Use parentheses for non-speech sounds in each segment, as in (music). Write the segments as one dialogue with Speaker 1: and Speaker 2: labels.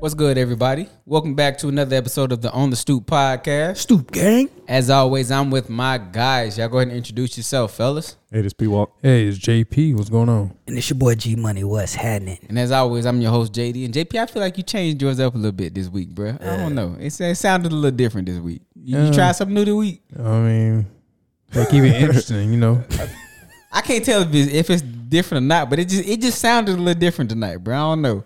Speaker 1: What's good, everybody? Welcome back to another episode of the On the Stoop podcast.
Speaker 2: Stoop gang.
Speaker 1: As always, I'm with my guys. Y'all go ahead and introduce yourself, fellas.
Speaker 3: Hey, this P Walk.
Speaker 4: Hey, it's JP. What's going on?
Speaker 2: And it's your boy G Money. What's happening?
Speaker 1: And as always, I'm your host, JD. And JP, I feel like you changed yours up a little bit this week, bruh. I don't know. It, it sounded a little different this week. You, you
Speaker 4: Yeah.
Speaker 1: tried something new this week?
Speaker 4: I mean, they keep (laughs) it interesting, you know.
Speaker 1: I can't tell if it's, if it's different or not, but it just it just sounded a little different tonight, bro. I don't know.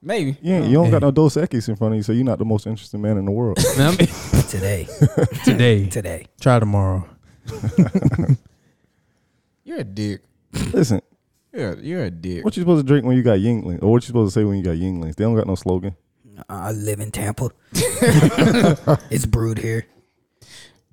Speaker 1: Maybe.
Speaker 3: Yeah, you don't got
Speaker 4: Hey.
Speaker 3: no Dos Equis in front of you, so you're not the most interesting man in the world. (laughs)
Speaker 4: I mean,
Speaker 1: (laughs)
Speaker 2: Today.
Speaker 4: today,
Speaker 2: Today.
Speaker 4: try tomorrow.
Speaker 1: You're a dick.
Speaker 3: Listen,
Speaker 1: You're a, you're a dick.
Speaker 3: what you supposed to drink when you got Yinglings, or what you supposed to say when you got Yinglings? They don't got no slogan.
Speaker 2: Uh, I live
Speaker 1: (laughs)
Speaker 2: in Tampa. it's brewed here.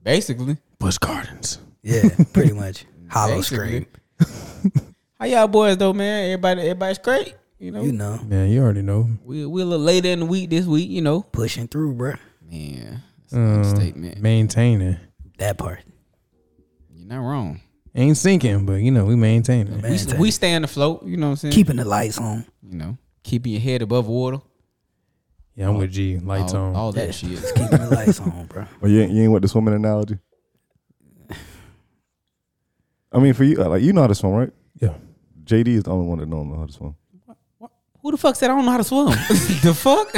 Speaker 1: Basically.
Speaker 4: Bush Gardens.
Speaker 2: Yeah, pretty much. Hollow
Speaker 1: Basically.
Speaker 2: scream.
Speaker 1: How y'all boys though, man? Everybody everybody's great. You know,
Speaker 2: You know,
Speaker 4: Man, you already know.
Speaker 1: we we a little later in the week this week, you know.
Speaker 2: pushing through, bruh.
Speaker 1: Man, that's a
Speaker 4: Um,
Speaker 1: statement.
Speaker 4: Maintaining.
Speaker 2: That part.
Speaker 1: You're not wrong.
Speaker 4: Ain't sinking, but you know, we maintaining.
Speaker 2: Man,
Speaker 1: We,
Speaker 2: tell
Speaker 1: we
Speaker 2: you.
Speaker 1: staying afloat, you know what I'm saying?
Speaker 2: keeping the lights on.
Speaker 1: you know, keeping your head above water.
Speaker 4: Yeah, I'm with G. Lights
Speaker 1: all,
Speaker 4: on.
Speaker 1: all that shit.
Speaker 2: Just keeping the lights on,
Speaker 1: (laughs)
Speaker 2: bruh.
Speaker 3: Or you ain't, you ain't with the swimming analogy. I mean, for you, like you know how to swim, right?
Speaker 4: Yeah.
Speaker 3: JD is the only one that know how to swim.
Speaker 1: Who the fuck said I don't know how to (laughs) swim? the fuck?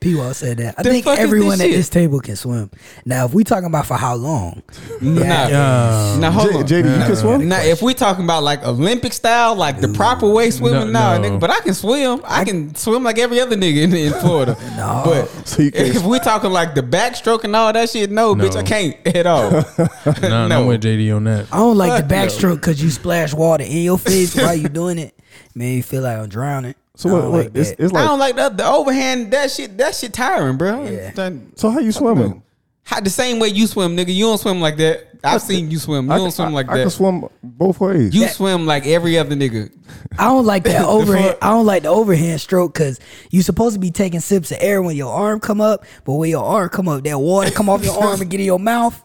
Speaker 2: P Wall said that. I
Speaker 1: The
Speaker 2: think
Speaker 1: fuck is this
Speaker 2: everyone at
Speaker 1: shit?
Speaker 2: this table can swim. Now, if we talking about for how long,
Speaker 1: Nah.
Speaker 4: Yeah.
Speaker 1: Now hold on.
Speaker 3: J- JD, you can swim.
Speaker 1: Now, if we talking about like Olympic style, like the proper way swimming,
Speaker 4: No,
Speaker 1: nah,
Speaker 4: no.
Speaker 1: nigga. But I can swim. I, can swim like every other nigga in, in Florida.
Speaker 2: No.
Speaker 1: But
Speaker 3: So you
Speaker 1: if
Speaker 3: can't.
Speaker 1: we talking like the backstroke and all that shit, no, bitch, I
Speaker 4: No.
Speaker 1: can't at all. (laughs)
Speaker 4: Nah,
Speaker 1: No.
Speaker 4: I'm with JD on that.
Speaker 2: I don't like the
Speaker 1: Fuck no.
Speaker 2: backstroke because you splash water in your face while you doing it. Man, you feel like I'm drowning.
Speaker 3: So
Speaker 2: I
Speaker 3: what?
Speaker 2: don't
Speaker 3: what
Speaker 2: like
Speaker 3: it's,
Speaker 2: that.
Speaker 3: it's
Speaker 1: I
Speaker 3: like.
Speaker 1: don't like the, the overhand. That shit, that shit tiring, bro.
Speaker 2: Yeah.
Speaker 1: Done-
Speaker 3: So how you swimming?
Speaker 1: How, the same way you swim, nigga. You don't swim like that. I've seen you swim. You
Speaker 3: I
Speaker 1: don't
Speaker 3: can-
Speaker 1: swim like
Speaker 3: I, I can
Speaker 1: that.
Speaker 3: swim both ways.
Speaker 1: You swim like every other nigga.
Speaker 2: I don't like that overhand.
Speaker 1: fuck?
Speaker 2: I don't like the overhand stroke because you supposed to be taking sips of air when your arm come up, but when your arm come up, that water come off your arm and get in your mouth.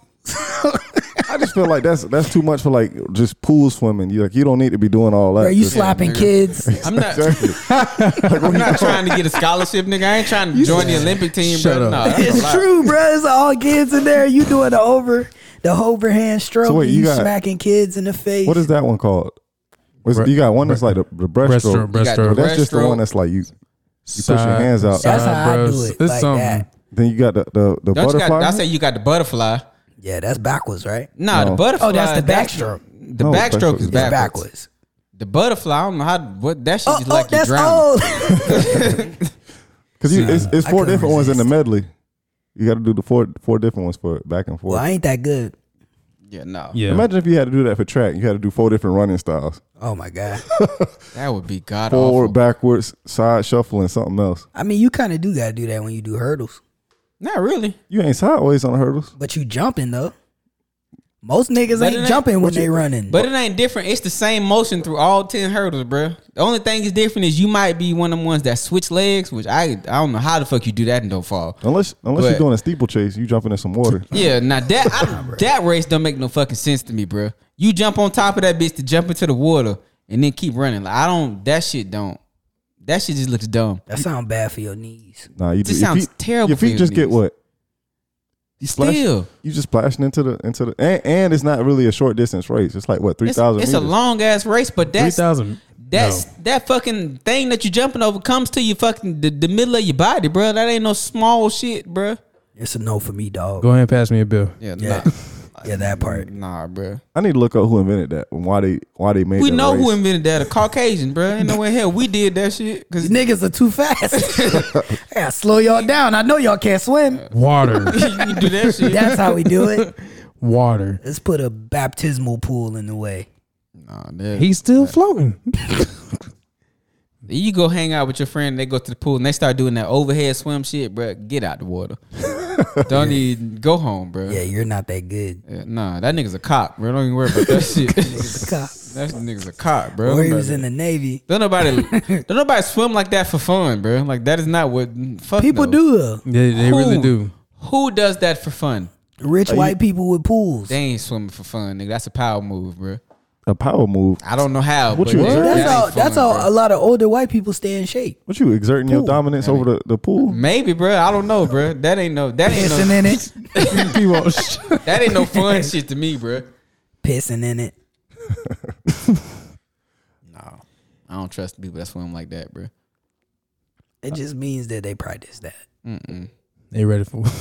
Speaker 3: I just feel like that's that's too much for like just pool swimming. You like you don't need to be doing all that.
Speaker 2: Bro, you
Speaker 3: Just-
Speaker 2: slapping
Speaker 1: nigga.
Speaker 2: kids.
Speaker 1: I'm not.
Speaker 3: Exactly.
Speaker 1: I'm not trying to get a scholarship, nigga. I ain't trying to join the Olympic team,
Speaker 4: Shut
Speaker 1: bro.
Speaker 4: up.
Speaker 1: Nah, that's a
Speaker 2: It's
Speaker 1: lie.
Speaker 2: true, bro. It's all kids in there. You doing the over, the overhand stroke.
Speaker 3: So wait,
Speaker 2: and you
Speaker 3: you got-
Speaker 2: smacking kids in the face.
Speaker 3: What is that one called? What's-
Speaker 4: Bre-
Speaker 3: you got one that's like the, the breaststroke.
Speaker 4: Breaststroke,
Speaker 3: Breast
Speaker 1: You got
Speaker 3: that's
Speaker 4: breaststroke.
Speaker 3: just the
Speaker 1: breaststroke.
Speaker 3: one that's like you.
Speaker 4: You
Speaker 3: push your hands out.
Speaker 2: That's how I do it.
Speaker 4: It's
Speaker 2: Like
Speaker 4: something.
Speaker 2: that.
Speaker 3: Then you got the the, the
Speaker 1: Don't you
Speaker 3: butterfly.
Speaker 1: got? I
Speaker 3: one?
Speaker 1: say you got the butterfly.
Speaker 2: Yeah, that's backwards, right?
Speaker 1: Nah, the
Speaker 3: No.
Speaker 1: butterfly.
Speaker 2: Oh, that's the
Speaker 1: that's-
Speaker 2: backstroke.
Speaker 1: The
Speaker 3: No,
Speaker 1: backstroke is backwards.
Speaker 3: backstroke. It's
Speaker 2: It's backwards.
Speaker 1: The butterfly. I don't know how. What that shit
Speaker 2: Oh,
Speaker 1: is
Speaker 2: oh,
Speaker 1: like you
Speaker 2: that's
Speaker 1: drowning.
Speaker 2: old.
Speaker 3: Cause you, it's, it's
Speaker 2: I
Speaker 3: four
Speaker 2: couldn't
Speaker 3: different ones in the
Speaker 2: resist.
Speaker 3: medley. You got to do the four four different ones for it, back and
Speaker 2: (laughs)
Speaker 3: forth.
Speaker 2: well, I ain't that good.
Speaker 1: Yeah, no.
Speaker 4: Yeah.
Speaker 3: Imagine if you had to do that for track. You had to do four different running styles:
Speaker 2: Oh my god.
Speaker 1: That would be god
Speaker 3: forward,
Speaker 1: awful.
Speaker 3: backwards, side shuffle, and something else.
Speaker 2: I mean, you kind of do gotta do that when you do hurdles.
Speaker 1: Not really.
Speaker 3: You ain't sideways on the hurdles.
Speaker 2: But you jumping though. Most niggas
Speaker 1: But it
Speaker 2: ain't
Speaker 1: ain't-
Speaker 2: jumping when they running.
Speaker 1: But it ain't different. It's the same motion through all ten hurdles, bruh. The only thing is different is you might be one of them ones that switch legs, which I I don't know how the fuck you do that and don't fall.
Speaker 3: Unless unless
Speaker 1: But-
Speaker 3: you're doing a steeplechase, you jumping in some water.
Speaker 1: Yeah, now
Speaker 3: (laughs)
Speaker 1: that I, that race don't make no fucking sense to me, bruh. You jump on top of that bitch to jump into the water and then keep running. Like I don't. That shit don't. That shit just looks dumb.
Speaker 2: that sound bad for your knees.
Speaker 3: Nah, you
Speaker 1: This
Speaker 3: your
Speaker 1: sounds
Speaker 3: feet-
Speaker 1: terrible
Speaker 3: Your
Speaker 1: for
Speaker 3: feet
Speaker 1: your
Speaker 3: just get
Speaker 1: knees.
Speaker 3: what Splash-
Speaker 1: Still,
Speaker 3: you just splashing into the into the and, and it's not really a short distance race. It's like what three
Speaker 1: it's,
Speaker 3: thousand.
Speaker 1: it's a long ass race, but
Speaker 4: Three
Speaker 1: that's
Speaker 4: thousand.
Speaker 1: That's that fucking thing that you jumping over comes to you fucking the, the middle of your body, bruh. That ain't no small shit, bruh.
Speaker 2: It's a no for me, dog.
Speaker 4: Go ahead and pass me a bill.
Speaker 1: Yeah,
Speaker 2: Yeah. (laughs)
Speaker 3: (laughs)
Speaker 2: yeah, that part.
Speaker 1: nah, bruh.
Speaker 3: I need to look up who invented that and why they why they made.
Speaker 1: We
Speaker 3: that
Speaker 1: know
Speaker 3: race.
Speaker 1: who invented that, a Caucasian, bruh. Ain't no way in hell we did that shit. Cause
Speaker 2: (laughs) These niggas are too fast. (laughs) I gotta slow y'all down. I know y'all can't swim. (laughs)
Speaker 4: Water.
Speaker 1: you do that shit.
Speaker 2: That's how we do it.
Speaker 4: Water.
Speaker 2: Let's put a baptismal pool in the way.
Speaker 1: Nah, that,
Speaker 4: He's still floating.
Speaker 1: you go hang out with your friend, they go to the pool and they start doing that overhead swim shit, bruh. Get out the (laughs) water. Don't even go home, bruh.
Speaker 2: Yeah, you're not
Speaker 1: (laughs)
Speaker 2: that good.
Speaker 1: Yeah, Nah, that nigga's a cop, bro. Don't even worry about that shit.
Speaker 2: (laughs)
Speaker 1: that
Speaker 2: Cop.
Speaker 1: nigga's a cop, bro.
Speaker 2: Or he
Speaker 1: Don't
Speaker 2: was
Speaker 1: worry
Speaker 2: in the navy.
Speaker 1: Don't nobody don't nobody swim like that for fun, bro. Like that is not what fuck
Speaker 2: People
Speaker 1: no.
Speaker 2: do though.
Speaker 4: They, they really
Speaker 1: Who?
Speaker 2: (laughs)
Speaker 4: do.
Speaker 1: Who does that for fun?
Speaker 2: Rich white people with pools.
Speaker 1: They ain't swimming for fun, nigga. That's a power move, bro.
Speaker 3: a power move.
Speaker 1: I don't know how.
Speaker 3: What
Speaker 1: but
Speaker 3: you-
Speaker 1: that-
Speaker 3: What?
Speaker 1: that
Speaker 2: That's
Speaker 1: ain't
Speaker 2: how
Speaker 1: fun,
Speaker 2: that's uh, how
Speaker 1: bro.
Speaker 2: a lot of older white people stay in shape.
Speaker 3: What you exerting your
Speaker 2: Pool.
Speaker 3: dominance over the, the pool?
Speaker 1: Maybe, bro. I don't know, bro. That ain't no. That ain't
Speaker 2: Pissing
Speaker 1: no.
Speaker 2: in it.
Speaker 4: P-Walsh.
Speaker 1: That ain't no
Speaker 2: (laughs)
Speaker 1: fun shit to me, bro.
Speaker 2: Pissing in it.
Speaker 1: No, I don't trust people that swim like that, bro.
Speaker 2: It just means that they practice that.
Speaker 1: Mm-mm.
Speaker 4: (laughs) they ready for
Speaker 2: (laughs)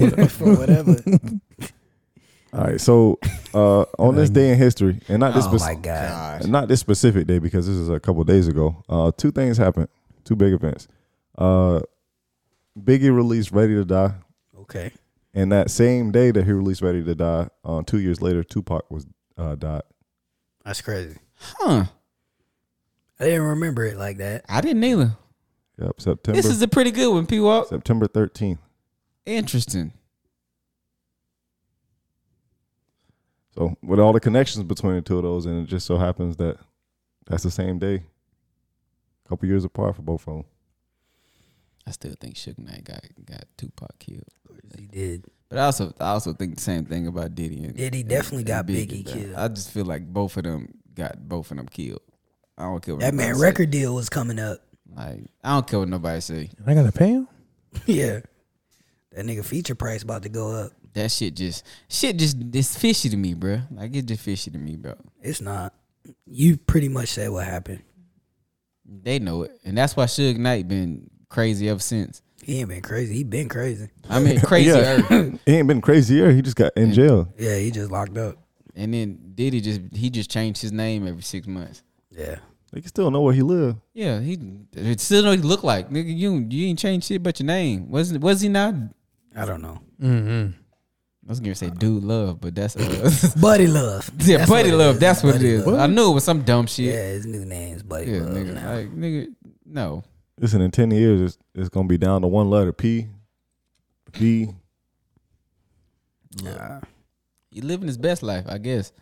Speaker 2: For (laughs) whatever.
Speaker 3: All right. So uh, on this day in history, and not this
Speaker 2: Mm-hmm. oh
Speaker 3: spec-
Speaker 2: my god.
Speaker 3: not this specific day because this is a couple days ago. Uh, two things happened. Two big events. Uh, Biggie released "Ready to Die,"
Speaker 2: Okay.
Speaker 3: and that same day that he released "Ready to Die," uh, two years later, Tupac was uh, died.
Speaker 2: That's crazy.
Speaker 1: Huh?
Speaker 2: I didn't remember it like that.
Speaker 1: I didn't either.
Speaker 3: Yep, September
Speaker 1: This is a pretty good one, P Walk.
Speaker 3: September thirteenth.
Speaker 1: Interesting.
Speaker 3: So with all the connections between the two of those, and it just so happens that that's the same day, a couple years apart for both of them.
Speaker 1: I still think Suge Knight got got Tupac killed,
Speaker 2: He did.
Speaker 1: but I also I also think the same thing about Diddy and
Speaker 2: Diddy
Speaker 1: and-
Speaker 2: definitely
Speaker 1: and
Speaker 2: got Biggie
Speaker 1: bro.
Speaker 2: killed.
Speaker 1: I just feel like both of them got both of them killed. I don't care. What
Speaker 2: That
Speaker 1: nobody
Speaker 2: man
Speaker 1: say.
Speaker 2: record deal was coming up.
Speaker 1: Like I don't care what nobody say.
Speaker 4: I gotta pay him?
Speaker 2: (laughs) yeah. That nigga feature price about to go up.
Speaker 1: That shit just shit just it's fishy to me, bro. Like it's just fishy to me, bro.
Speaker 2: It's not. You pretty much said what happened.
Speaker 1: They know it, and that's why Suge Knight been crazy ever since.
Speaker 2: He ain't been crazy. He been crazy.
Speaker 1: I mean,
Speaker 2: (laughs)
Speaker 1: crazier.
Speaker 3: He ain't been crazier. He just got in jail.
Speaker 2: Yeah, he just locked up.
Speaker 1: And then Diddy just he just changed his name every six months.
Speaker 2: Yeah.
Speaker 3: They can still know where he lived.
Speaker 1: Yeah, he it still know what he look like. Nigga, you you ain't changed shit but your name. Wasn't was he not? I
Speaker 2: I don't know.
Speaker 4: Mm-hmm.
Speaker 1: was gonna say dude love, but
Speaker 2: (laughs)
Speaker 1: that's (laughs) uh,
Speaker 2: Buddy Love.
Speaker 1: yeah,
Speaker 2: Uh-uh. That's
Speaker 1: buddy
Speaker 2: what it
Speaker 1: love.
Speaker 2: is.
Speaker 1: That's what
Speaker 2: Buddy
Speaker 1: it is.
Speaker 2: Love.
Speaker 1: I knew it was some dumb
Speaker 2: Yeah,
Speaker 1: shit.
Speaker 2: his new name's Buddy
Speaker 1: Yeah,
Speaker 2: Love
Speaker 1: nigga,
Speaker 2: now.
Speaker 1: like nigga, no.
Speaker 3: Listen, in ten years, it's, it's gonna be down to one letter: P, D.
Speaker 2: Nah.
Speaker 1: He living his best life, I guess.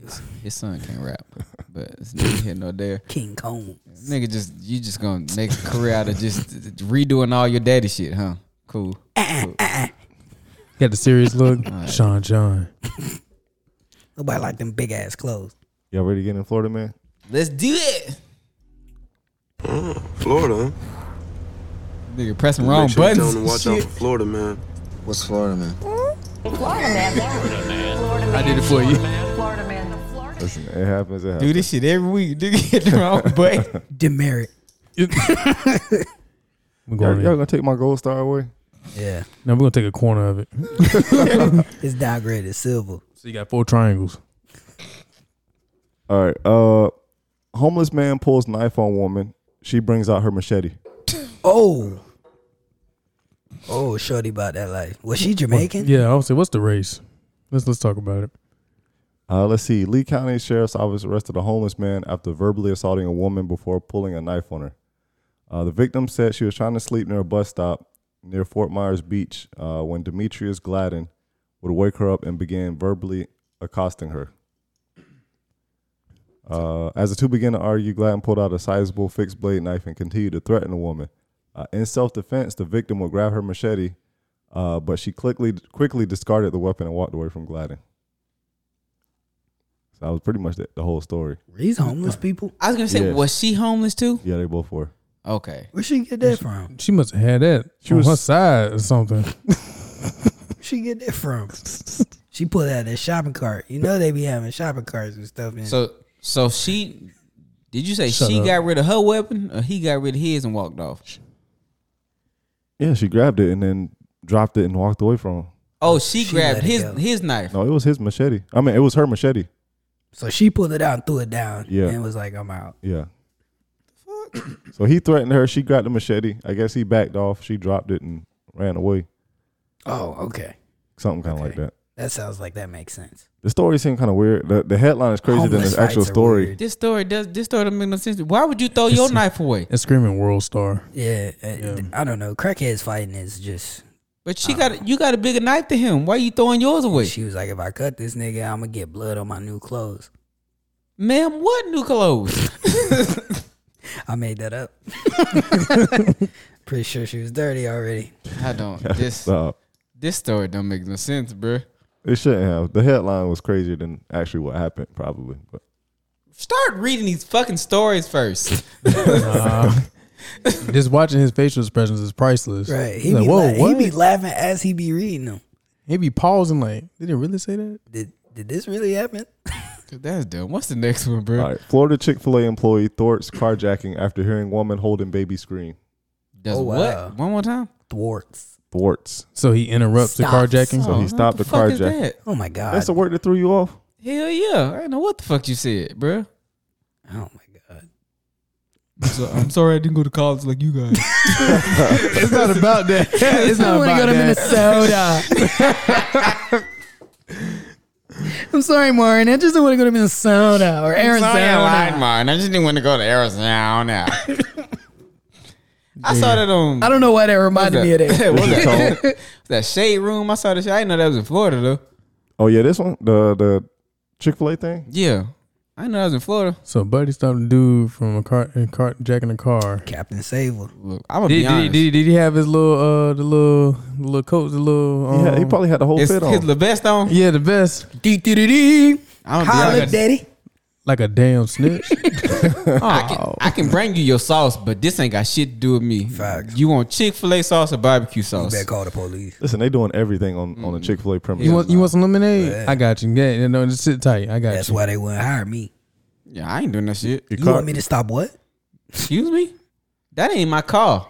Speaker 1: His, his son can't rap, but it's neither here nor there.
Speaker 2: King Combs.
Speaker 1: Nigga, just you just gonna make a career out of just redoing all your daddy shit, huh? Cool.
Speaker 4: Got the serious look. Sean John.
Speaker 2: Nobody like them big ass clothes.
Speaker 3: Y'all ready to get in Florida, man?
Speaker 1: Let's do it.
Speaker 5: Florida.
Speaker 1: Nigga, pressing
Speaker 5: huh?
Speaker 1: wrong
Speaker 5: Make sure you tell
Speaker 1: buttons.
Speaker 5: them to watch out for Florida, man.
Speaker 6: What's Florida, man?
Speaker 1: I did it for you.
Speaker 7: Florida man, the Florida
Speaker 3: Listen, it happens. It happens.
Speaker 1: Do this shit every week. Nigga, hit the
Speaker 5: (laughs)
Speaker 1: wrong button.
Speaker 2: Demerit.
Speaker 4: We're
Speaker 3: Y'all,
Speaker 4: going
Speaker 3: y'all
Speaker 4: in.
Speaker 3: gonna take my gold star away?
Speaker 2: Yeah.
Speaker 4: Now we're gonna take a corner of
Speaker 3: Mm-hmm.
Speaker 4: it.
Speaker 2: It's downgraded silver.
Speaker 4: So you got four triangles.
Speaker 3: All right. Uh, homeless man pulls knife on woman. She brings out her machete.
Speaker 2: Oh. Oh, shorty about that life. Was she Jamaican?
Speaker 4: Yeah, I would say what's the race? Let's let's talk about it.
Speaker 3: Uh, let's see. Lee County Sheriff's Office arrested a homeless man after verbally assaulting a woman before pulling a knife on her. Uh, the victim said she was trying to sleep near a bus stop near Fort Myers Beach uh, when Demetrius Gladden would wake her up and began verbally accosting her. Uh, as the two began to argue, Gladden pulled out a sizable fixed blade knife and continued to threaten the woman. Uh, in self defense, the victim would grab her machete, uh, but she quickly, quickly discarded the weapon and walked away from Gladden. So that was pretty much the, the whole story.
Speaker 2: These homeless people.
Speaker 1: I was gonna say,
Speaker 3: Yeah.
Speaker 1: was she homeless too?
Speaker 3: Yeah, they both were.
Speaker 1: Okay.
Speaker 2: Where she get that from?
Speaker 4: She must have had that. She was on her side or
Speaker 3: (laughs)
Speaker 4: something.
Speaker 2: She get that from? She put out that shopping cart. You know they be having shopping carts and stuff. In. it.
Speaker 1: So so she did you say
Speaker 4: Shut
Speaker 1: she
Speaker 4: up.
Speaker 1: got rid of her weapon or he got rid of his and walked off?
Speaker 3: Yeah, she grabbed it and then dropped it and walked away from him.
Speaker 1: Oh, she,
Speaker 2: She
Speaker 1: grabbed
Speaker 2: let it
Speaker 1: his
Speaker 2: go.
Speaker 1: his knife.
Speaker 3: No, it was his machete. I mean, it was her machete.
Speaker 2: So she pulled it out and threw it down.
Speaker 3: Yeah.
Speaker 2: And was like, I'm out.
Speaker 3: Yeah. So he threatened her. She grabbed the machete. I guess he backed off. She dropped it and ran away.
Speaker 2: Oh, okay.
Speaker 3: Something kind of like
Speaker 2: Okay.
Speaker 3: that.
Speaker 2: That sounds like that makes sense.
Speaker 3: The story seemed kind of weird. The, the headline is crazier than
Speaker 2: Homeless
Speaker 3: the actual
Speaker 2: fights are
Speaker 3: story.
Speaker 2: weird.
Speaker 1: This story does this story don't make no sense. Why would you throw your knife away?
Speaker 4: And screaming world star.
Speaker 2: Yeah, uh, I don't know. Crackheads fighting is just.
Speaker 1: But she got you got a bigger knife than him. Why you throwing yours away?
Speaker 2: She was like, if I cut this nigga, I'm gonna get blood on my new clothes.
Speaker 1: Ma'am, what new clothes?
Speaker 2: I made that up. (laughs) Pretty sure she was dirty already.
Speaker 1: (laughs) I don't. This
Speaker 3: Stop.
Speaker 1: this story don't make no sense, bruh.
Speaker 3: It shouldn't have. The headline was crazier than actually what happened, probably. But
Speaker 1: Start reading these fucking stories
Speaker 3: (laughs)
Speaker 1: first.
Speaker 4: Just watching his facial expressions is priceless.
Speaker 2: Right. He
Speaker 4: He's like,
Speaker 2: be
Speaker 4: whoa,
Speaker 2: la- he
Speaker 4: what?
Speaker 2: be laughing as he be reading them.
Speaker 4: He be pausing like, did it really say that?
Speaker 2: Did did this really happen?
Speaker 1: That's dumb. What's the next one, bro?
Speaker 3: all right, Florida Chick Fil A employee thwarts carjacking after hearing woman holding baby scream.
Speaker 1: Does
Speaker 2: Oh,
Speaker 1: what?
Speaker 2: wow.
Speaker 1: One more time.
Speaker 2: Thwarts.
Speaker 3: Thwarts.
Speaker 4: So he interrupts
Speaker 2: Stops.
Speaker 4: the carjacking.
Speaker 3: So he
Speaker 1: what
Speaker 3: stopped the
Speaker 1: fuck is
Speaker 3: carjacking.
Speaker 1: that?
Speaker 2: Oh my god.
Speaker 3: That's a word that threw you off.
Speaker 1: Hell yeah! I don't know what the fuck you said, bro.
Speaker 2: oh my god.
Speaker 1: I'm sorry I didn't go to college like you
Speaker 2: (laughs)
Speaker 1: guys.
Speaker 4: it's not about that. It's
Speaker 2: I
Speaker 4: not
Speaker 2: want to
Speaker 4: about
Speaker 2: go to
Speaker 4: that.
Speaker 2: Minnesota.
Speaker 1: (laughs)
Speaker 2: I'm sorry, Martin. I just don't want to go to Minnesota or Arizona.
Speaker 1: mine. I just didn't want to go to Arizona. (laughs) I saw that on.
Speaker 2: I don't know why that reminded me of
Speaker 1: (laughs)
Speaker 2: that.
Speaker 1: What's
Speaker 3: What's
Speaker 1: that?
Speaker 3: it called?
Speaker 1: that shade room. I saw that shit. I didn't know that was in Florida though.
Speaker 3: (laughs) Oh yeah, this one. The the Chick Fil A thing.
Speaker 1: Yeah, I didn't know that was in Florida.
Speaker 4: So Buddy stopped a dude from a car, a car jacking a car.
Speaker 2: Captain Saver.
Speaker 1: Look, I'm gonna
Speaker 4: Did,
Speaker 1: be honest.
Speaker 4: did, did, did he have his little uh the little the little coat, the little um,
Speaker 3: yeah, he probably had the whole
Speaker 1: it's
Speaker 3: fit
Speaker 1: his
Speaker 3: on.
Speaker 1: the best on.
Speaker 4: yeah the best
Speaker 2: Dee-dee-dee-dee.
Speaker 1: I'm gonna be
Speaker 2: Holla,
Speaker 1: honest.
Speaker 2: Daddy.
Speaker 4: like a
Speaker 1: (laughs)
Speaker 4: damn snitch.
Speaker 1: I can, I can bring you your sauce, but this ain't got shit to do with me.
Speaker 2: Facts.
Speaker 1: You want Chick Fil A sauce or barbecue sauce?
Speaker 2: Better call the police.
Speaker 3: Listen, they doing everything on on the Chick Fil A premise.
Speaker 4: You want you want some lemonade?
Speaker 2: Yeah.
Speaker 4: I got you. Yeah, no, just sit tight. I got
Speaker 2: That's
Speaker 4: you.
Speaker 2: why they wouldn't hire me.
Speaker 1: Yeah, I ain't doing that shit.
Speaker 3: Your
Speaker 2: You
Speaker 3: car-
Speaker 2: want me to stop what?
Speaker 1: Excuse me? That ain't my car.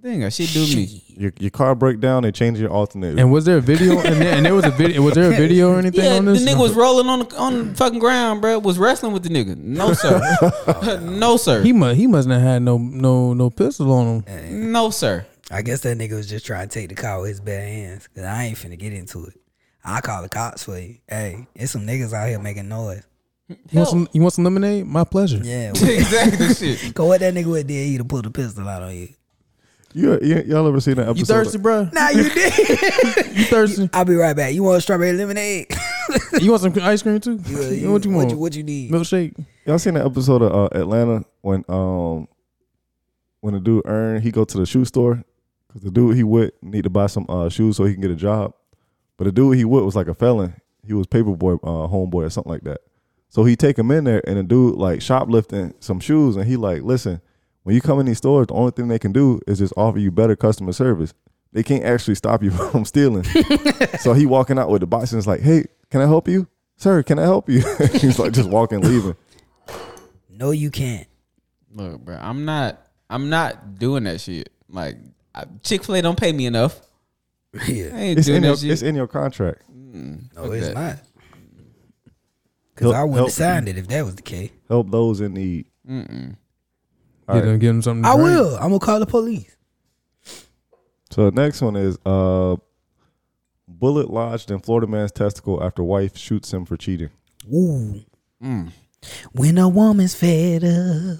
Speaker 1: That ain't got shit to do with me.
Speaker 3: your, your car break down. They change your alternator.
Speaker 4: And was there a video? and, there, and there was a video. Was there a video or
Speaker 1: (laughs)
Speaker 4: anything
Speaker 1: Yeah,
Speaker 4: on
Speaker 1: the
Speaker 4: this?
Speaker 1: nigga was rolling on the, on the fucking ground, bro. Was wrestling with the nigga. No sir. (laughs) no sir.
Speaker 4: He must he must not had no no no pistol on him.
Speaker 1: no sir. (laughs)
Speaker 2: I guess that nigga was just trying to take the car with his bare hands. Cause I ain't finna get into it. I call the cops for you. Hey, it's some niggas out here making noise.
Speaker 4: You want, some, you want some lemonade? My pleasure.
Speaker 2: (laughs) Yeah.
Speaker 1: exactly the shit.
Speaker 2: Cause what that nigga would did, he'd have pulled the pistol out on you.
Speaker 3: you, you y'all ever seen that episode?
Speaker 4: You thirsty,
Speaker 3: of-
Speaker 4: bro?
Speaker 2: Nah, you did.
Speaker 4: You (laughs) thirsty?
Speaker 2: I'll be right back. You want
Speaker 4: (laughs)
Speaker 2: strawberry lemonade?
Speaker 4: you want some ice cream too?
Speaker 2: (laughs)
Speaker 4: what you want?
Speaker 2: What you, what you need?
Speaker 4: Milkshake.
Speaker 3: Y'all seen that episode of uh, Atlanta when um when the dude earn he go to the shoe store because the dude he with need to buy some uh, shoes so he can get a job, but the dude he with was like a felon. He was paperboy uh, homeboy or something like that. So he take him in there and the dude like shoplifting some shoes and he like listen when you come in these stores the only thing they can do is just offer you better customer service. They can't actually stop you (laughs) from stealing. so he walking out with the box and it's like hey can I help you sir can I help you? (laughs) He's like just walking leaving.
Speaker 2: No,
Speaker 4: (laughs)
Speaker 2: you can't.
Speaker 1: Look, bro, I'm not I'm not doing that shit. Like Chick Fil A don't pay me enough. I
Speaker 2: Yeah.
Speaker 1: ain't
Speaker 3: It's
Speaker 1: doing
Speaker 3: in your
Speaker 1: that shit.
Speaker 3: it's in your contract.
Speaker 2: No, it's
Speaker 1: that.
Speaker 2: not. Cause
Speaker 3: Help-
Speaker 2: I wouldn't
Speaker 3: help.
Speaker 2: have signed it if that was the case.
Speaker 3: Help those in need. All
Speaker 4: Get
Speaker 3: right.
Speaker 4: him, give him something. To
Speaker 2: I
Speaker 4: drink.
Speaker 2: will. I'm gonna call the police.
Speaker 3: So the next one is uh, bullet lodged in Florida man's testicle after wife shoots him for cheating.
Speaker 2: Ooh. When a woman's fed up.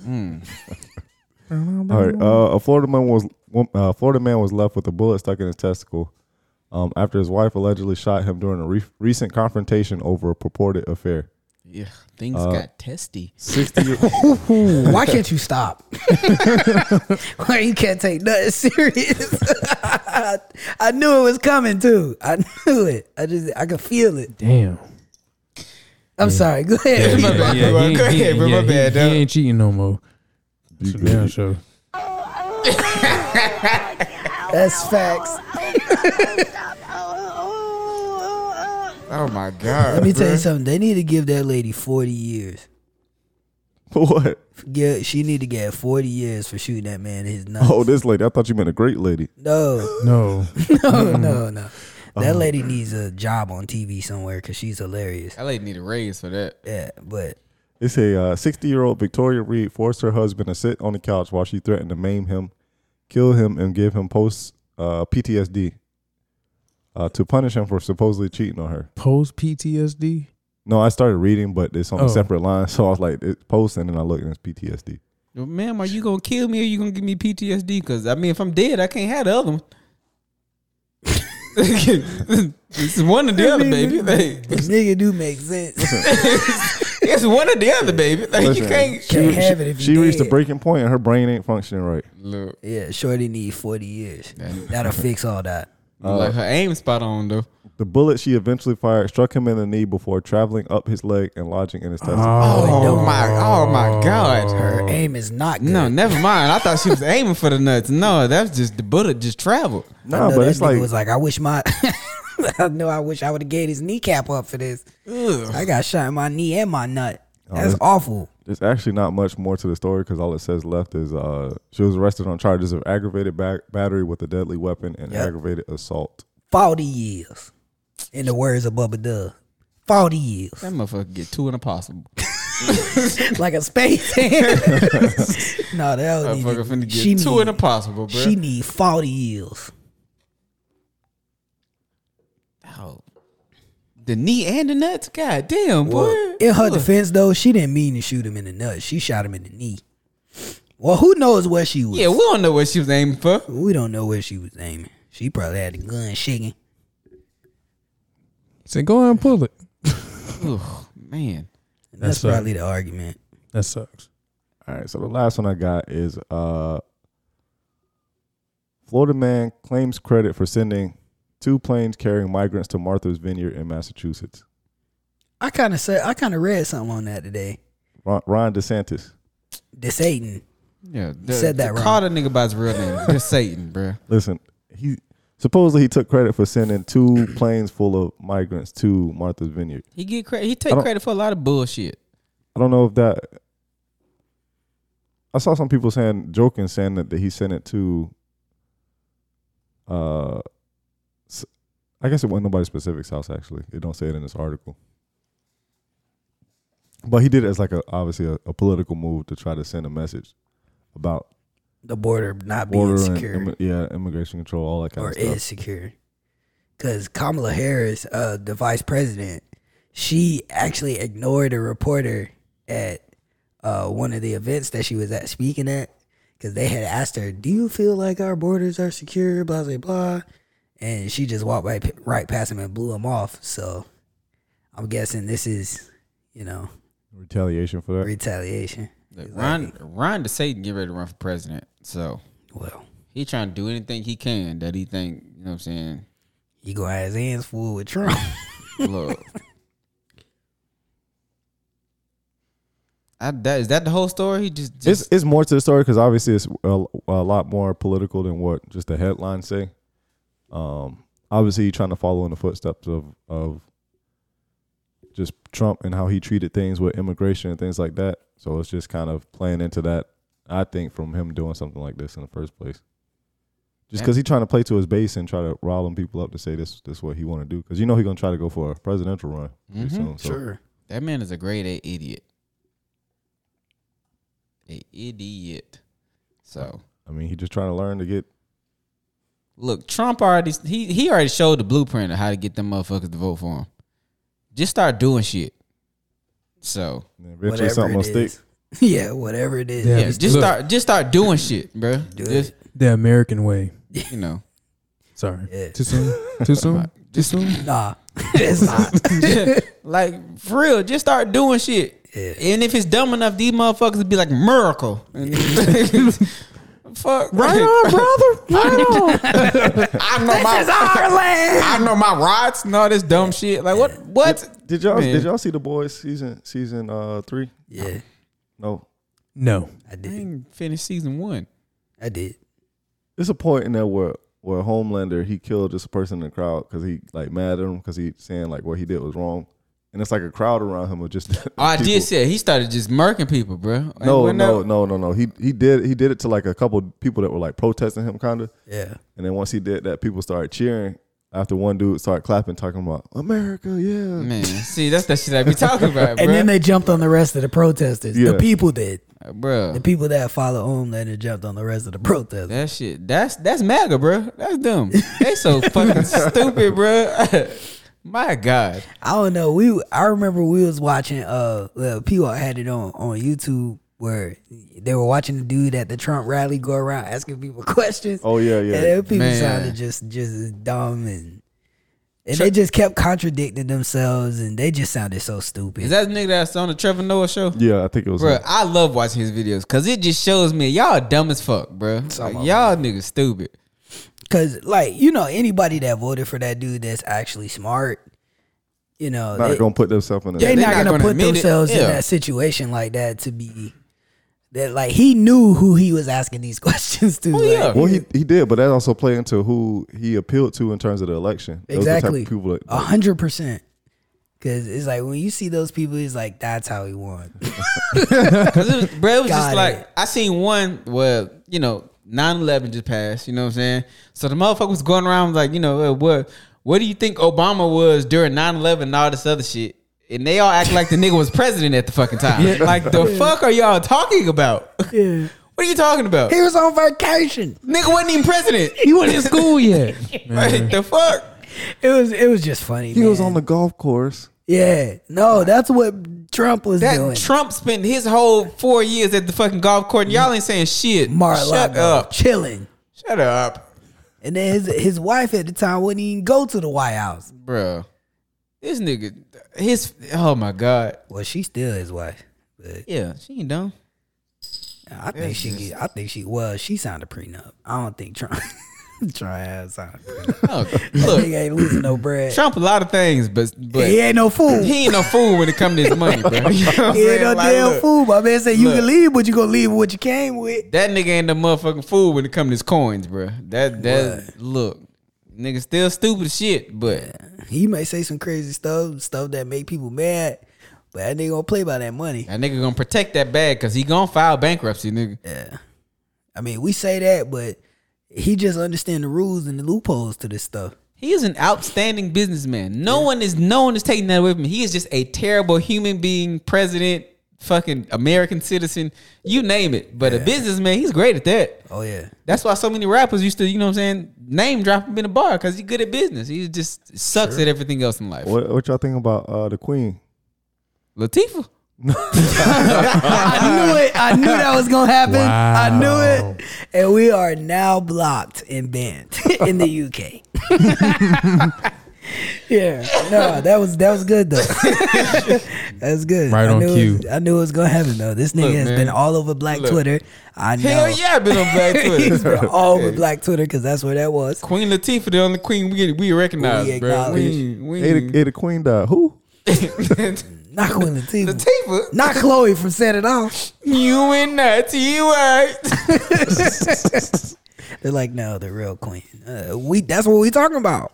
Speaker 3: All right, uh, a Florida man was uh, Florida man was left with a bullet stuck in his testicle um, after his wife allegedly shot him during a re- recent confrontation over a purported affair.
Speaker 1: Yeah, things got testy.
Speaker 3: Sixty (laughs) year
Speaker 4: Mm.
Speaker 2: Why can't
Speaker 4: (laughs)
Speaker 2: you stop? Why you can't take nothing serious? (laughs) I, knew it was coming too. I (laughs) knew it. I just I could feel it.
Speaker 4: (laughs) Damn.
Speaker 2: I'm sorry. Go ahead.
Speaker 1: bad, bro.
Speaker 4: he ain't-
Speaker 1: Go ahead, bro. My
Speaker 4: yeah, he-
Speaker 1: bad,
Speaker 4: he
Speaker 1: dog.
Speaker 4: ain't cheating no more.
Speaker 3: You good.
Speaker 4: Damn (laughs) sure.
Speaker 2: That's facts.
Speaker 1: Oh my god. (laughs)
Speaker 2: Let me tell you something. They need to give that lady 40 years.
Speaker 3: what?
Speaker 2: Yeah, she need to get 40 years for shooting that man in his nuts.
Speaker 3: Oh, this lady. I thought you meant a great lady.
Speaker 2: No, (laughs)
Speaker 4: No.
Speaker 2: no, no,
Speaker 3: (laughs)
Speaker 2: no.
Speaker 3: Oh.
Speaker 2: That lady needs a job on TV somewhere because she's hilarious.
Speaker 1: That lady need a raise for that.
Speaker 2: Yeah,
Speaker 3: (laughs)
Speaker 2: but
Speaker 3: It's a 60 year old Victoria Reed forced her husband to sit on the couch while she threatened to maim him, kill him, and give him post uh, PTSD uh, to punish him for supposedly cheating on her.
Speaker 4: Post PTSD.
Speaker 3: No, I started reading, but it's on
Speaker 4: Oh.
Speaker 3: a separate line. So I was like, it's post, and then I looked and it's
Speaker 2: (laughs)
Speaker 3: PTSD.
Speaker 1: Well, Ma'am, are you gonna kill me or you gonna give me PTSD? Because I mean, if I'm dead, I can't have the other one. (laughs) it's one or the other, baby. Like,
Speaker 2: this nigga do make sense.
Speaker 3: (laughs)
Speaker 2: (laughs)
Speaker 1: it's one or the other, baby. Like,
Speaker 3: Listen,
Speaker 1: you can't.
Speaker 2: Can't have it if
Speaker 3: She
Speaker 2: you
Speaker 3: reached a
Speaker 2: dead.
Speaker 3: breaking point, and her brain ain't functioning right.
Speaker 1: Look,
Speaker 2: Yeah, Shorty need 40 years. That'll fix all that.
Speaker 1: like her aim spot on though.
Speaker 3: The bullet she eventually fired struck him in the knee before traveling up his leg and lodging in his testicle.
Speaker 1: Oh, my! Oh my God!
Speaker 2: Her aim is not good.
Speaker 1: Oh. No, never mind. I thought she was aiming for the nuts. No, that's just the bullet just traveled.
Speaker 2: I
Speaker 3: No,
Speaker 2: know
Speaker 3: but
Speaker 2: that
Speaker 3: it's
Speaker 2: nigga
Speaker 3: like
Speaker 2: was like, I wish my, (laughs) I know, I wish I would have gave his kneecap up for this. I got shot in my knee and my nut.
Speaker 3: Oh,
Speaker 2: That's awful.
Speaker 3: there's actually not much more to the story because all it says left is uh, she was arrested on charges of aggravated ba- battery with a deadly weapon and
Speaker 2: Yep.
Speaker 3: aggravated assault.
Speaker 2: Forty years, in the words of Bubba Dub, forty years,
Speaker 1: That motherfucker get two in a possible.
Speaker 2: like a space. (laughs) no, that was
Speaker 1: Motherfucker finna get two in a possible, bro.
Speaker 2: She need forty years.
Speaker 1: Oh. The knee and the nuts? God damn, boy.
Speaker 2: In her defense, though, she didn't mean to shoot him in the nut. She shot him in the knee. Well, who knows where she was?
Speaker 1: Yeah, we don't know what she was aiming for.
Speaker 2: we don't know where she was aiming. She probably had the gun shaking.
Speaker 4: Say, go ahead and pull it.
Speaker 1: Ugh, man.
Speaker 2: That's,
Speaker 4: That's right.
Speaker 2: probably the argument.
Speaker 4: That sucks.
Speaker 3: All right, so the last one I got is uh, Florida man claims credit for sending two planes carrying migrants to Martha's Vineyard in Massachusetts.
Speaker 2: I kind of said I kind of read something on that today.
Speaker 3: Ron, Ron DeSantis.
Speaker 2: This Satan,
Speaker 1: Yeah, the,
Speaker 2: Said that
Speaker 1: the-
Speaker 2: wrong.
Speaker 1: Call that nigga by his real
Speaker 2: (laughs)
Speaker 1: name. Just Satan, bro.
Speaker 3: Listen, he supposedly he took credit for sending two planes full of migrants to Martha's Vineyard.
Speaker 1: He get credit. He take
Speaker 3: don't-
Speaker 1: credit for a lot of bullshit.
Speaker 3: I don't know if that. I saw some people saying, joking, saying that, that he sent it to. Uh, s- I guess it wasn't nobody's specific house. Actually, it don't say it in this article. But he did it as like a obviously a, a political move to try to send a message about
Speaker 2: the border not
Speaker 3: border
Speaker 2: being
Speaker 3: and
Speaker 2: secure
Speaker 3: immi- yeah immigration control, all that kind
Speaker 2: or
Speaker 3: of stuff.
Speaker 2: is secure, because Kamala Harris, uh, the vice president, she actually ignored a reporter at uh, one of the events that she was at speaking at, because they had asked her, "Do you feel like our borders are secure?" Blah blah blah, and she just walked right right past him and blew him off. So, I'm guessing this is, you know,
Speaker 3: Retaliation for that.
Speaker 2: retaliation.
Speaker 1: Look, Ron, Ron to Satan get ready to run for president. So
Speaker 2: Well,
Speaker 1: he trying to do anything he can that he think, you know what I'm saying?
Speaker 2: he gonna have his hands full with Trump. (laughs)
Speaker 1: Look. I, that, is that the whole story? He just,
Speaker 3: it's
Speaker 1: just
Speaker 3: it's more to the story because obviously it's a, a lot more political than what just the headlines say. Um, obviously you're trying to follow in the footsteps of of just Trump and how he treated things with immigration and things like that. So it's just kind of playing into that. I think from him doing something like this in the first place, just because he's trying to play to his base and try to rile them people up to say this this is what he want to do because you know he's gonna try to go for a presidential run pretty
Speaker 2: Mm-hmm.
Speaker 3: soon. So
Speaker 1: that man is a grade A idiot. A idiot. So
Speaker 3: I mean, he just trying to learn to get
Speaker 1: Look, Trump already he he already showed the blueprint of how to get them motherfuckers to vote for him. Just start doing shit. So
Speaker 3: eventually
Speaker 2: Whatever
Speaker 3: something will
Speaker 2: it
Speaker 3: stick.
Speaker 2: is. (laughs) Yeah, whatever it is.
Speaker 4: Yeah.
Speaker 1: yeah, just
Speaker 4: look.
Speaker 1: start just start doing shit, bro.
Speaker 2: Do
Speaker 1: just
Speaker 4: The American way.
Speaker 1: you know,
Speaker 4: Sorry.
Speaker 2: Yeah.
Speaker 4: Too soon?
Speaker 1: (laughs)
Speaker 4: Too soon? Too soon?
Speaker 2: Nah, (laughs) it's not.
Speaker 1: like for real, just start doing shit.
Speaker 2: Yeah.
Speaker 1: And if it's dumb enough, these motherfuckers would be like miracle. (laughs) Fuck right (laughs) I know my
Speaker 2: this is our land.
Speaker 1: I know my rights and all this dumb shit. Like what what
Speaker 3: Did y'all
Speaker 1: Man.
Speaker 3: did y'all see the boys season season uh three?
Speaker 2: Yeah,
Speaker 3: No,
Speaker 4: No.
Speaker 2: I
Speaker 1: I
Speaker 2: did.
Speaker 1: didn't finish season one.
Speaker 2: I did.
Speaker 3: it's a point in there where where Homelander he killed this person in the crowd because he like mad at him because he saying like what he did was wrong, and it's like a crowd around him of just. (laughs)
Speaker 1: Oh, I
Speaker 3: people.
Speaker 1: did say it. he started just murking people, bro. Ain't
Speaker 3: No,
Speaker 1: wasn't
Speaker 3: no,
Speaker 1: that-
Speaker 3: no, no, no. He he did he did it to like a couple people that were like protesting him kind of,
Speaker 2: Yeah,
Speaker 3: and then once he did that, people started cheering. After one dude started clapping, talking about America, yeah.
Speaker 1: Man, see, that's the shit I
Speaker 3: (laughs)
Speaker 1: be talking about, bro.
Speaker 2: and then they jumped on the rest of the protesters.
Speaker 3: Yeah.
Speaker 2: The people did.
Speaker 1: bro,
Speaker 2: The people that follow Homelander jumped on the rest of the protesters.
Speaker 1: that shit, that's that's MAGA, bro. That's dumb. They
Speaker 3: (laughs)
Speaker 1: so fucking stupid, bro. (laughs) My God,
Speaker 2: I don't know. We I remember we was watching. Uh, well, people had it on on YouTube where they were watching the dude at the Trump rally go around asking people (laughs) questions.
Speaker 3: Oh yeah, yeah.
Speaker 2: And then people
Speaker 1: Man.
Speaker 2: sounded just just as dumb and and they just kept contradicting themselves and they just sounded so stupid.
Speaker 1: is that the nigga that's on the Trevor Noah show?
Speaker 3: yeah, I think it was.
Speaker 1: Bro,
Speaker 3: him.
Speaker 1: I love watching his videos because it just shows me y'all dumb as fuck, bro. Like, y'all niggas stupid.
Speaker 2: Cause like you know anybody that voted for that dude that's actually smart, you know
Speaker 3: Not
Speaker 2: they,
Speaker 3: gonna put themselves in.
Speaker 2: they
Speaker 3: the
Speaker 1: they
Speaker 2: not,
Speaker 1: not
Speaker 2: gonna,
Speaker 1: gonna
Speaker 2: put
Speaker 1: admit it.
Speaker 2: themselves in
Speaker 1: Yeah.
Speaker 2: that situation like that to be that like he knew who he was asking these (laughs) questions to. like,
Speaker 1: yeah.
Speaker 3: Well, he he did, but that also played into who he appealed to in terms of the election. Those are
Speaker 2: exactly Oh,
Speaker 3: The type of people
Speaker 2: a
Speaker 3: that,
Speaker 2: hundred percent. Cause it's like when you see those people, it's like that's how he won. (laughs)
Speaker 1: Cause it was, bro, it was
Speaker 2: Got
Speaker 1: just
Speaker 2: it.
Speaker 1: like I seen one where you know 9-11 just passed. You know what I'm saying? So the motherfucker was going around like you know uh, what what do you think Obama was during 9-11 and all this other shit? And they all act like the nigga was president at the fucking time. Like the fuck are y'all talking about?
Speaker 2: Yeah.
Speaker 1: What are you talking about?
Speaker 2: He was on vacation.
Speaker 1: nigga wasn't even president.
Speaker 4: He wasn't in school yet.
Speaker 1: Like, the fuck?
Speaker 2: It was it was just funny.
Speaker 3: he was
Speaker 2: man.
Speaker 3: on the golf course.
Speaker 2: Yeah. No, that's what Trump was
Speaker 1: That
Speaker 2: doing.
Speaker 1: Trump spent his whole four years at the fucking golf court. And y'all ain't saying shit. Shut
Speaker 2: Mar-a-Lago,
Speaker 1: up.
Speaker 2: chilling.
Speaker 1: Shut up,
Speaker 2: And then his his wife at the time wouldn't even go to the White House.
Speaker 1: bro. This nigga, his oh my god.
Speaker 2: Well, she's still his wife. But
Speaker 1: Yeah, she ain't dumb.
Speaker 2: I think she get- I think she well, she signed a prenup. I don't think Trump (laughs) Trump has signed a prenup.
Speaker 1: Oh,
Speaker 2: That
Speaker 1: look, (laughs)
Speaker 2: nigga ain't losing no bread.
Speaker 1: Trump a lot of things, but but
Speaker 2: he ain't no fool. He,
Speaker 1: he ain't no fool when it comes to his money, bro. (laughs) You know what I'm
Speaker 2: ain't
Speaker 1: saying?
Speaker 2: no
Speaker 1: Like,
Speaker 2: damn
Speaker 1: look,
Speaker 2: fool. My man said you
Speaker 1: Look.
Speaker 2: can leave, but you gonna leave with what you came with.
Speaker 1: That nigga ain't no motherfucking fool when it comes to his coins, bro. That that look, nigga still stupid as shit, but
Speaker 2: He may say some crazy stuff, stuff that make people mad, but that nigga gonna play by that money.
Speaker 1: that nigga gonna protect that bag because he gonna file bankruptcy, nigga.
Speaker 2: I mean, we say that, but he just understand the rules and the loopholes to this stuff.
Speaker 1: He is an outstanding businessman. No one is no one is taking that away from him. He is just a terrible human being, president, fucking American citizen, you name it. But a businessman, he's great at that.
Speaker 2: Oh yeah.
Speaker 1: That's why so many rappers used to, you know what I'm saying, name drop him in a bar because he's good at business. He just sucks at everything else in life.
Speaker 3: What, what y'all think about uh, the Queen?
Speaker 1: Latifah.
Speaker 2: I knew it. I knew that was gonna happen. I knew it. And we are now blocked and banned (laughs) in the UK. (laughs) yeah. No, that was that was good though. (laughs) That's good.
Speaker 4: Right
Speaker 2: I
Speaker 4: on
Speaker 2: knew it
Speaker 4: cue.
Speaker 2: was- I knew it was gonna happen though. This nigga
Speaker 1: Look,
Speaker 2: has
Speaker 1: man.
Speaker 2: been all over Black
Speaker 1: Look.
Speaker 2: Twitter. I know.
Speaker 1: Hell yeah, I've been on
Speaker 3: (laughs)
Speaker 1: Black
Speaker 2: (laughs) He's been
Speaker 1: Twitter.
Speaker 2: all over Black Twitter because that's where that was.
Speaker 1: Queen Latifah, the only queen we we recognize,
Speaker 2: We
Speaker 1: bro. We, (laughs)
Speaker 3: Hey, the,
Speaker 1: we.
Speaker 3: hey, the Queen died. Who?
Speaker 2: Not Queen Latifah.
Speaker 1: Latifah,
Speaker 2: Not Chloe from Set It Off.
Speaker 1: you and not you right.
Speaker 2: They're like, no, the real queen. Uh, we that's what we talking about.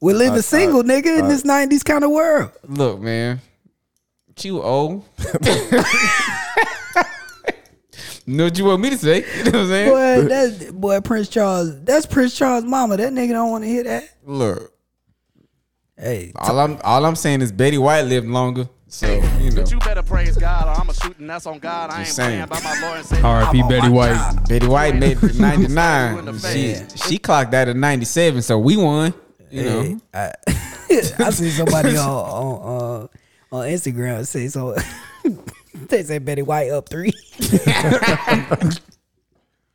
Speaker 2: We're living single, nigga, in this '90s kind of world.
Speaker 1: Look, man, you old. know what you want me to say? (laughs) You know what I'm saying?
Speaker 4: (laughs)
Speaker 2: Boy, that's boy Prince Charles. That's Prince Charles' mama. That nigga don't want to hear that.
Speaker 1: Look,
Speaker 2: Hey,
Speaker 1: all I'm all I'm saying is Betty White lived longer, so you know.
Speaker 5: But you better praise God or I'm a shooting. That's on God. I ain't
Speaker 1: Just saying.
Speaker 5: playing by my Lord and Savior.
Speaker 4: R.I.P. Betty White.
Speaker 1: Betty White made
Speaker 2: (laughs)
Speaker 1: it to 99. She,
Speaker 5: Yeah.
Speaker 1: she clocked out at 97, so we won. You know,
Speaker 2: (laughs) I see somebody on on, uh, on Instagram say so. (laughs) they say Betty White up three. (laughs)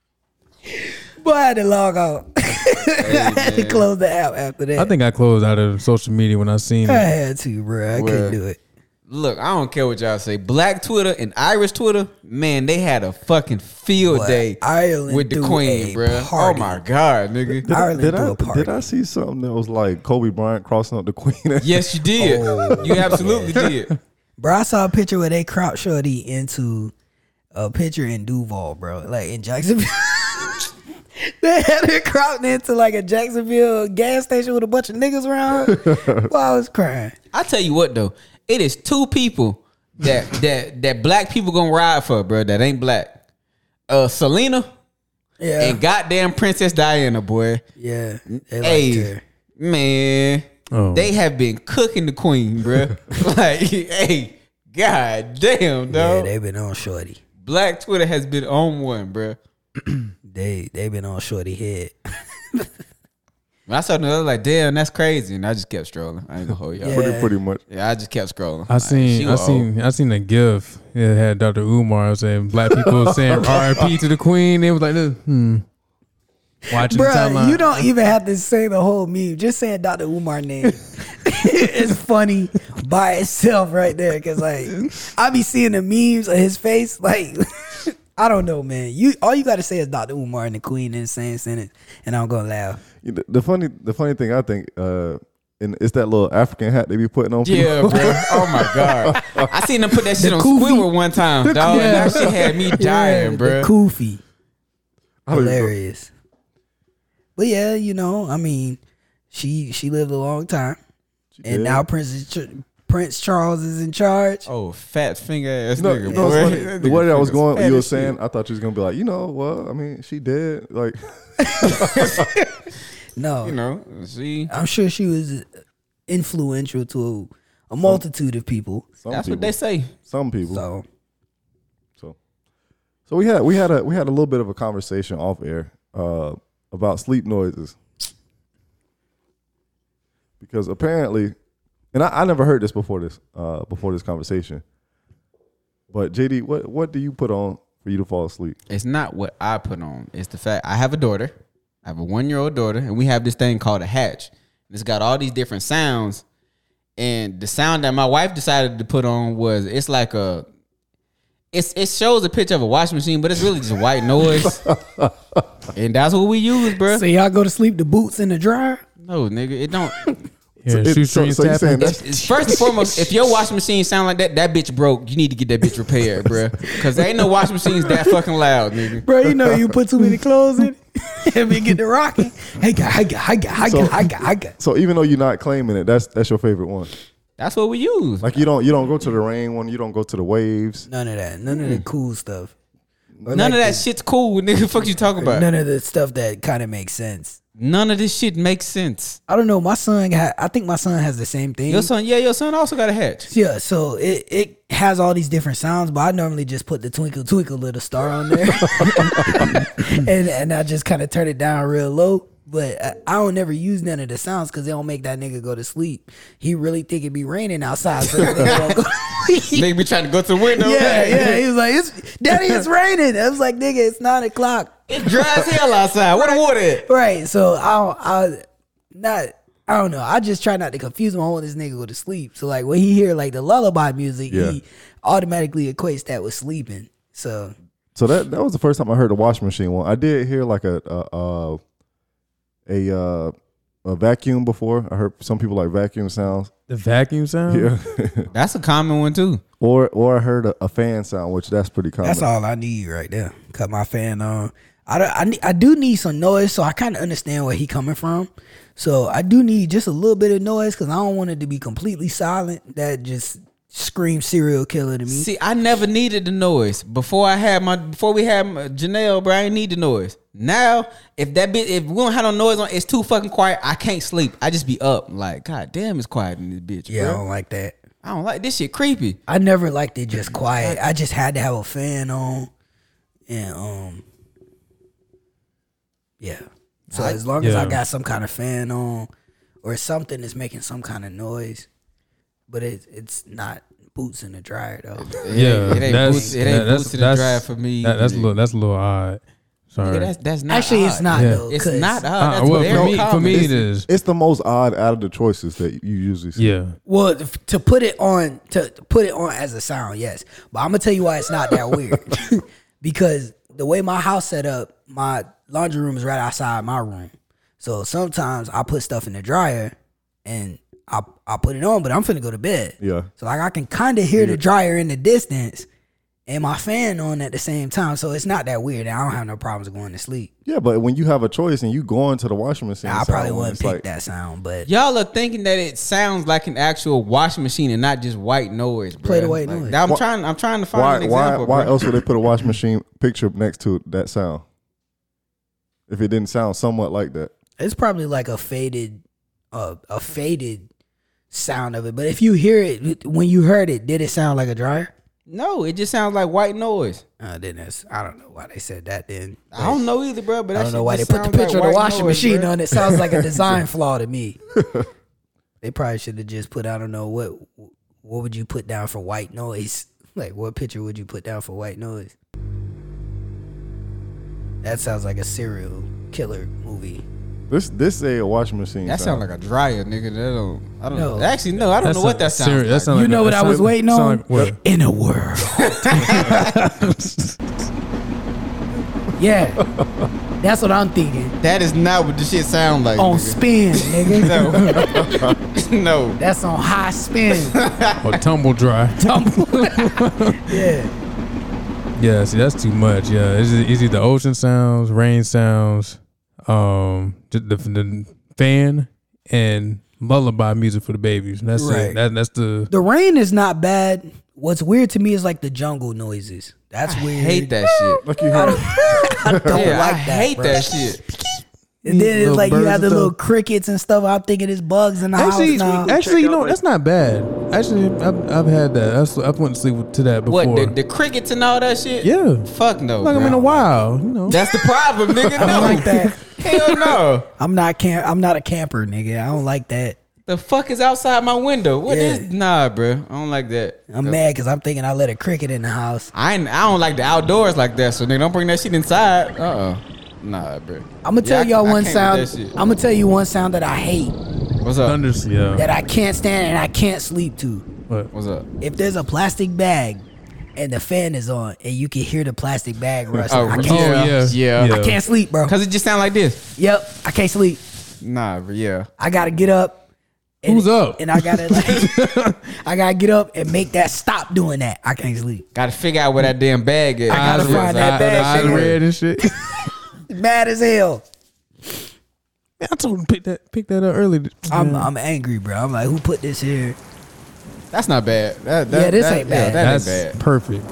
Speaker 2: Boy, (laughs) I had to log on. I had to close the app after that.
Speaker 4: I think I closed out of social media when I seen
Speaker 2: I
Speaker 4: it.
Speaker 2: had to, bro. I couldn't
Speaker 1: Well,
Speaker 2: do it.
Speaker 1: look, I don't care what y'all say. Black Twitter and Irish Twitter, man, they had a fucking field
Speaker 2: Boy,
Speaker 1: day
Speaker 2: Ireland
Speaker 1: with the
Speaker 2: threw
Speaker 1: Queen,
Speaker 2: a
Speaker 1: bruh. Oh
Speaker 2: party.
Speaker 1: my god, nigga.
Speaker 2: Ireland
Speaker 3: did,
Speaker 2: threw
Speaker 3: I,
Speaker 2: a party.
Speaker 3: did I see something that was like Kobe Bryant crossing up the (laughs) Queen?
Speaker 1: Yes, you did.
Speaker 2: Oh,
Speaker 1: you absolutely did.
Speaker 2: Bro, I saw a picture where they crop shorty into a picture in Duval, bro. Like in Jacksonville. (laughs) they had her cropped into like a Jacksonville gas station with a bunch of niggas
Speaker 1: (laughs)
Speaker 2: around. Boy, I was crying.
Speaker 1: I tell you what though, it is two people that that that black people gonna ride for, bro. That ain't black. Uh, Selena
Speaker 2: Yeah.
Speaker 1: and goddamn Princess Diana, boy.
Speaker 2: yeah. They
Speaker 1: Hey,
Speaker 2: liked her.
Speaker 1: man,
Speaker 4: Oh.
Speaker 1: they have been cooking the queen, bro. like, hey, god damn,
Speaker 2: Yeah,
Speaker 1: dog.
Speaker 2: they been on shorty.
Speaker 1: black Twitter has been on one, bro.
Speaker 2: They they been on shorty head.
Speaker 1: When I saw the other, like, damn, that's crazy, and I just kept strolling. I ain't gonna hold y'all. Yeah,
Speaker 3: pretty, pretty much.
Speaker 1: I just kept scrolling.
Speaker 4: I seen, I seen, I seen a gif. It had Dr. Umar saying black
Speaker 3: (laughs)
Speaker 4: people saying R.I.P. to the Queen. It was like, this, hmm. Watching the
Speaker 2: Bro,
Speaker 4: timeline.
Speaker 2: you don't even have to say the whole meme. Just saying Dr. Umar name is funny by itself right there. Cause like (laughs) I be seeing the memes of his face, like I don't know, man. You all you gotta say is Dr. Umar and the Queen in the same sentence, and I'm gonna laugh.
Speaker 3: You know, The funny, the funny thing I think, uh, and it's that little African hat they be putting on. people. (laughs)
Speaker 1: Yeah, bro. Oh my god. I seen them put that shit on
Speaker 2: kufi.
Speaker 1: Squidward one time, dog.
Speaker 4: kufi.
Speaker 1: That shit had me dying,
Speaker 2: Yeah,
Speaker 1: bro.
Speaker 2: The Koofy.
Speaker 3: I don't even-
Speaker 2: Hilarious. But yeah, you know, I mean, she she lived a long time, and
Speaker 3: did.
Speaker 2: now Prince Ch- Prince Charles is in charge.
Speaker 1: Oh, fat finger ass
Speaker 3: No,
Speaker 1: nigga.
Speaker 3: no,
Speaker 1: boy.
Speaker 3: it's funny.
Speaker 1: That
Speaker 3: The
Speaker 1: nigga
Speaker 3: way I was
Speaker 1: finger's
Speaker 3: going,
Speaker 1: fat
Speaker 3: you were
Speaker 1: as shit.
Speaker 3: saying, I thought you was gonna be like, you know, well, I mean, she did. Like, (laughs)
Speaker 1: (laughs)
Speaker 2: No,
Speaker 1: you know, see,
Speaker 2: I'm sure she was influential to a multitude of people.
Speaker 3: some
Speaker 1: that's
Speaker 3: people,
Speaker 1: what they say.
Speaker 3: Some people. So.
Speaker 2: So
Speaker 3: so, we had we had a we had a little bit of a conversation off air uh, about sleep noises because apparently, and I, I never heard this before this uh, before this conversation. But JD, what what do you put on for you to fall asleep?
Speaker 1: It's not what I put on. It's the fact I have a daughter. I have a one year old daughter, and we have this thing called a hatch. And it's got all these different sounds. And the sound that my wife decided to put on was it's like a it's it shows a picture of a washing machine, but it's really just white noise. and that's what we use, bro.
Speaker 2: so y'all go to sleep, the boots in the dryer.
Speaker 1: No, nigga, it
Speaker 2: (laughs)
Speaker 1: don't.
Speaker 4: Yeah,
Speaker 3: It-
Speaker 4: shoestrings
Speaker 3: so you
Speaker 4: tapping.
Speaker 3: saying that's
Speaker 1: First and foremost, if your washing machine sound like that, that bitch broke. You need to get that bitch repaired,
Speaker 2: (laughs)
Speaker 1: bro. Cause there ain't no washing machines that fucking loud, nigga.
Speaker 2: Bro, you know you put too (laughs) many clothes in it (laughs) and we get to rocking. Hey, God, hey, God, hey, God, hey,
Speaker 3: So-
Speaker 2: God, hey, God, hey, God.
Speaker 3: so even though you're not claiming it, that's that's your favorite one.
Speaker 1: That's what we use.
Speaker 3: Like you don't you don't go to the rain one, you don't go to the waves.
Speaker 2: None of that. None of the cool stuff. Or
Speaker 1: None of
Speaker 2: like
Speaker 1: that shit's cool, nigga. Fuck you talking
Speaker 2: the-
Speaker 1: about?
Speaker 2: None of the stuff that kind of makes sense.
Speaker 1: None of this shit makes sense.
Speaker 2: I don't know. My son, ha- I think my son has the same thing.
Speaker 1: Your son, yeah, your son also got a
Speaker 2: (laughs)
Speaker 1: hatch.
Speaker 2: Yeah, so it, it has all these different sounds, but I normally just put the twinkle twinkle little star on there, (laughs) and and I just kind of turn it down real low. But I, I don't never use none of the sounds because they don't make that nigga go to sleep. He really think it be raining outside. So that nigga won't go to sleep.
Speaker 1: Nigga be trying to go to the window.
Speaker 2: (laughs) yeah, yeah. He was like, it's, "Daddy, it's raining." I was like, "Nigga, it's nine o'clock."
Speaker 1: (laughs) It's dry as hell outside. What the water at?
Speaker 2: Right. So I don't, I not I don't know. I just try not to confuse my whole this nigga go to sleep. So like when he hear like the lullaby music,
Speaker 3: Yeah.
Speaker 2: he automatically equates that with sleeping. So
Speaker 3: So that that was the first time I heard the washing machine one. I did hear like a a uh, a, uh, a vacuum before. I heard some people like vacuum sounds.
Speaker 4: The vacuum sound.
Speaker 3: Yeah.
Speaker 1: That's a common one too.
Speaker 3: or or I heard a, a fan sound, which that's pretty common.
Speaker 2: that's all I need right there. Cut my fan on. I, don't- I, need, I do need some noise, so I kind of understand where he coming from. So I do need just a little bit of noise because I don't want it to be completely silent. That just screams serial killer to me.
Speaker 1: See, I never needed the noise before I had my before we had my, Janelle, bro. I ain't need the noise. Now, if that bit, if we don't have no noise on, it's too fucking quiet. I can't sleep. I just be up. Like, god damn, it's quiet in this bitch.
Speaker 2: yeah, I
Speaker 1: bro.
Speaker 2: don't like that.
Speaker 1: I don't like this shit. Creepy.
Speaker 2: I never liked it just quiet. I just had to have a fan on, and um, yeah. So as long as I
Speaker 4: Yeah.
Speaker 2: got some kind of fan on, or something that's making some kind of noise, but it's it's not boots in the dryer though.
Speaker 4: Yeah,
Speaker 1: it ain't
Speaker 4: that's,
Speaker 1: boots- it ain't
Speaker 4: that- that's,
Speaker 1: boots in the
Speaker 4: that's-
Speaker 1: drive for me.
Speaker 4: that- that's a little. That's a little odd. Sorry.
Speaker 1: Nigga, that's that's not.
Speaker 2: Actually, it's
Speaker 1: odd.
Speaker 2: not
Speaker 4: Yeah.
Speaker 2: though.
Speaker 1: It's
Speaker 2: 'cause-
Speaker 1: not.
Speaker 4: Uh,
Speaker 1: Odd. That's
Speaker 4: well, for
Speaker 1: very
Speaker 4: me, for
Speaker 1: common.
Speaker 4: me, it is.
Speaker 3: It's the most odd out of the choices that you usually see.
Speaker 4: Yeah,
Speaker 2: Well, if- to put it on to to put it on as a sound, yes. But I'm gonna tell you why it's not that weird. (laughs) because the way my house set up, my laundry room is right outside my room. So sometimes I put stuff in the dryer and I I put it on, but I'm finna go to bed.
Speaker 3: Yeah.
Speaker 2: So like I can kinda hear the dryer in the distance and my fan on at the same time. So it's not that weird. I don't have no problems going to sleep.
Speaker 3: Yeah, but when you have a choice and you go into the washing machine,
Speaker 2: I
Speaker 3: sound,
Speaker 2: probably
Speaker 3: one,
Speaker 2: wouldn't
Speaker 3: it's
Speaker 2: pick
Speaker 3: like,
Speaker 2: that sound, but
Speaker 1: Y'all are thinking that it sounds like an actual washing machine and not just white noise. Bro.
Speaker 2: Play the white
Speaker 1: Like,
Speaker 2: noise.
Speaker 1: I'm trying. I'm trying to find
Speaker 3: Why
Speaker 1: an
Speaker 3: why
Speaker 1: example.
Speaker 3: why
Speaker 1: bro.
Speaker 3: else would they put a washing machine picture next to that sound? If it didn't sound somewhat like that.
Speaker 2: It's probably like a faded, uh, a faded sound of it. But if you hear it when you heard it, did it sound like a dryer?
Speaker 1: No, it just sounds like white noise.
Speaker 2: Uh, then that's I don't know why they said that. Then
Speaker 1: I don't know either, bro. But that
Speaker 2: I don't
Speaker 1: shit
Speaker 2: know why they
Speaker 1: just
Speaker 2: put the
Speaker 1: sounds
Speaker 2: picture
Speaker 1: like
Speaker 2: of the
Speaker 1: white
Speaker 2: washing
Speaker 1: noise,
Speaker 2: machine
Speaker 1: bro.
Speaker 2: on (laughs) it. Sounds like a design flaw to (laughs) me. they probably should have just put I don't know what what would you put down for white noise? (laughs) Like what picture would you put down for white noise? That sounds like a serial killer movie.
Speaker 3: This this a washing machine.
Speaker 1: That sounds
Speaker 3: sound.
Speaker 1: like a dryer, nigga. That don't. I don't
Speaker 2: No.
Speaker 1: know. Actually, no. I don't know what that sounds.
Speaker 4: serious-
Speaker 1: like.
Speaker 4: that sound
Speaker 2: You
Speaker 4: like
Speaker 2: know
Speaker 4: a-
Speaker 2: what
Speaker 4: that
Speaker 2: I was
Speaker 4: sound-
Speaker 2: waiting
Speaker 4: sound
Speaker 2: on?
Speaker 4: like- what?
Speaker 2: In a world. (laughs) Yeah, that's what I'm thinking.
Speaker 1: That is not what the shit sound like.
Speaker 2: On
Speaker 1: nigga.
Speaker 2: spin, nigga.
Speaker 1: no. (laughs) no.
Speaker 2: That's on high spin.
Speaker 1: (laughs)
Speaker 4: or tumble
Speaker 2: (laughs)
Speaker 4: dry. (laughs)
Speaker 2: Yeah.
Speaker 4: Yeah, see, that's too much. Yeah, it's, it's either ocean sounds, rain sounds, um, ju- the, the fan and lullaby music for the babies. And that's
Speaker 2: Right.
Speaker 4: it. That, that's the
Speaker 2: The rain is not bad. What's weird to me is like the jungle noises. That's weird.
Speaker 1: Hate that shit.
Speaker 3: Like you heard,
Speaker 2: (laughs) I don't
Speaker 1: Yeah,
Speaker 2: like
Speaker 1: I
Speaker 2: that.
Speaker 1: hate
Speaker 2: bro.
Speaker 1: that shit.
Speaker 2: And then it's
Speaker 4: Little
Speaker 2: like you
Speaker 4: birds
Speaker 2: have the
Speaker 4: and
Speaker 2: little
Speaker 4: stuff.
Speaker 2: crickets and stuff. I'm thinking it's bugs in the
Speaker 4: actually,
Speaker 2: house now.
Speaker 4: actually, you know, that's not bad. Actually, I've, I've had that. I, sl- I went to sleep to that before.
Speaker 1: What the, the crickets and all that shit?
Speaker 4: yeah,
Speaker 1: Fuck no.
Speaker 4: like I'm
Speaker 1: bro.
Speaker 4: in a wild. You know,
Speaker 1: That's the
Speaker 2: (laughs)
Speaker 1: problem, nigga. No.
Speaker 2: I don't
Speaker 4: (laughs)
Speaker 2: like that.
Speaker 1: Hell
Speaker 2: (laughs)
Speaker 1: no.
Speaker 2: I'm not camp. I'm not a camper, nigga. I don't like that.
Speaker 1: The fuck is outside my window? What
Speaker 2: Yeah.
Speaker 1: is nah, bro? I don't like that.
Speaker 2: I'm mad because I'm thinking I let a cricket in the house.
Speaker 1: I ain't, I don't like the outdoors like that. So nigga, don't bring that shit inside. Uh uh Nah, bro.
Speaker 2: I'm gonna tell
Speaker 1: Yeah, I-
Speaker 2: y'all
Speaker 1: I
Speaker 2: one
Speaker 1: can't with
Speaker 2: sound.
Speaker 1: that shit.
Speaker 2: I'm gonna tell you one sound that I hate,
Speaker 1: What's up?
Speaker 4: thunder. Yeah,
Speaker 2: that I can't stand, and I can't sleep to.
Speaker 4: but
Speaker 1: What's up?
Speaker 2: If there's a plastic bag, and the fan is on, and you can hear the plastic
Speaker 1: (laughs)
Speaker 2: bag rustling, I, can't,
Speaker 4: yeah.
Speaker 1: yeah.
Speaker 4: Yeah.
Speaker 2: I can't sleep, bro.
Speaker 1: Oh, Cause it just sound like this.
Speaker 2: Yep, I can't sleep.
Speaker 1: Nah, bro. Yeah.
Speaker 2: I gotta get up. And,
Speaker 4: Who's up?
Speaker 2: And I gotta
Speaker 1: (laughs)
Speaker 2: like, I gotta get up and make that stop doing that. I can't sleep.
Speaker 1: Got to figure out where that damn bag is. I
Speaker 2: gotta find that bag,
Speaker 4: eyes
Speaker 2: nigga.
Speaker 4: red and shit.
Speaker 2: Mad as hell.
Speaker 4: Man, I told him pick that pick that up early.
Speaker 2: I'm I'm angry, bro. I'm like, who put this here?
Speaker 1: That's not bad. That, that,
Speaker 2: Yeah, this
Speaker 1: that-
Speaker 2: ain't
Speaker 1: yeah,
Speaker 2: bad.
Speaker 1: that ain't
Speaker 4: that's
Speaker 1: bad.
Speaker 4: perfect.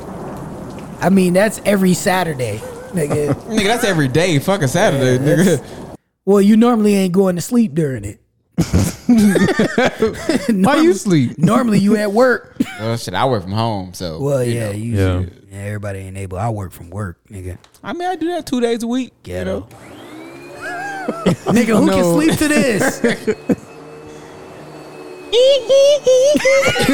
Speaker 2: I mean, that's every Saturday, nigga.
Speaker 1: Nigga, that's every day. Fucking Saturday, nigga.
Speaker 2: well, you normally ain't going to sleep during it.
Speaker 4: (laughs) Why you
Speaker 2: normally,
Speaker 4: sleep?
Speaker 2: (laughs) normally you at work.
Speaker 1: Oh shit, I work from home, so.
Speaker 2: Well,
Speaker 1: you
Speaker 2: yeah,
Speaker 1: know.
Speaker 2: you
Speaker 4: Yeah.
Speaker 2: yeah. Everybody ain't able. I work from work, nigga.
Speaker 1: I mean, I do that two days a week. You
Speaker 2: Ghetto.
Speaker 1: know?
Speaker 2: (laughs) Nigga, who can
Speaker 4: No.
Speaker 2: sleep
Speaker 4: (laughs)
Speaker 2: to this?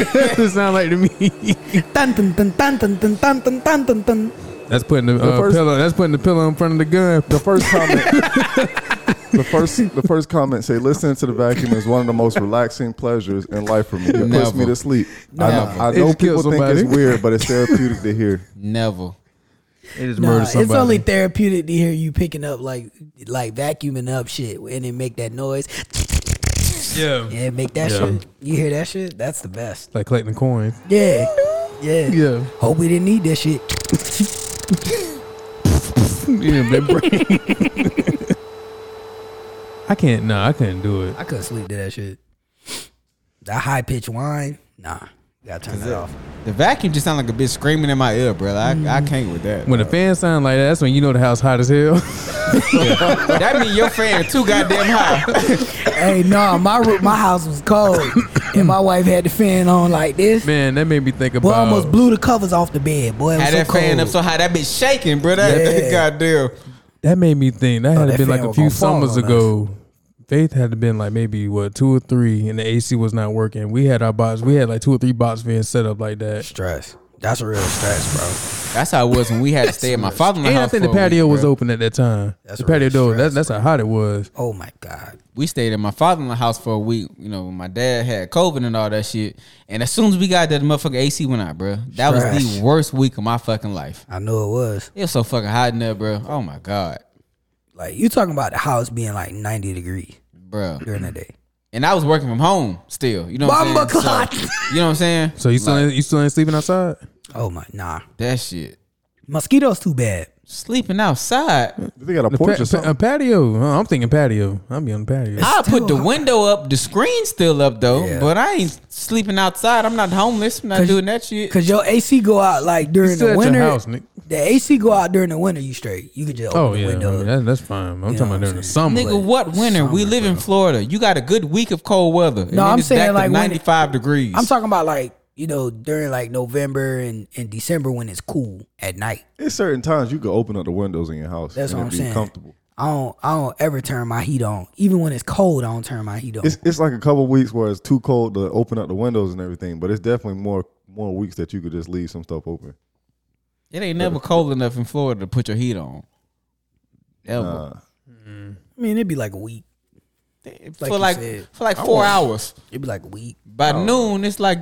Speaker 4: That's what it sound like to me.
Speaker 2: dun, dun, dun, dun, dun, dun, dun, dun, dun, dun, dun.
Speaker 4: That's putting the, uh,
Speaker 3: first-
Speaker 4: pillow. That's putting the pillow in front of the gun.
Speaker 3: the first comment. (laughs) The first, the first comment say, "Listening to the vacuum is one of the most relaxing pleasures in life for me. It puts
Speaker 1: Never.
Speaker 3: me to sleep. I
Speaker 1: Never.
Speaker 3: know, I
Speaker 4: It
Speaker 3: know
Speaker 4: just
Speaker 3: people
Speaker 4: kills
Speaker 3: think
Speaker 4: somebody.
Speaker 3: it's weird, but it's therapeutic to hear.
Speaker 1: Never.
Speaker 4: It just
Speaker 2: Nah,
Speaker 4: murdered
Speaker 2: it's only therapeutic to hear you picking up like like vacuuming up shit and then make that noise.
Speaker 4: (laughs) yeah.
Speaker 2: Yeah, make that
Speaker 4: Yeah.
Speaker 2: shit. You hear that shit? That's the best.
Speaker 4: Like collecting coins.
Speaker 2: Yeah. Yeah.
Speaker 4: Yeah.
Speaker 2: Hope we didn't need this shit.
Speaker 4: yeah big brain. (laughs) I can't. No, I couldn't do it.
Speaker 2: I couldn't sleep to that shit. That high pitched whine, nah. Gotta turn that off.
Speaker 1: The vacuum just sound like a bitch screaming in my ear, bro. I,
Speaker 2: Mm.
Speaker 1: I can't with that.
Speaker 4: When a fan sound like that, that's when you know the house hot as hell. (laughs)
Speaker 1: that mean your fan too goddamn
Speaker 2: (laughs)
Speaker 1: high.
Speaker 2: hey, no, my ro- my house was (coughs) cold, and my wife had the fan on like this.
Speaker 4: Man, that made me think about.
Speaker 2: Boy, almost blew the covers off the bed. Boy, it was
Speaker 1: Had
Speaker 2: so
Speaker 1: that
Speaker 2: cold.
Speaker 1: fan up so high, that bitch shaking, bro. (laughs) That
Speaker 2: Yeah.
Speaker 1: goddamn.
Speaker 4: That made me think. That had
Speaker 2: Oh, that
Speaker 4: been
Speaker 2: fan
Speaker 4: like a
Speaker 2: was
Speaker 4: few
Speaker 2: gonna fall
Speaker 4: summers
Speaker 2: on
Speaker 4: ago. Faith had been like maybe what two or three, and the AC was not working. We had our box. We had like two or three box fans set up like that.
Speaker 2: stress. That's a real stress, bro.
Speaker 1: That's how it was when we had to stay at my father in law
Speaker 4: And I
Speaker 1: house.
Speaker 4: think the
Speaker 1: for a
Speaker 4: patio
Speaker 1: week,
Speaker 4: was
Speaker 1: bro.
Speaker 4: open at that time.
Speaker 2: That's
Speaker 4: the
Speaker 2: a real
Speaker 4: patio door.
Speaker 2: stress,
Speaker 4: That, that's how hot it was.
Speaker 2: Oh my god.
Speaker 1: We stayed at my father in law house for a week. You know, when my dad had COVID and all that shit. And as soon as we got there, the motherfucking AC went out, bro. That was
Speaker 2: Trash.
Speaker 1: the worst week of my fucking life.
Speaker 2: I know it was.
Speaker 1: It was so fucking hot in there, bro. Oh my god,
Speaker 2: Like you talking about the house being like 90 degrees
Speaker 1: bro.
Speaker 2: during the day.
Speaker 1: And I was working from home still. You know, what I'm
Speaker 2: Mama
Speaker 1: saying?
Speaker 2: clock.
Speaker 1: So, you know what I'm saying?
Speaker 4: So you still ain't, you still ain't sleeping outside?
Speaker 2: Oh my nah.
Speaker 1: That shit.
Speaker 2: Mosquitoes too bad.
Speaker 1: Sleeping outside.
Speaker 3: They got a
Speaker 4: The
Speaker 3: porch
Speaker 4: pa-
Speaker 3: or
Speaker 4: pa- a
Speaker 3: something.
Speaker 4: patio. Uh, I'm thinking patio. I'm be on the patio.
Speaker 1: I
Speaker 2: still
Speaker 1: put the
Speaker 2: hot.
Speaker 1: window up. The screen's still up though,
Speaker 2: Yeah.
Speaker 1: but I ain't sleeping outside. I'm not homeless. I'm not
Speaker 2: 'Cause-
Speaker 1: doing that shit.
Speaker 2: Cause your AC go out like during
Speaker 4: Still
Speaker 2: the
Speaker 4: at
Speaker 2: winter.
Speaker 4: your house, Nick.
Speaker 2: The AC go out during the winter, you straight. You can just open
Speaker 4: Oh
Speaker 2: the
Speaker 4: yeah, I
Speaker 2: window.
Speaker 4: mean, that, that's fine. I'm
Speaker 2: You know
Speaker 4: talking
Speaker 2: what
Speaker 4: about
Speaker 2: I'm
Speaker 4: during the
Speaker 2: saying?
Speaker 4: summer.
Speaker 1: Nigga, what winter? we
Speaker 2: Summer,
Speaker 1: live in Florida. You got a good week of cold weather. and
Speaker 2: No,
Speaker 1: then
Speaker 2: I'm
Speaker 1: it's
Speaker 2: saying
Speaker 1: back to
Speaker 2: like when-
Speaker 1: 95 degrees.
Speaker 2: I'm talking about like, you know, during like November and, and December when it's cool at night.
Speaker 3: It's certain times you can open up the windows in your house.
Speaker 2: That's
Speaker 3: and
Speaker 2: what
Speaker 3: it'd
Speaker 2: I'm
Speaker 3: be
Speaker 2: saying.
Speaker 3: Comfortable.
Speaker 2: I don't I don't ever turn my heat on. Even when it's cold, I don't turn my heat on.
Speaker 3: It's it's like a couple weeks where it's too cold to open up the windows and everything, but it's definitely more more weeks that you could just leave some stuff open.
Speaker 1: It ain't never cold enough in Florida to put your heat on. Ever.
Speaker 3: Nah.
Speaker 2: I mean, it'd be like a week. like
Speaker 1: for
Speaker 2: you
Speaker 1: like
Speaker 2: said,
Speaker 1: for like four hours.
Speaker 2: It'd be like a week.
Speaker 1: By noon, it's like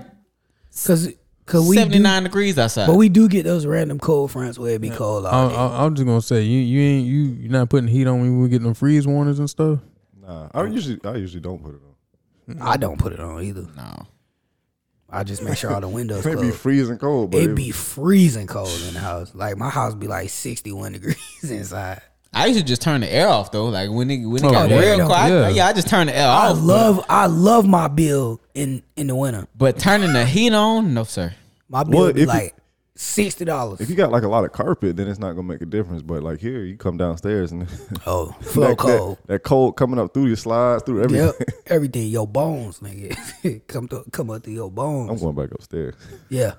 Speaker 2: Cause Cause we do-
Speaker 1: seventy nine degrees outside.
Speaker 2: But we do get those random cold fronts where it be cold all
Speaker 4: I'm,
Speaker 2: day.
Speaker 4: I'm- I'm just gonna say you you ain't you you're not putting heat on when we get them freeze warnings and stuff.
Speaker 3: Nah, I usually I usually don't put it on.
Speaker 2: I don't put it on either.
Speaker 1: no,
Speaker 2: I just make sure all the windows
Speaker 3: (laughs) It be
Speaker 2: closed.
Speaker 3: freezing cold, but
Speaker 2: It be freezing cold in the house. Like my house be like sixty one (laughs) degrees inside.
Speaker 1: I used to just turn the air off though. Like when it when it
Speaker 4: Oh,
Speaker 1: got
Speaker 4: yeah.
Speaker 1: real cold, I-
Speaker 4: Yeah.
Speaker 1: yeah, I just turn the air
Speaker 2: I
Speaker 1: off. but-
Speaker 2: love I love my bill in in the winter.
Speaker 1: but turning the heat on, no sir.
Speaker 2: My bill
Speaker 3: Well,
Speaker 2: be
Speaker 3: if you-
Speaker 2: like sixty dollars.
Speaker 3: if you got like a lot of carpet, then it's not gonna make a difference. But like here, you come downstairs and (laughs)
Speaker 2: Oh, flow
Speaker 3: that,
Speaker 2: cold.
Speaker 3: That, that cold coming up through your slides, through everything.
Speaker 1: (laughs)
Speaker 2: Yep, everything. Your bones, nigga, (laughs) come to, come up to your
Speaker 3: (laughs) I'm
Speaker 2: bones.
Speaker 3: going back upstairs.
Speaker 2: Yeah,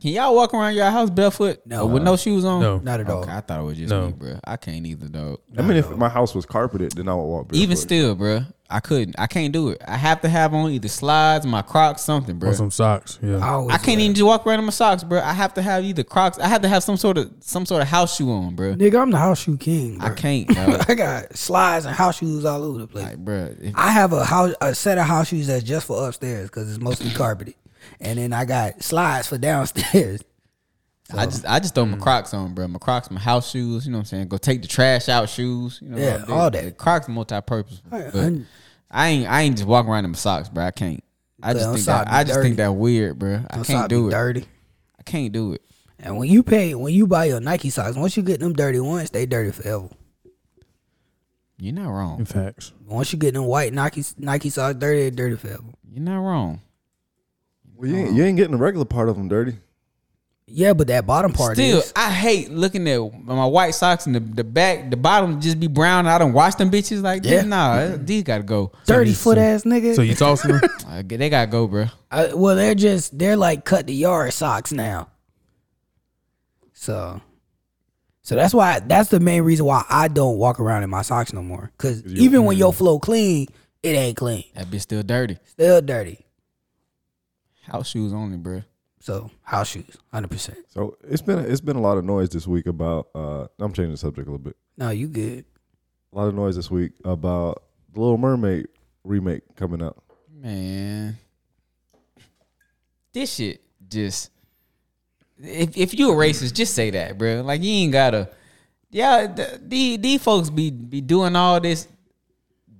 Speaker 1: Can y'all walk around your house barefoot?
Speaker 2: No.
Speaker 1: Or with no shoes on.
Speaker 4: No.
Speaker 2: not at all.
Speaker 1: Okay, I thought it was just
Speaker 4: No.
Speaker 1: me, bro. I can't either, dog.
Speaker 3: I mean, if my house was carpeted, then I would walk.
Speaker 1: Even
Speaker 3: barefoot.
Speaker 1: still, bro, I couldn't. I can't do it. I have to have on either slides, my Crocs, something, bro.
Speaker 4: Or some socks.
Speaker 2: I,
Speaker 4: Yeah.
Speaker 2: always
Speaker 1: I can't even just walk around in my socks, bro. I have to have either Crocs. I have to have some sort of some sort of house shoe on, bro.
Speaker 2: Nigga, I'm the house shoe king.
Speaker 1: I
Speaker 2: bruh.
Speaker 1: can't,
Speaker 2: (laughs)
Speaker 1: dog.
Speaker 2: I got slides and house shoes all over the place.
Speaker 1: like, bro. If,
Speaker 2: I have a house, a set of house shoes that's just for upstairs because it's mostly carpeted, and then I got slides for downstairs. (laughs)
Speaker 1: I just I just throw
Speaker 2: mm.
Speaker 1: my Crocs on, bro. My Crocs, my house shoes. You know what I'm saying? Go take the trash out shoes. You know,
Speaker 2: Yeah,
Speaker 1: they-
Speaker 2: all that.
Speaker 1: the Crocs multi-purpose.
Speaker 2: Right,
Speaker 1: but
Speaker 2: and-
Speaker 1: I ain't I ain't just walking around in my socks, bro. I can't. I
Speaker 2: But
Speaker 1: just
Speaker 2: them
Speaker 1: think
Speaker 2: socks
Speaker 1: that, I
Speaker 2: be
Speaker 1: just
Speaker 2: dirty.
Speaker 1: think that weird, bro. I can't
Speaker 2: Those socks be
Speaker 1: do it.
Speaker 2: Dirty.
Speaker 1: I can't do it.
Speaker 2: And when you pay, when you buy your Nike socks, once you get them dirty ones, they dirty forever.
Speaker 1: You're not
Speaker 4: In
Speaker 1: wrong.
Speaker 4: facts.
Speaker 2: Once you get them white Nike Nike socks dirty, they dirty forever.
Speaker 1: You're not wrong.
Speaker 3: Well, you ain't, you ain't getting the regular part of them dirty.
Speaker 2: Yeah, but that bottom part
Speaker 1: Still,
Speaker 2: is
Speaker 1: I hate looking at my white socks and the, the back, the bottom just be brown. I don't wash them bitches like yeah.
Speaker 2: Yeah.
Speaker 1: Nah, these gotta
Speaker 2: (laughs)
Speaker 1: go.
Speaker 2: dirty foot ass nigga.
Speaker 4: So you tossing
Speaker 1: (laughs)
Speaker 4: them?
Speaker 1: Uh, they gotta go, bro.
Speaker 2: I- well, they're just they're like cut the yard socks now. So, so that's why that's the main reason why I don't walk around in my socks no more. Cause even when your flow clean, it ain't clean.
Speaker 1: That bitch still dirty.
Speaker 2: Still dirty.
Speaker 1: House shoes only, bro.
Speaker 2: So house shoes, hundred percent.
Speaker 3: So it's been it's been a lot of noise this week about. Uh, I'm changing the subject a little bit.
Speaker 2: No, you good.
Speaker 3: A lot of noise this week about the Little Mermaid remake coming out.
Speaker 1: Man, this shit just. If if you a racist, just say that, bro. Like you ain't gotta. Yeah, th- these these folks be be doing all this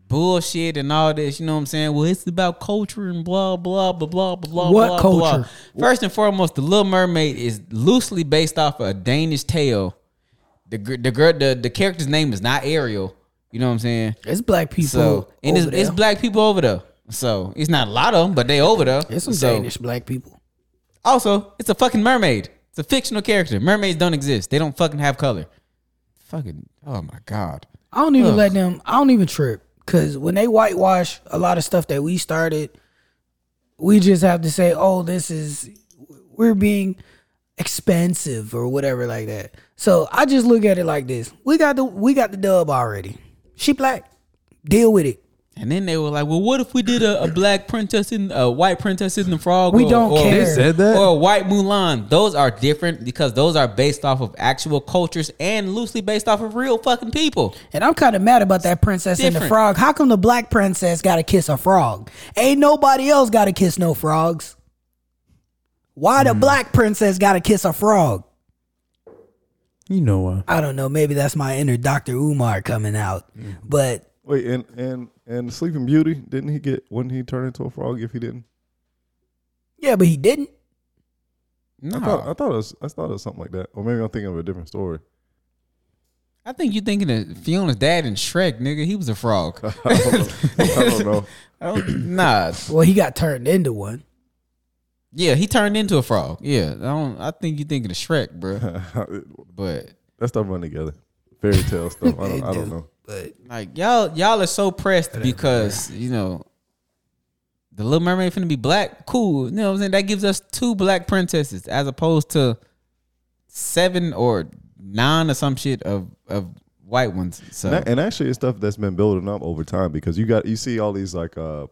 Speaker 1: bullshit and all this. You know what I'm saying? Well, it's about culture and blah blah blah blah blah.
Speaker 2: What
Speaker 1: blah,
Speaker 2: culture?
Speaker 1: Blah. First and foremost, the Little Mermaid is loosely based off a Danish tale. The gr- the girl the, the character's name is not Ariel. You know what I'm saying?
Speaker 2: It's black people.
Speaker 1: So and it's,
Speaker 2: over
Speaker 1: it's
Speaker 2: there.
Speaker 1: black people over there. So it's not a lot of them, but they over there.
Speaker 2: It's some
Speaker 1: so,
Speaker 2: Danish black people.
Speaker 1: Also, it's a fucking mermaid. It's a fictional character. Mermaids don't exist. They don't fucking have color. Fucking oh my god.
Speaker 2: I don't even let them. I don't even trip because when they whitewash a lot of stuff that we started, we just have to say, "Oh, this is we're being expensive or whatever like that." So I just look at it like this: we got the we got the dub already. She black. Deal with it.
Speaker 1: And then they were like, "Well, what if we did a, a black princess and a white princess in the frog?
Speaker 2: We
Speaker 1: or-
Speaker 2: don't
Speaker 1: or-
Speaker 4: They
Speaker 2: care.
Speaker 4: said that.
Speaker 1: Or a white Mulan. Those are different because those are based off of actual cultures and loosely based off of real fucking people.
Speaker 2: And I'm kind of mad about that princess and the
Speaker 1: Different.
Speaker 2: frog. How come the black princess got to kiss a frog? Ain't nobody else got to kiss no frogs. Why the black princess got to kiss a frog?
Speaker 4: you know why?
Speaker 2: I don't know. Maybe that's my inner Dr. Umar coming out. But
Speaker 3: Wait, and and and Sleeping Beauty didn't he get? Wouldn't he turn into a frog if he didn't?
Speaker 2: yeah, but he didn't.
Speaker 1: No,
Speaker 3: I
Speaker 1: I,
Speaker 3: thought I thought it was I thought it was something like that, or maybe I'm thinking of a different story.
Speaker 1: think you're thinking of Fiona's dad in Shrek, nigga. He was a
Speaker 2: (laughs)
Speaker 1: frog.
Speaker 3: I don't know. I don't know.
Speaker 1: I don't- nah,
Speaker 2: Well, he got turned into one.
Speaker 1: yeah, he turned into a frog. Yeah, I don't. I think you're thinking of Shrek, bro. But
Speaker 3: That stuff run together. Fairy tale
Speaker 2: (laughs)
Speaker 3: stuff. I don't, I don't
Speaker 2: do.
Speaker 3: know.
Speaker 2: But
Speaker 1: Like y'all, y'all are so pressed because you know the Little Mermaid finna be black. Cool, you know what I'm saying. That gives us two black princesses as opposed to seven or nine or some shit of of white ones. So
Speaker 3: And, and actually, it's stuff that's been building up over time because you got you see all these like uh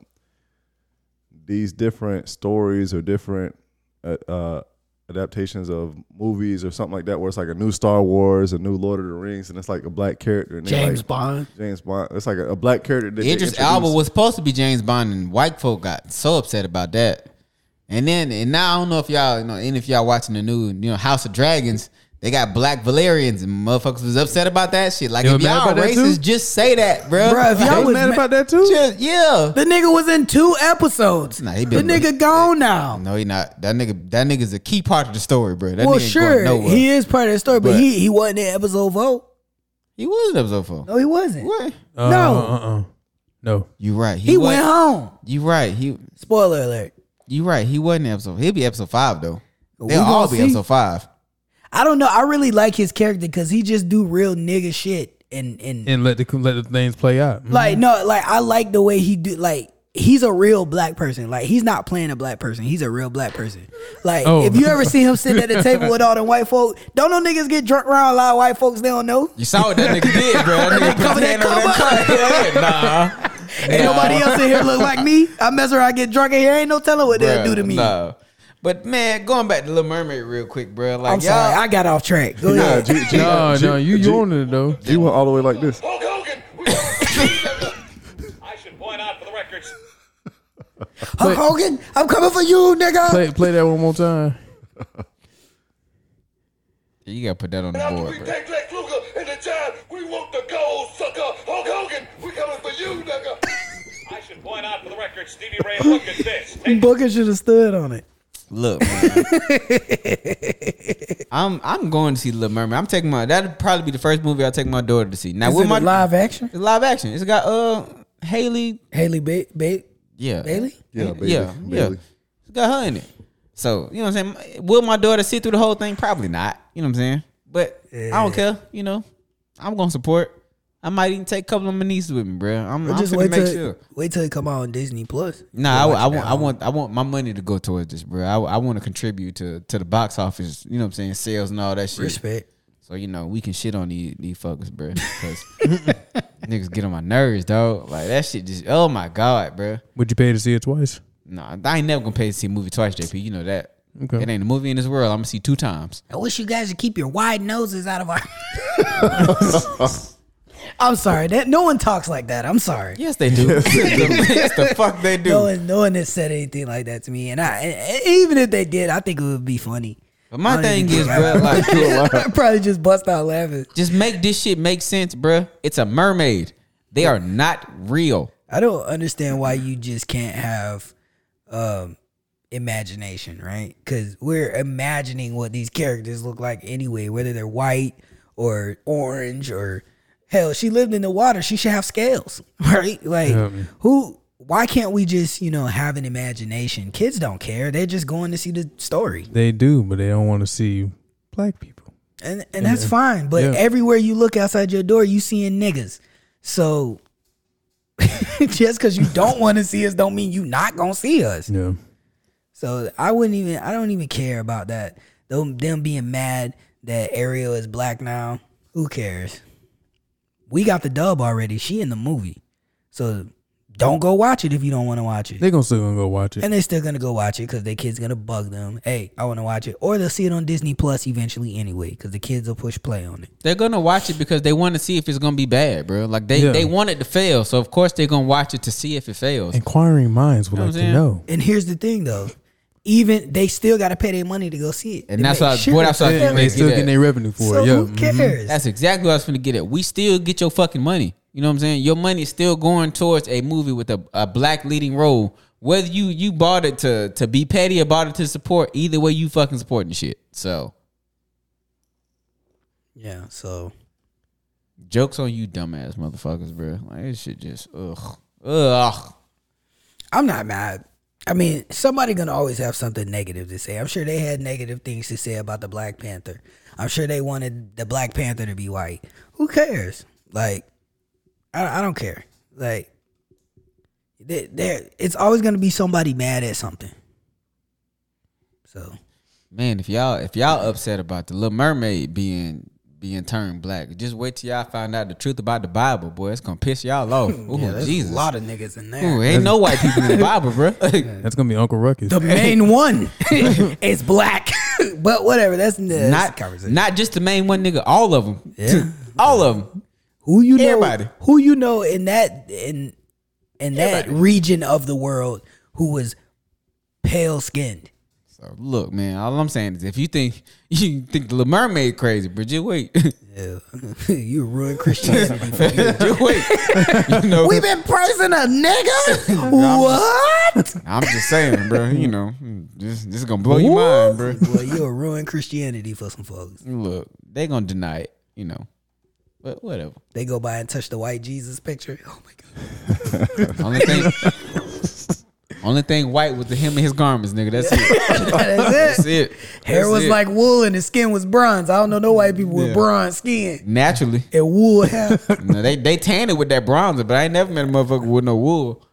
Speaker 3: these different stories or different uh, uh adaptations of movies or something like that where it's like a new Star Wars, a new Lord of the Rings, and it's like a black character. And they
Speaker 2: James
Speaker 3: like,
Speaker 2: Bond.
Speaker 3: James Bond. It's like a, a black character. That they (laughs)
Speaker 1: Idris
Speaker 3: introduced.
Speaker 1: Elba was supposed to be James Bond, and white folk got so upset about that. And then and now I don't know if y'all you know any of y'all watching the new you know House of Dragons. They got black Valerians and motherfuckers was upset about that shit. Like
Speaker 4: You
Speaker 1: if
Speaker 4: was mad
Speaker 1: y'all
Speaker 4: about that too?
Speaker 1: racist, just say that, bro.
Speaker 2: Bruh, if y'all
Speaker 4: I
Speaker 1: Like,
Speaker 4: was mad
Speaker 2: ma-
Speaker 4: about that too.
Speaker 1: just- yeah.
Speaker 2: The nigga was in two episodes.
Speaker 1: Nah, he
Speaker 2: the
Speaker 1: been-
Speaker 2: nigga gone now.
Speaker 1: No, he not. That nigga. That nigga's a key part of the story, bro. That
Speaker 2: well,
Speaker 1: nigga ain't going
Speaker 2: sure,
Speaker 1: nowhere.
Speaker 2: he is part of the story, but,
Speaker 1: But-
Speaker 2: he, he wasn't in episode four.
Speaker 1: He was an episode four.
Speaker 2: No, he wasn't.
Speaker 1: What?
Speaker 4: Uh,
Speaker 2: No.
Speaker 4: uh, uh, uh. no.
Speaker 1: You right.
Speaker 2: He,
Speaker 1: was-
Speaker 2: went home.
Speaker 1: You right. He.
Speaker 2: Spoiler alert.
Speaker 1: You right. He wasn't in episode. He'll be episode five though.
Speaker 2: We
Speaker 1: They'll
Speaker 2: gonna
Speaker 1: all be
Speaker 2: see.
Speaker 1: episode five.
Speaker 2: I don't know. I really like his character because he just do real nigga shit and and
Speaker 4: And let the let the things play out. Mhm.
Speaker 1: Mm-hmm.
Speaker 2: like no like I like the way he do like. He's a real black person. Like he's not playing a black person. He's a real black person. Like
Speaker 4: Oh.
Speaker 2: if you ever see him sitting at
Speaker 1: (laughs)
Speaker 2: the table with all them white folk, don't know niggas get drunk around a lot of white folks they don't know.
Speaker 1: You saw what that nigga did, bro. That nigga put
Speaker 2: (laughs) cover
Speaker 1: his
Speaker 2: that
Speaker 1: hand over
Speaker 2: (laughs)
Speaker 1: that cut. Nah.
Speaker 2: Ain't nobody else in here look like me. I mess around, get drunk in here. Ain't no telling what they'll do to me.
Speaker 1: No. But man, going back to Little Mermaid real quick, bro. Like
Speaker 2: I'm
Speaker 1: y'all,
Speaker 2: sorry, I got off track. Go (laughs)
Speaker 3: Nah,
Speaker 2: ahead.
Speaker 3: G, G,
Speaker 4: no,
Speaker 3: G-
Speaker 4: no, you
Speaker 3: G-
Speaker 4: you on it though.
Speaker 3: G went all the way like this.
Speaker 6: Hulk Hogan! we are- I should point out for the records.
Speaker 2: Hulk Hogan, I'm coming for you, nigga.
Speaker 4: Play play that one more time.
Speaker 1: you gotta put that on the
Speaker 6: After
Speaker 1: board,
Speaker 6: we
Speaker 1: bro.
Speaker 6: take Lex Luger in the time, we want the gold, sucker! Hulk Hogan! we coming for you, nigga! I should point out for the record, Stevie Ray looked at this. Take
Speaker 2: Booker should have stood on it.
Speaker 1: Look, man. (laughs) I'm I'm going to see Little Mermaid. I'm taking my that'd probably be the first movie I take my daughter to see. Now
Speaker 2: Is
Speaker 1: with
Speaker 2: it
Speaker 1: my
Speaker 2: a live action?
Speaker 1: It's live action. It's got uh Haley.
Speaker 2: Haley ba- ba-
Speaker 1: Yeah.
Speaker 2: Bailey?
Speaker 3: Yeah, baby.
Speaker 1: yeah, yeah.
Speaker 3: Bailey.
Speaker 1: It's got her in it. So you know what I'm saying. Will my daughter sit through the whole thing? Probably not. You know what I'm saying. But I don't care. You know, I'm gonna support. I might even take a couple of my nieces with me, bro. I'm,
Speaker 2: Or
Speaker 1: I'm
Speaker 2: just
Speaker 1: gonna
Speaker 2: wait
Speaker 1: make
Speaker 2: till
Speaker 1: sure.
Speaker 2: wait till it come out on Disney Plus.
Speaker 1: Nah, I,
Speaker 2: Watch
Speaker 1: I
Speaker 2: it
Speaker 1: want,
Speaker 2: at
Speaker 1: I
Speaker 2: home.
Speaker 1: want, I want my money to go towards this, bro. I, I want to contribute to to the box office. You know what I'm saying, sales and all that shit.
Speaker 2: respect.
Speaker 1: So you know we can shit on these these fuckers, bro. Because (laughs) niggas get on my nerves, dog. Like that shit just, oh my god, bro.
Speaker 4: Would you pay to see it twice?
Speaker 1: Nah, I ain't never gonna pay to see a movie twice, JP. You know that.
Speaker 4: Okay.
Speaker 1: It ain't a movie in this world. I'm gonna see two times.
Speaker 2: I wish you guys would keep your wide noses
Speaker 1: (laughs)
Speaker 2: out of our. I'm sorry that no one talks like that. I'm sorry.
Speaker 1: (laughs) Yes, they do. yes, the fuck they do.
Speaker 2: No one, no one has said anything like that to me, and I and even if they did, I think it would be funny.
Speaker 1: but my
Speaker 2: I don't
Speaker 1: thing
Speaker 2: even
Speaker 1: is,
Speaker 2: think I-
Speaker 1: bro,
Speaker 2: (laughs)
Speaker 1: like,
Speaker 2: I'd probably just bust out laughing.
Speaker 1: just make this shit make sense, bro. It's a mermaid. They are not real.
Speaker 2: I don't understand why you just can't have um imagination, right? Cuz we're imagining what these characters look like anyway, whether they're white or orange or hell, she lived in the water, she should have scales, (laughs) right? Like who why can't we just, you know, have an imagination? Kids don't care. They're just going to see the story.
Speaker 4: They do, but they don't want to see black people.
Speaker 2: And and that's fine. But
Speaker 4: yeah.
Speaker 2: everywhere you look outside your door, you seeing niggas. So (laughs) just because you don't want to see us, don't mean you not gonna see us.
Speaker 4: Yeah.
Speaker 2: So I wouldn't even. I don't even care about that. Them them being mad that Ariel is black now. Who cares? We got the dub already. She in the movie, so don't go watch it if you don't want to watch it.
Speaker 4: They gonna still gonna go watch it.
Speaker 2: And they're still gonna go watch it because their kids gonna bug them. Hey, I want to watch it, or they'll see it on Disney Plus eventually anyway, because the kids will push play on it.
Speaker 1: They're gonna watch it because they want to see if it's gonna be bad, bro. Like they
Speaker 4: Yeah.
Speaker 1: they want it to fail, so of course they're gonna watch it to see if it fails.
Speaker 4: Inquiring minds
Speaker 1: You
Speaker 4: would
Speaker 1: know
Speaker 4: like
Speaker 1: what
Speaker 4: to
Speaker 1: I'm
Speaker 4: know.
Speaker 2: And here's the thing though, even they still gotta pay their money to go see it.
Speaker 1: And
Speaker 2: To
Speaker 1: that's
Speaker 2: make
Speaker 1: what I- what I saw-
Speaker 2: it's
Speaker 1: Yeah,
Speaker 4: They,
Speaker 2: fair.
Speaker 1: they
Speaker 4: still
Speaker 1: do that.
Speaker 4: getting their revenue for
Speaker 2: So
Speaker 4: it. Yeah.
Speaker 2: who
Speaker 4: mhm.
Speaker 2: cares?
Speaker 1: Mm-hmm. That's exactly what I was gonna get at. We still get your fucking money. You know what I'm saying? Your money is still going towards a movie with a, a black leading role. Whether you you bought it to to be petty or bought it to support, either way you fucking supporting shit. So
Speaker 2: yeah. So
Speaker 1: jokes on you, dumbass motherfuckers, bro. Like this shit just ugh ugh.
Speaker 2: I'm not mad. I mean, somebody gonna always have something negative to say. I'm sure they had negative things to say about the Black Panther. I'm sure they wanted the Black Panther to be white. Who cares? Like, I, I don't care. Like, there, there, it's always gonna be somebody mad at something. So
Speaker 1: Man, if y'all if y'all upset about the Little Mermaid being being turned black, just wait till y'all find out the truth about the Bible, boy. It's gonna piss y'all off. Ooh,
Speaker 2: (laughs) yeah, there's
Speaker 1: Jesus.
Speaker 2: a lot of niggas in there.
Speaker 1: Ooh, ain't no white people in the Bible, bro.
Speaker 2: (laughs)
Speaker 4: Mm-hmm. That's gonna be Uncle Ruckus.
Speaker 2: the
Speaker 1: (laughs)
Speaker 2: main one is black, (laughs) but whatever. That's, that's
Speaker 1: not
Speaker 2: conversation.
Speaker 1: not just the main one nigga, all of them.
Speaker 2: Yeah.
Speaker 1: (laughs) all of them.
Speaker 2: who you know
Speaker 1: Everybody.
Speaker 2: who you know in that in in that region of the world who was pale skinned. (laughs)
Speaker 1: So look, man, all I'm saying is if you think (laughs) you think the Little Mermaid crazy, Bridget, wait, (laughs)
Speaker 2: you ruined Christianity.
Speaker 1: Bridget, wait. (laughs) You know,
Speaker 2: we been praising a
Speaker 1: (laughs)
Speaker 2: nigga. what?
Speaker 1: I'm just saying, bro. You know, this, this is gonna blow your mind, bro.
Speaker 2: Well, you'll ruin Christianity for some folks.
Speaker 1: Look, they gonna deny it, you know. But whatever.
Speaker 2: They go by and touch the white Jesus picture. (laughs) Oh my god.
Speaker 1: Only
Speaker 2: (laughs)
Speaker 1: thing, only thing white was the hem of his garments, nigga. That's it. (laughs)
Speaker 2: That's
Speaker 1: That's it.
Speaker 2: it. Hair
Speaker 1: That's
Speaker 2: was
Speaker 1: it.
Speaker 2: like wool and his skin was bronze. I don't know no white people with bronze skin
Speaker 1: naturally.
Speaker 2: and wool hair.
Speaker 1: No, they they tanned it with that bronzer, but I ain't never met a motherfucker with no wool.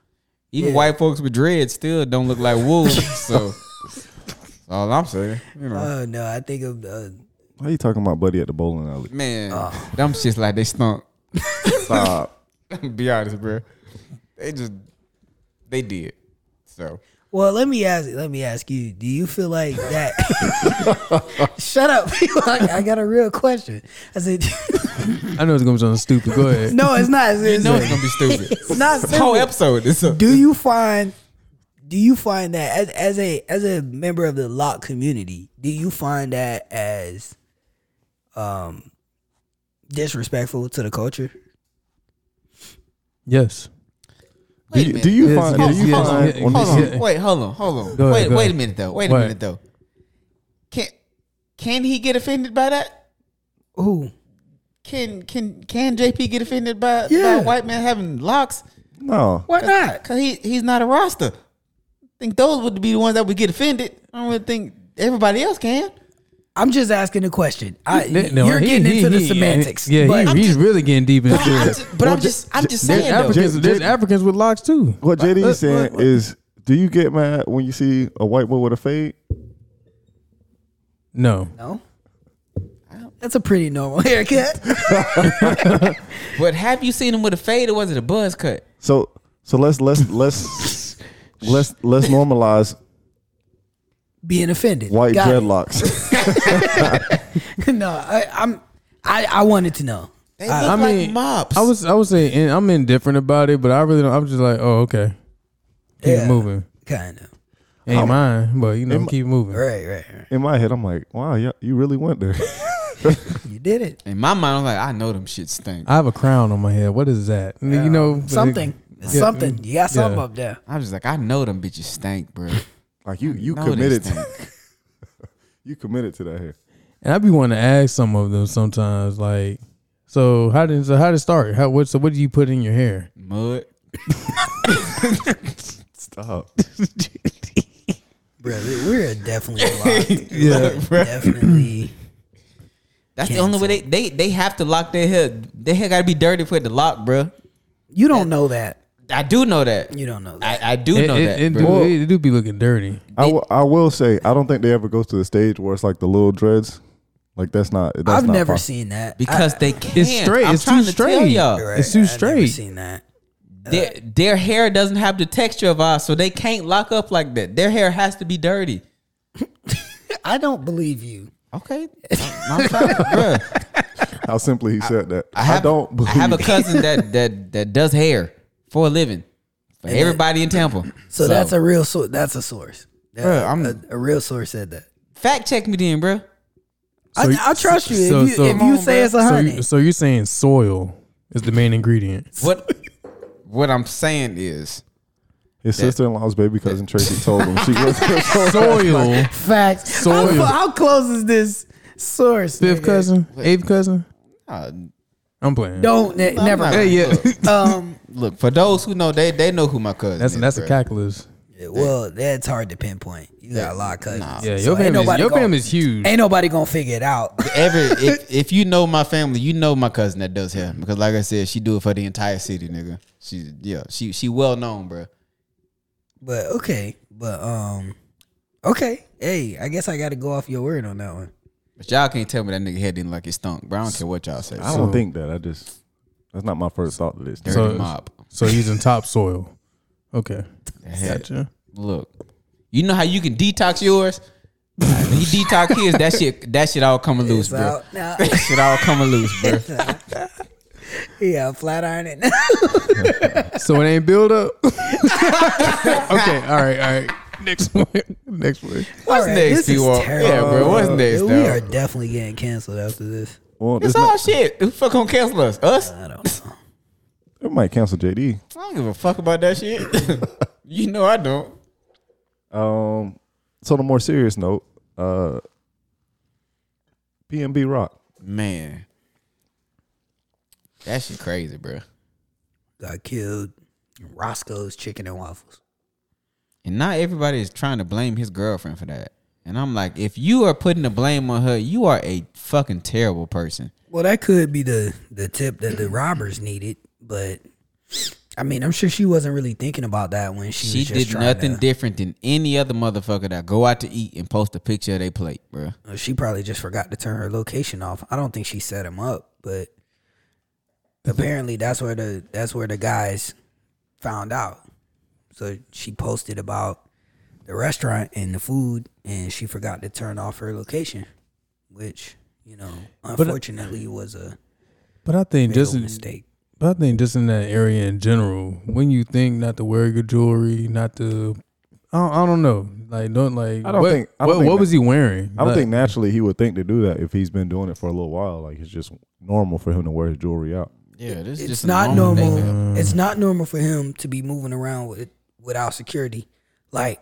Speaker 1: Even
Speaker 2: Yeah.
Speaker 1: white folks with dreads still don't look like wool. so that's all I'm saying, you know,
Speaker 2: oh no, I think of uh,
Speaker 3: Why you talking about buddy at the bowling
Speaker 2: (laughs)
Speaker 3: alley?
Speaker 1: man, them shits like they stunk. (laughs)
Speaker 3: Stop.
Speaker 1: Be honest, bro. They just they did. So
Speaker 2: Well, let me ask. Let me ask you. Do you feel like that? (laughs) Shut up! (laughs) I, I got a real question. I said, (laughs)
Speaker 4: I know it's gonna be something stupid. Go ahead.
Speaker 2: no, it's not. It's,
Speaker 1: you know it's gonna be
Speaker 2: (laughs)
Speaker 1: stupid.
Speaker 2: it's not.
Speaker 1: The whole
Speaker 2: serious.
Speaker 1: episode is a,
Speaker 2: Do you find? Do you find that as, as a as a member of the lock community? Do you find that as um disrespectful to the culture?
Speaker 4: Yes.
Speaker 3: do
Speaker 1: Wait a
Speaker 3: you,
Speaker 1: minute.
Speaker 3: do you
Speaker 4: Yes,
Speaker 3: find?
Speaker 4: yes,
Speaker 3: do you
Speaker 4: yes,
Speaker 3: find?
Speaker 4: yes,
Speaker 3: on
Speaker 4: yes,
Speaker 3: this-
Speaker 4: yes.
Speaker 1: Wait, hold on, hold on.
Speaker 4: Go ahead,
Speaker 1: wait, wait
Speaker 4: go
Speaker 1: a
Speaker 4: ahead.
Speaker 1: minute though. Wait
Speaker 4: What?
Speaker 1: a minute though. Can can he get offended by that?
Speaker 2: Ooh,
Speaker 1: Can can can JP get offended by,
Speaker 2: Yeah.
Speaker 1: by a white man having locks?
Speaker 3: No,
Speaker 2: why not?
Speaker 1: Cause he he's not a roster. I think those would be the ones that would get offended. I don't really think everybody else can.
Speaker 2: I'm just asking a question. I,
Speaker 4: Th- no,
Speaker 2: you're
Speaker 4: he-
Speaker 2: getting
Speaker 4: he-
Speaker 2: into the
Speaker 4: he-
Speaker 2: semantics.
Speaker 4: Yeah,
Speaker 2: but
Speaker 4: he-
Speaker 1: I'm
Speaker 4: he's
Speaker 1: just-
Speaker 4: really getting deep
Speaker 2: (laughs)
Speaker 4: into
Speaker 1: But I'm
Speaker 4: it.
Speaker 1: just, but I'm just I'm just
Speaker 4: There's
Speaker 1: saying though.
Speaker 4: Africans, there's Africans with locks too.
Speaker 3: what JD
Speaker 4: Look,
Speaker 3: is saying
Speaker 4: look, look.
Speaker 3: is, do you get mad when you see a white boy with a fade?
Speaker 4: no.
Speaker 2: No. That's a pretty normal (laughs) haircut.
Speaker 1: But have you seen him with a fade or was it a buzz cut?
Speaker 3: So so let's let's let's let's let's normalize
Speaker 2: Being offended.
Speaker 3: white
Speaker 2: Got it.
Speaker 3: dreadlocks.
Speaker 2: (laughs) no, I, I'm. I, I wanted to know.
Speaker 1: They look
Speaker 4: I
Speaker 1: like
Speaker 4: mean,
Speaker 1: mops.
Speaker 4: I was I was saying in- I'm indifferent about it, but I really don't. I'm just like, oh okay, keep
Speaker 2: Yeah.
Speaker 4: moving.
Speaker 2: Kind of.
Speaker 4: Ain't mine, but you know,
Speaker 3: Am-
Speaker 4: keep moving.
Speaker 2: Right, right, right.
Speaker 3: In my head, I'm like, wow, yeah, you really went there. (laughs)
Speaker 2: You did it.
Speaker 1: in my mind, I'm like, I know them shit stink.
Speaker 4: I have a crown on my head. What is that? You know, but it-
Speaker 2: Something.
Speaker 4: Yeah.
Speaker 2: something. You got something
Speaker 4: Yeah.
Speaker 2: up there.
Speaker 1: I'm just like, I know them bitches stink, bro.
Speaker 3: Like you you
Speaker 1: No, they
Speaker 3: committed to
Speaker 1: stink.
Speaker 3: (laughs) you committed to that hair.
Speaker 4: And I be wanting to ask some of them sometimes, like, so how did so how did it start? How what so what do you put in your hair?
Speaker 1: Mud.
Speaker 3: Stop.
Speaker 2: Bro, we-
Speaker 4: (laughs)
Speaker 2: we're definitely locked.
Speaker 4: Yeah,
Speaker 2: definitely.
Speaker 1: That's the only way they, they they have to lock their hair. Their hair gotta be dirty for it to lock, bro.
Speaker 2: You don't know that.
Speaker 1: I do know that.
Speaker 2: You don't know that.
Speaker 1: I, I do
Speaker 4: it,
Speaker 1: know
Speaker 4: it-
Speaker 1: that.
Speaker 4: it
Speaker 1: bro.
Speaker 4: do, it, do be looking dirty.
Speaker 3: I will- I will say I don't think they ever go to the stage where it's like the little dreads. Like that's not. That's
Speaker 2: I've
Speaker 3: not
Speaker 2: never
Speaker 3: possible.
Speaker 2: seen that.
Speaker 1: because they can't.
Speaker 4: It's straight.
Speaker 1: I'm
Speaker 4: it's too
Speaker 1: trying to tell
Speaker 4: straight.
Speaker 1: y'all.
Speaker 2: I,
Speaker 4: It's too
Speaker 2: I've never
Speaker 4: straight.
Speaker 2: seen that.
Speaker 1: Their, their hair doesn't have the texture of ours, so they can't lock up like that. Their hair has to be dirty.
Speaker 2: I don't believe you.
Speaker 1: Okay, (laughs) I'm, I'm trying, bruh.
Speaker 3: How simply he said that. I,
Speaker 1: have-
Speaker 3: don't believe.
Speaker 1: I have a cousin that that that does hair for a living for everybody in (clears throat) Tampa.
Speaker 2: So, that's a real source. That's a source. That,
Speaker 1: Bruh, I'm-
Speaker 2: a, a real source said that.
Speaker 1: fact check me then, bruh.
Speaker 2: I, I trust you.
Speaker 4: so-
Speaker 2: if you,
Speaker 4: so-
Speaker 2: if you say it's a
Speaker 4: So,
Speaker 2: hundred,
Speaker 4: you, so you're saying soil is the main
Speaker 2: (laughs)
Speaker 4: ingredient?
Speaker 1: What what I'm saying is
Speaker 3: His sister in law's baby cousin Tracy told him (laughs) she was
Speaker 2: (laughs)
Speaker 4: soil,
Speaker 2: Facts.
Speaker 4: Soil.
Speaker 2: How, how close is this source?
Speaker 4: fifth
Speaker 2: nigga?
Speaker 4: cousin, eighth cousin.
Speaker 1: uh,
Speaker 4: I'm playing.
Speaker 2: Don't ne- never.
Speaker 1: not-
Speaker 4: Hey, yeah,
Speaker 2: (laughs) Um.
Speaker 1: look for those who know they they know who my cousin
Speaker 4: that's
Speaker 1: is.
Speaker 4: that's a
Speaker 1: bruh.
Speaker 4: calculus.
Speaker 2: Well, that's hard to pinpoint. You got a lot of cousins.
Speaker 4: Yeah, your
Speaker 2: So ain't
Speaker 4: family, is,
Speaker 2: nobody
Speaker 4: your
Speaker 2: gonna-
Speaker 4: family is huge.
Speaker 2: Ain't nobody gonna figure it out. (laughs)
Speaker 1: Every if, if you know my family, you know my cousin that does hair because, like I said, she do it for the entire city, nigga. She yeah, she she well known, bruh.
Speaker 2: but okay. But um. Okay. Hey, I guess I got to go off your word on that one.
Speaker 1: But y'all can't tell me that nigga head didn't like it stunk, bro. I don't care what y'all say.
Speaker 3: I don't think that. I just that's not my first thought to this.
Speaker 1: Dirty
Speaker 4: So-
Speaker 1: mop.
Speaker 4: So using topsoil. Okay,
Speaker 1: Head.
Speaker 4: gotcha.
Speaker 1: Look, you know how you can detox yours. When he detox his. That shit. That shit all coming loose,
Speaker 2: It's
Speaker 1: bro.
Speaker 2: out (laughs) now.
Speaker 1: That shit all coming loose, bro.
Speaker 2: yeah, flat iron it. (laughs) (laughs)
Speaker 4: So it ain't build up. okay, all right, all right. (laughs) next week. next week.
Speaker 1: What's
Speaker 2: Alright,
Speaker 1: next,
Speaker 2: this is
Speaker 1: P-Walk?
Speaker 2: terrible.
Speaker 1: Yeah, bro. What's next,
Speaker 2: We
Speaker 1: though?
Speaker 2: are definitely getting canceled after this.
Speaker 3: Well,
Speaker 1: It's
Speaker 3: it's not-
Speaker 1: all shit. Who fuck gonna cancel us? Us? I
Speaker 2: I don't know.
Speaker 3: it might cancel JD.
Speaker 1: don't give a fuck about that shit. (laughs) you know I don't.
Speaker 3: Um, so the more serious note, uh, PNB Rock.
Speaker 1: Man. That shit crazy, bro.
Speaker 2: Got killed. Roscoe's chicken and waffles.
Speaker 1: And not everybody is trying to blame his girlfriend for that. And I'm like, if you are putting the blame on her, you are a fucking terrible person.
Speaker 2: Well, that could be the the tip that the robbers needed, but I mean, I'm sure she wasn't really thinking about that when she,
Speaker 1: She
Speaker 2: was just
Speaker 1: did
Speaker 2: trying
Speaker 1: nothing
Speaker 2: To,
Speaker 1: different than any other motherfucker that go out to eat and post a picture of their plate, bro.
Speaker 2: she probably just forgot to turn her location off. I don't think she set him up, but apparently that's where the that's where the guys found out. So she posted about the restaurant and the food, and she forgot to turn off her location, which you know,
Speaker 1: uh,
Speaker 2: unfortunately, was a
Speaker 4: But I think
Speaker 2: fatal
Speaker 4: just in-
Speaker 2: mistake.
Speaker 4: but I think just in that area in general, when you think not to wear your jewelry, not to, I don't, I don't know, like don't like.
Speaker 3: I don't
Speaker 4: what,
Speaker 3: think- I don't
Speaker 4: what,
Speaker 3: think
Speaker 4: what
Speaker 3: that-
Speaker 4: was he wearing?
Speaker 3: I don't
Speaker 4: Like,
Speaker 3: think naturally he would think to do that if he's been doing it for a little while. Like it's just normal for him to wear his jewelry out.
Speaker 1: Yeah, this
Speaker 2: it's not normal. It's not normal for him to be moving around with, without security. Like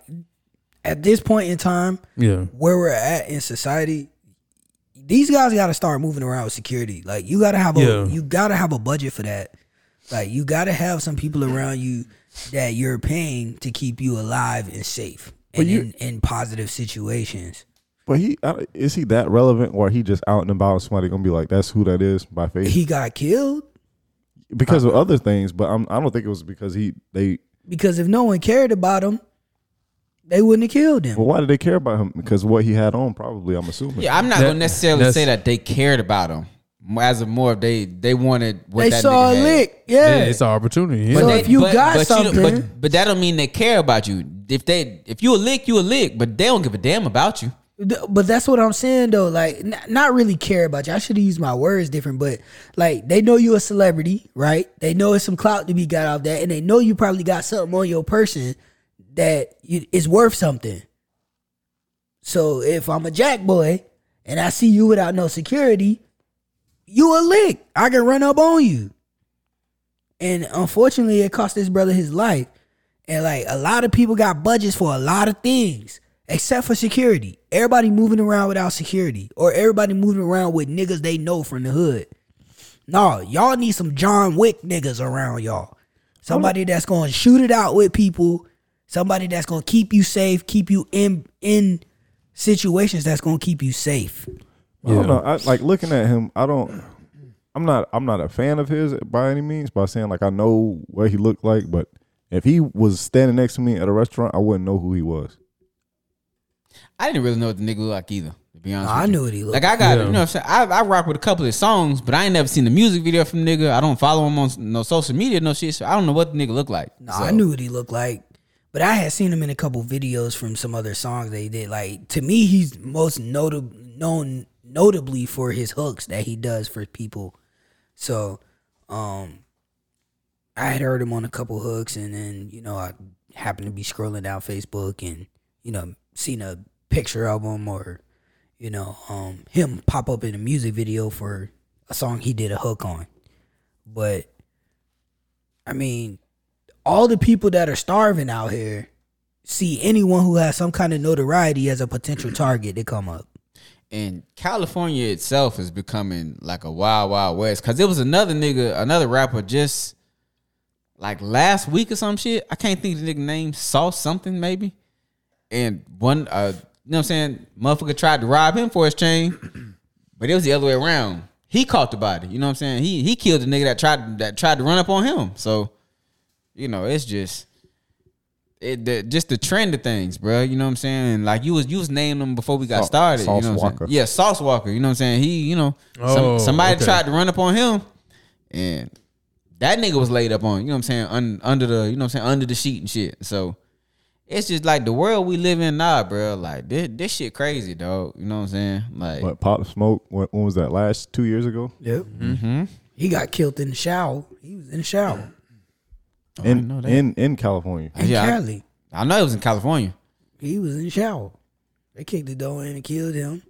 Speaker 2: at this point in time,
Speaker 4: Yeah,
Speaker 2: where we're at in society, these guys got to start moving around with security. Like you got to have a
Speaker 4: Yeah.
Speaker 2: you got to have a budget for that. Like you got to have some people around you that you're paying to keep you alive and safe and
Speaker 3: you-
Speaker 2: in, in positive situations.
Speaker 3: But he I, is he that relevant, or he just out and about? Somebody gonna be like, "That's who that is" by face
Speaker 2: He got killed
Speaker 3: because of other things. But I'm, I don't think it was because he they.
Speaker 2: because if no one cared about him, they wouldn't have killed him.
Speaker 3: Well, why did they care about him? Because what he had on, probably. I'm assuming.
Speaker 1: Yeah, I'm not
Speaker 4: That-
Speaker 1: gonna necessarily
Speaker 4: that's-
Speaker 1: say that they cared about him. Mo- As of more, of they they wanted what
Speaker 2: They
Speaker 1: that
Speaker 2: saw
Speaker 1: nigga
Speaker 2: a
Speaker 1: had.
Speaker 2: lick. Yeah.
Speaker 4: it's an opportunity. Yeah.
Speaker 2: So
Speaker 1: They-
Speaker 2: if you got
Speaker 1: you don't-
Speaker 2: something-
Speaker 1: but, but that don't mean they care about you. If they if you a lick, you a lick. But they don't give a damn about you.
Speaker 2: Th- But that's what I'm saying though. Like, n- not really care about you. I should have used my words different, but like, they know you a celebrity, right? They know it's some clout to be got off that, and they know you probably got something on your person that you, is worth something. So if I'm a jack boy and I see you without no security, you a lick. I can run up on you. And unfortunately, it cost this brother his life. And like a lot of people got budgets for a lot of things except for security. Everybody moving around without security or everybody moving around with niggas they know from the hood. No, y'all need some John Wick niggas around y'all. Somebody that's going to shoot it out with people, somebody that's going to keep you safe, keep you in in situations that's going to keep you safe.
Speaker 3: I don't know. I, like looking at him, I don't. I'm not. I'm not a fan of his by any means. By saying like I know what he looked like, but if he was standing next to me at a restaurant, I wouldn't know who he was.
Speaker 1: I didn't really know what the nigga looked like either. To be honest,
Speaker 2: I
Speaker 1: with you.
Speaker 2: knew what he looked
Speaker 1: like. I got
Speaker 4: Yeah.
Speaker 1: you know. What I'm saying I, I rock with a couple of songs, but I ain't never seen the music video from nigga. I don't follow him on s- no social media, no shit. So I don't know what the nigga look like.
Speaker 2: No,
Speaker 1: So-
Speaker 2: I knew what he looked like, but I had seen him in a couple videos from some other songs they did. Like to me, he's most notable known notably for his hooks that he does for people. So, um, I had heard him on a couple hooks, and then you know I happened to be scrolling down Facebook and you know seen a picture of him or you know um him pop up in a music video for a song he did a hook on, but. I mean, all the people that are starving out here see anyone who has some kind of notoriety as a potential (clears throat) target to come up.
Speaker 1: and California itself is becoming like a wild, wild west. Cause it was another nigga, another rapper just like last week or some shit. I can't think of the nigga name, saw something maybe. And one uh you know what I'm saying, motherfucker tried to rob him for his chain, (clears throat) but it was the other way around. He caught the body. You know what I'm saying? He he killed the nigga that tried that tried to run up on him. So, you know, it's just it, the, just the trend of things, bro. You know what I'm saying? And, Like you was you was naming them before we got
Speaker 3: Sau-
Speaker 1: started.
Speaker 3: Sauce
Speaker 1: you know what I'm saying?
Speaker 3: Walker.
Speaker 1: Yeah, Sauce Walker. You know what I'm saying? He, you know, some-
Speaker 4: Oh,
Speaker 1: somebody
Speaker 4: okay.
Speaker 1: tried to run up on him, and that nigga was laid up on. You know what I'm saying? Un, under the, you know what I'm saying? Under the sheet and shit. So it's just like the world we live in now, bro. Like this, this shit crazy, dog. You know what I'm saying? Like
Speaker 3: But Pop Smoke, when, when was that? Last two years ago,
Speaker 2: Yep. Mm-hmm. He got killed in the shower. He was in the shower.
Speaker 1: Oh,
Speaker 3: in in in California.
Speaker 2: In
Speaker 1: Yeah, I-
Speaker 2: Cali.
Speaker 1: I know it was in California.
Speaker 2: He was in the shower. They kicked the door in and killed him.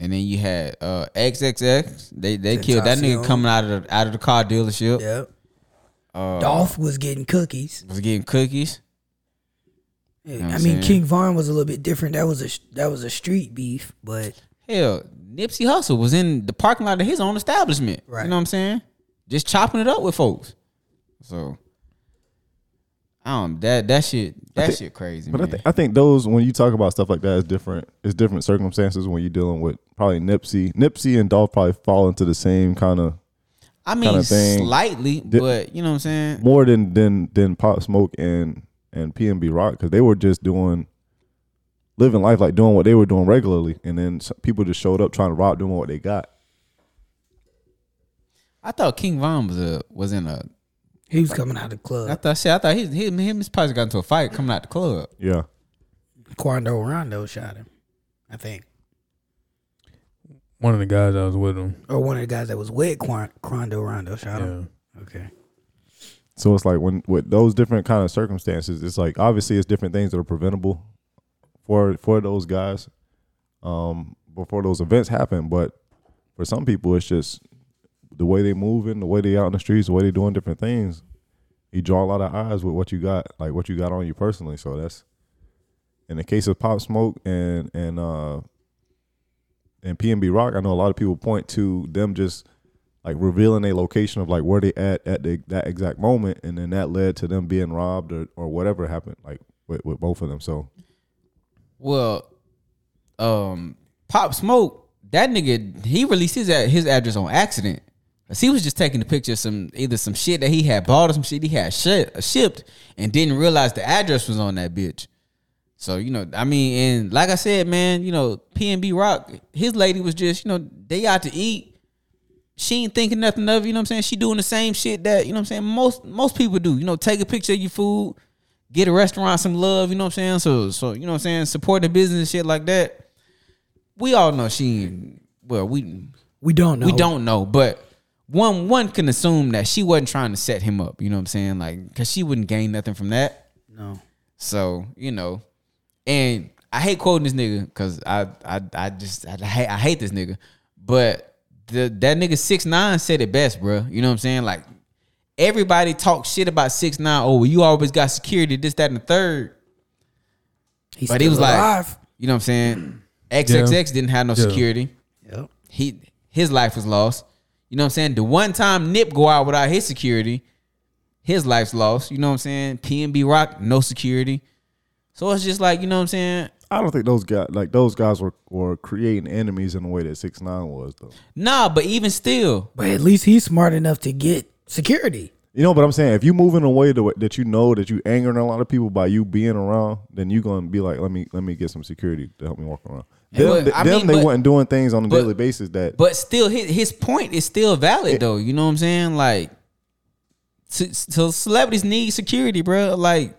Speaker 1: And then you had uh, XXX. They they killed that nigga
Speaker 2: Tentacion.
Speaker 1: coming out of the, out of the car dealership.
Speaker 2: Yep.
Speaker 1: Uh,
Speaker 2: Dolph was getting cookies.
Speaker 1: was getting cookies. know what
Speaker 2: I
Speaker 1: I'm
Speaker 2: mean,
Speaker 1: saying?
Speaker 2: King Von was a little bit different. That was a that was a street beef, but
Speaker 1: Hell, Nipsey Hussle was in the parking lot of his own establishment.
Speaker 2: Right.
Speaker 1: You know what I'm saying? Just chopping it up with folks. So, I don't that that shit that
Speaker 3: think-
Speaker 1: shit crazy.
Speaker 3: But I,
Speaker 1: man.
Speaker 3: th- I think those when you talk about stuff like that, it's different. It's different circumstances when you're dealing with probably Nipsey. Nipsey and Dolph probably fall into the same kind of
Speaker 1: I mean,
Speaker 3: kinda thing.
Speaker 1: slightly,
Speaker 3: Di-
Speaker 1: but you know what I'm saying.
Speaker 3: more than than than Pop Smoke and and PNB Rock because they were just doing living life like doing what they were doing regularly, and then s- people just showed up trying to rob them on what they got.
Speaker 1: I thought King Von was a was in a.
Speaker 2: he was coming out of the
Speaker 1: I
Speaker 2: club.
Speaker 1: thought shit. I thought he, he him and his probably got into a fight coming out the club.
Speaker 3: Yeah,
Speaker 2: Quando Rondo shot him, I think,
Speaker 4: One of the guys I was with him.
Speaker 2: or one of the guys that was with Quan- Quando Rondo shot
Speaker 4: Yeah.
Speaker 2: him. Okay.
Speaker 3: so it's like when with those different kind of circumstances, it's like obviously it's different things that are preventable for for those guys um, before those events happen, but for some people it's just the way they moving, the way they out in the streets, the way they doing different things. You draw a lot of eyes with what you got, like what you got on you personally. So that's in the case of Pop Smoke and and uh and PNB Rock. I know a lot of people point to them just like revealing a location of like where they at at the, that exact moment, and then that led to them being robbed or or whatever happened. Like with, with both of them. So
Speaker 1: Well, um, Pop Smoke, that nigga, he released his ad- his address on accident. 'Cause he was just taking a picture of some either some shit that he had bought or some shit he had shi- shipped and didn't realize the address was on that bitch. So you know, I mean, and like I said, man, you know, PNB Rock, his lady was just, you know, they out to eat. She ain't thinking nothing of it, you know what I'm saying. She doing the same shit that you know what I'm saying most most people do. You know, take a picture of your food, get a restaurant some love, you know what I'm saying? So so you know what I'm saying, support the business and shit like that. We all know she ain't- well, we
Speaker 2: We don't know.
Speaker 1: we don't know, but one one can assume that she wasn't trying to set him up, you know what I'm saying? Like cuz she wouldn't gain nothing from that.
Speaker 2: No.
Speaker 1: So, you know, and I hate quoting this nigga cuz I I I just I hate I hate this nigga, but the that nigga 6-9 said it best, bro. You know what I'm saying? Like everybody talks shit about 6-9, oh, well, you always got security this that and the third.
Speaker 2: He's
Speaker 1: But he was like-
Speaker 2: alive.
Speaker 1: You know what I'm saying? XXX didn't have no
Speaker 4: Yeah.
Speaker 1: security.
Speaker 2: Yep.
Speaker 1: He his life was lost. You know what I'm saying? The one time Nip go out without his security, his life's lost. You know what I'm saying? PNB Rock, no security. So it's just like, you know what I'm saying?
Speaker 3: I don't think those guys like those guys were, were creating enemies in the way that six nine was though.
Speaker 1: Nah, but even still,
Speaker 2: But at least he's smart enough to get security.
Speaker 3: You know, but I'm saying if you move in a way to, that you know that you angering a lot of people by you being around, then you gonna be like, let me let me get some security to help me walk around. Them,
Speaker 1: But,
Speaker 3: th-
Speaker 1: I
Speaker 3: them
Speaker 1: mean,
Speaker 3: they
Speaker 1: but-
Speaker 3: wasn't doing things on a
Speaker 1: but-
Speaker 3: daily basis that
Speaker 1: but still his his point is still valid though. You know what I'm saying? Like so- so celebrities need security, bro. Like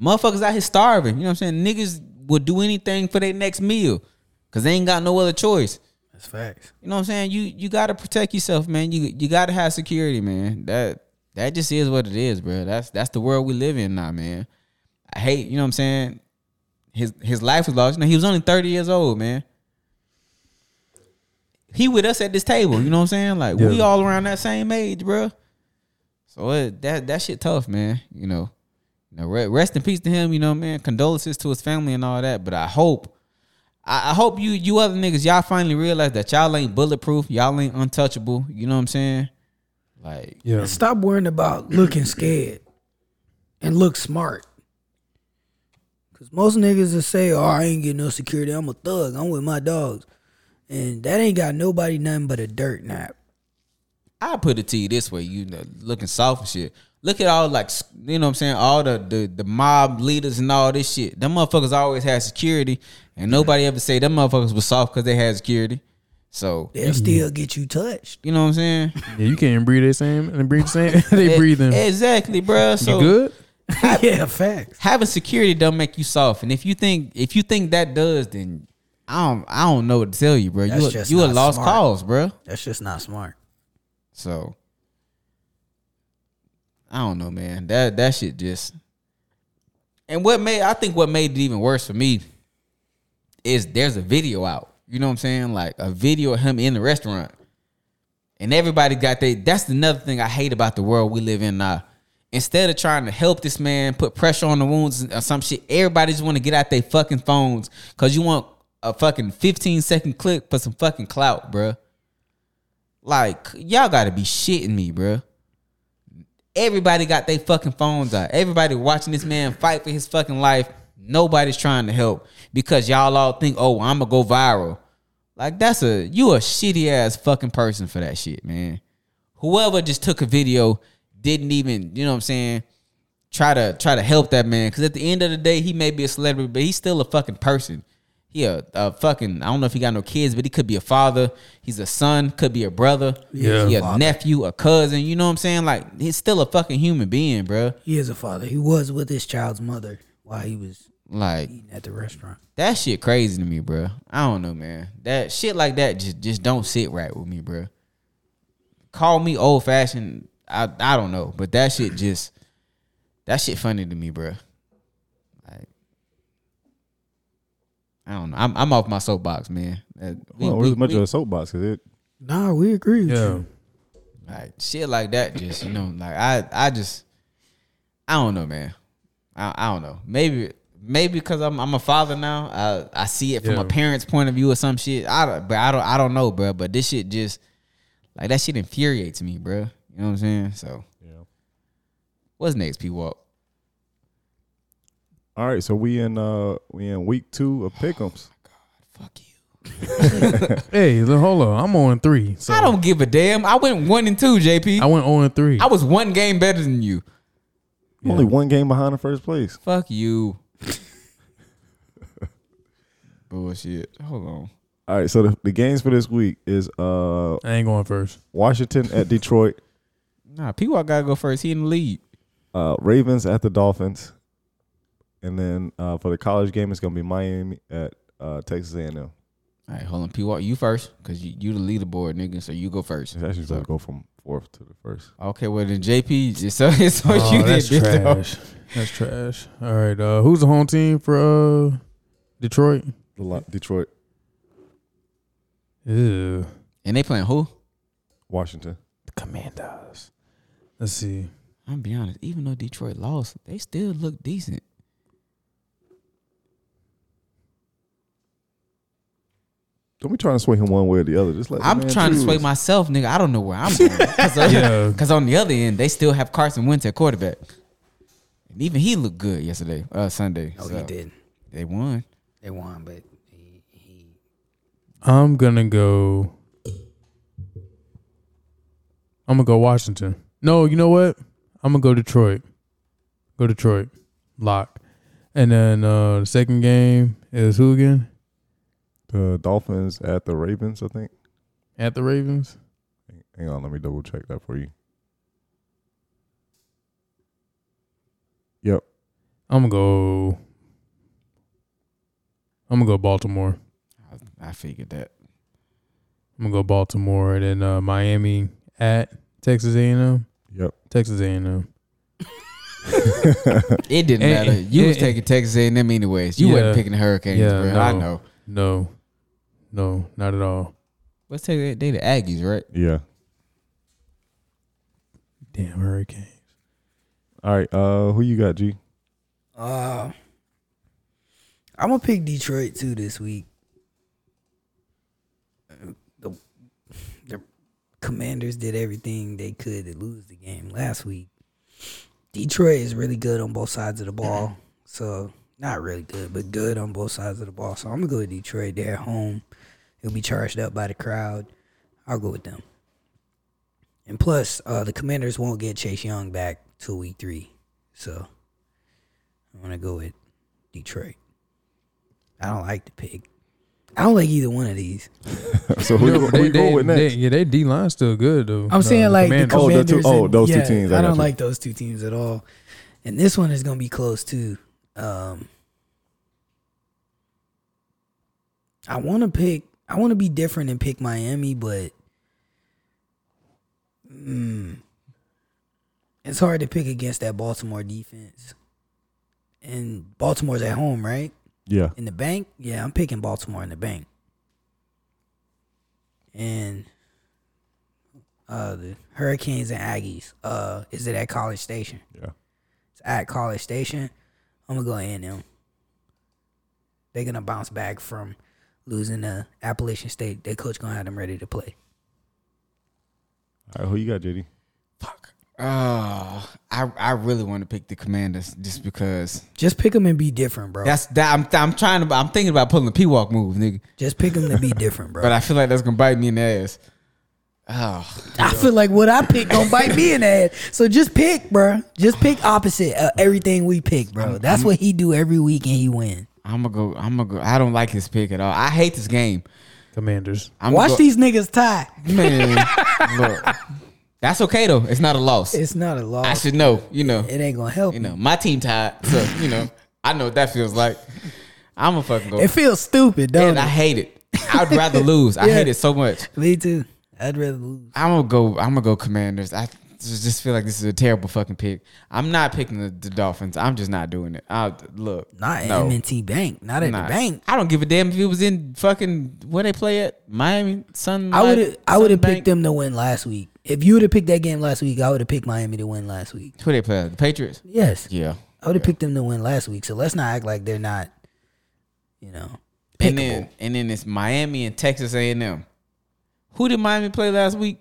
Speaker 1: motherfuckers out here starving. You know what I'm saying? Niggas will do anything for their next meal cuz they ain't got no other choice.
Speaker 2: That's facts.
Speaker 1: You know what I'm saying? You you gotta protect yourself, man. You you gotta have security, man. That that just is what it is, bro. That's that's the world we live in now, man. I hate, you know what I'm saying? His his life was lost. You know, he was only 30 years old, man. He with us at this table, you know what I'm saying? Like we
Speaker 4: Yeah.
Speaker 1: all around that same age, bro. So it, that that shit tough, man. You know. You know, re- rest in peace to him, you know, man. Condolences to his family and all that. But I hope I, I hope you you other niggas y'all finally realize that y'all ain't bulletproof, y'all ain't untouchable. You know what I'm saying? Like
Speaker 4: Yeah.
Speaker 2: Stop worrying about looking scared and look smart. Cause most niggas will say, "Oh, I ain't getting no security. I'm a thug. I'm with my dogs," and that ain't got nobody nothing but a dirt nap.
Speaker 1: I put it to you this way, you know, looking soft and shit. Look at all like s- you know what I'm saying, all the, the the mob leaders and all this shit. Them motherfuckers always had security, and nobody ever say them motherfuckers was soft because they had security. So
Speaker 2: They'll still get you touched.
Speaker 1: you know what I'm saying?
Speaker 4: Yeah, you can't breathe the same and breathe the same. (laughs) they
Speaker 1: E-
Speaker 4: breathe in.
Speaker 1: exactly, bruh. So
Speaker 4: you good?
Speaker 2: yeah, facts.
Speaker 1: having security don't make you soft. And if you think if you think that does, then I don't I don't know what to tell you, bro.
Speaker 2: That's
Speaker 1: You a,
Speaker 2: just
Speaker 1: you a
Speaker 2: not
Speaker 1: lost
Speaker 2: smart.
Speaker 1: cause, bro.
Speaker 2: That's just not smart.
Speaker 1: So I don't know, man. That that shit just And what made I think what made it even worse for me is there's a video out. You know what I'm saying? Like a video of him in the restaurant. And everybody got they that's another thing I hate about the world we live in now. Instead of trying to help this man, put pressure on the wounds or some shit, everybody just want to get out their fucking phones because you want a fucking 15 second clip for some fucking clout, bruh. Like, y'all gotta be shitting me, bruh. Everybody got their fucking phones out. Everybody watching this man fight for his fucking life. Nobody's trying to help because y'all all think, oh, I'm gonna go viral. Like that's a you a shitty ass fucking person for that shit, man. Whoever just took a video didn't even, you know what I'm saying, try to try to help that man cuz at the end of the day he may be a celebrity, but he's still a fucking person. He a, a fucking I don't know if he got no kids, but he could be a father, he's a son, could be a brother,
Speaker 4: Yeah.
Speaker 1: he a
Speaker 2: Father.
Speaker 1: nephew, a cousin, you know what I'm saying? Like he's still a fucking human being, bro.
Speaker 2: He is a father. He was with his child's mother while he was
Speaker 1: Like
Speaker 2: eating at the restaurant.
Speaker 1: that shit crazy to me, bro. I don't know, man. That shit like that just just don't sit right with me, bro. Call me old fashioned. I I don't know, but that shit just that shit funny to me, bro. Like I don't know. I'm I'm off my soapbox, man. That- we-
Speaker 3: Well,
Speaker 1: we-
Speaker 3: where's much
Speaker 1: we-
Speaker 3: of oh, a soapbox? 'Cause it
Speaker 2: Nah, we agree with
Speaker 4: Yeah.
Speaker 2: you.
Speaker 1: Like shit like that, just you know, like I, I just, I don't know, man. I, I don't know. Maybe, maybe because I'm, I'm a father now. I, I see it from
Speaker 4: Yeah.
Speaker 1: a parent's point of view or some shit. I, don't- but I don't, I don't know, bro. But this shit just, like that shit infuriates me, bro. You know what I'm saying? So,
Speaker 3: Yeah.
Speaker 1: what's next, P Walk?
Speaker 3: all right. So we in uh we in week two of pickups.
Speaker 1: Fuck you.
Speaker 4: Hey, look, hold on. I'm on three. So
Speaker 1: I don't give a damn. I went one and two, JP.
Speaker 4: I went on three.
Speaker 1: I was one game better than you.
Speaker 3: Only one game behind the first place.
Speaker 1: Fuck
Speaker 4: (laughs)
Speaker 1: you. Bullshit. Hold on.
Speaker 3: All right. So the, the games for this week is uh
Speaker 4: I ain't going first.
Speaker 3: Washington at Detroit,
Speaker 1: Nah, P Walk gotta go first. He in the lead.
Speaker 3: uh Ravens at the Dolphins, and then uh for the college game it's gonna be Miami at uh Texas A&M.
Speaker 1: All right, hold on, P Walk, you first, cause you, you the leaderboard, nigga. So you go first.
Speaker 3: It's actually gonna go from fourth to the first.
Speaker 1: Okay, well then JP, it's so (laughs) it's on
Speaker 4: Oh,
Speaker 1: you then,
Speaker 4: that's
Speaker 1: bitch. dog.
Speaker 4: trash. That's trash. All right. Uh, who's the home team for uh, Detroit?
Speaker 3: The lo- Detroit,
Speaker 4: Ew.
Speaker 1: And they playing who?
Speaker 3: Washington.
Speaker 4: The Commanders. Let's see.
Speaker 1: I'm gonna be honest. Even though Detroit lost, they still look decent.
Speaker 3: Don't be trying to sway him one way or the other. Just let the
Speaker 1: I'm
Speaker 3: man
Speaker 1: trying
Speaker 3: choose.
Speaker 1: to sway myself, nigga. I don't know where I'm going.
Speaker 4: (laughs)
Speaker 1: Cause, on-
Speaker 4: (laughs) Yeah.
Speaker 1: 'cause on the other end, they still have Carson Wentz at quarterback, and even he looked good yesterday, uh, Sunday.
Speaker 4: Oh,
Speaker 2: No,
Speaker 1: so
Speaker 2: he did.
Speaker 1: They won.
Speaker 2: They won, but he, he
Speaker 4: I'm gonna go. I'm gonna go Washington. No, you know what? I'm gonna go Detroit. Go Detroit. Lock. And then uh, the second game is who again?
Speaker 3: The Dolphins at the Ravens, I think.
Speaker 4: At the Ravens.
Speaker 3: Hang on, let me double check that for you. Yep.
Speaker 4: I'm gonna go. I'm gonna go Baltimore.
Speaker 1: I, I figured that.
Speaker 4: I'm gonna go Baltimore and then uh, Miami at Texas A&M.
Speaker 3: Yep.
Speaker 4: Texas A&M.
Speaker 1: It didn't
Speaker 4: And-
Speaker 1: matter. You
Speaker 4: and-
Speaker 1: was taking Texas A&M anyways. You
Speaker 4: Yeah.
Speaker 1: wasn't picking the Hurricanes,
Speaker 4: Yeah,
Speaker 1: bro. I
Speaker 4: no.
Speaker 1: know.
Speaker 4: No, no, not at all.
Speaker 1: Let's take that. They the Aggies, right?
Speaker 3: Yeah.
Speaker 4: Damn Hurricanes.
Speaker 3: All right. Uh, who you got, G? (laughs)
Speaker 2: Uh, I'm gonna pick Detroit too this week. Uh, The the Commanders did everything they could to lose the game last week. Detroit is really good on both sides of the ball, so not really good, but good on both sides of the ball. So I'm gonna go with Detroit. They're at home. They'll be charged up by the crowd. I'll go with them. And plus, uh, the Commanders won't get Chase Young back till week three, so. I'm gonna go with Detroit. I don't like the pick. I don't like either one of these.
Speaker 3: So who, you
Speaker 4: Yeah,
Speaker 3: who you going with next?
Speaker 4: they- yeah, they D line still good though. Uh,
Speaker 2: I'm saying like the
Speaker 4: Commanders.
Speaker 3: Oh, the two-
Speaker 2: Commanders.
Speaker 3: oh,
Speaker 2: and-
Speaker 3: those two
Speaker 2: yeah,
Speaker 3: teams, I
Speaker 2: I
Speaker 3: got
Speaker 2: don't
Speaker 3: you.
Speaker 2: like those two teams at all. And this one is gonna be close too. Um, I want to pick. I want to be different and pick Miami, but mm, it's hard to pick against that Baltimore defense. and Baltimore's at home, right?
Speaker 3: Yeah.
Speaker 2: In the bank? Yeah, I'm picking Baltimore in the bank. And uh the Hurricanes and Aggies. Uh is it at College Station?
Speaker 3: Yeah.
Speaker 2: It's at College Station. I'm gonna go in them. They're gonna bounce back from losing to Appalachian State. Their coach gonna have them ready to play.
Speaker 3: All right, who you got, JD?
Speaker 1: Fuck. Oh, I I really want to pick the Commanders just because
Speaker 2: Just pick them and be different, bro.
Speaker 1: that's that. I'm I'm trying to. I'm thinking about pulling the P walk move, nigga.
Speaker 2: Just pick them to be (laughs) different, bro.
Speaker 1: But I feel like that's gonna bite me in the ass. Oh,
Speaker 2: I feel like what I pick don't bite me in the head. So just pick, bro. Just pick opposite of everything we pick, bro. That's what he do every week and he win.
Speaker 1: I'm gonna go. I'm gonna go. I don't like his pick at all. I hate this game.
Speaker 4: Commanders.
Speaker 1: I'm
Speaker 2: Watch
Speaker 1: go-
Speaker 2: these niggas tie.
Speaker 1: (laughs) man. look, that's okay though. It's not a loss.
Speaker 2: It's not a
Speaker 1: I
Speaker 2: loss.
Speaker 1: should know. You know.
Speaker 2: it ain't gonna help.
Speaker 1: You know. My team tied, so you know. I know what that feels like. I'm gonna fucking go.
Speaker 2: It feels stupid, don't
Speaker 1: and I
Speaker 2: it?
Speaker 1: hate it. I'd rather lose. I
Speaker 2: Yeah.
Speaker 1: hate it so much.
Speaker 2: me too. I'd rather lose.
Speaker 1: I'm gonna go. I'm gonna go Commanders. I just just feel like this is a terrible fucking pick. I'm not picking the, the Dolphins. I'm just not doing it. I look.
Speaker 2: Not at
Speaker 1: no,
Speaker 2: M&T Bank. Not at
Speaker 1: not.
Speaker 2: the bank.
Speaker 1: I don't give a damn if it was in fucking where they play at Miami Sun.
Speaker 2: I would I
Speaker 1: Sun
Speaker 2: would have
Speaker 1: Bank.
Speaker 2: picked them to win last week. If you would have picked that game last week, I would have picked Miami to win last week.
Speaker 1: Who they play? at? The Patriots.
Speaker 2: Yes.
Speaker 1: Yeah.
Speaker 2: I would have picked them to win last week. So let's not act like they're not, you know, pickable.
Speaker 1: And then and then it's Miami and Texas A and M. Who did Miami play last week?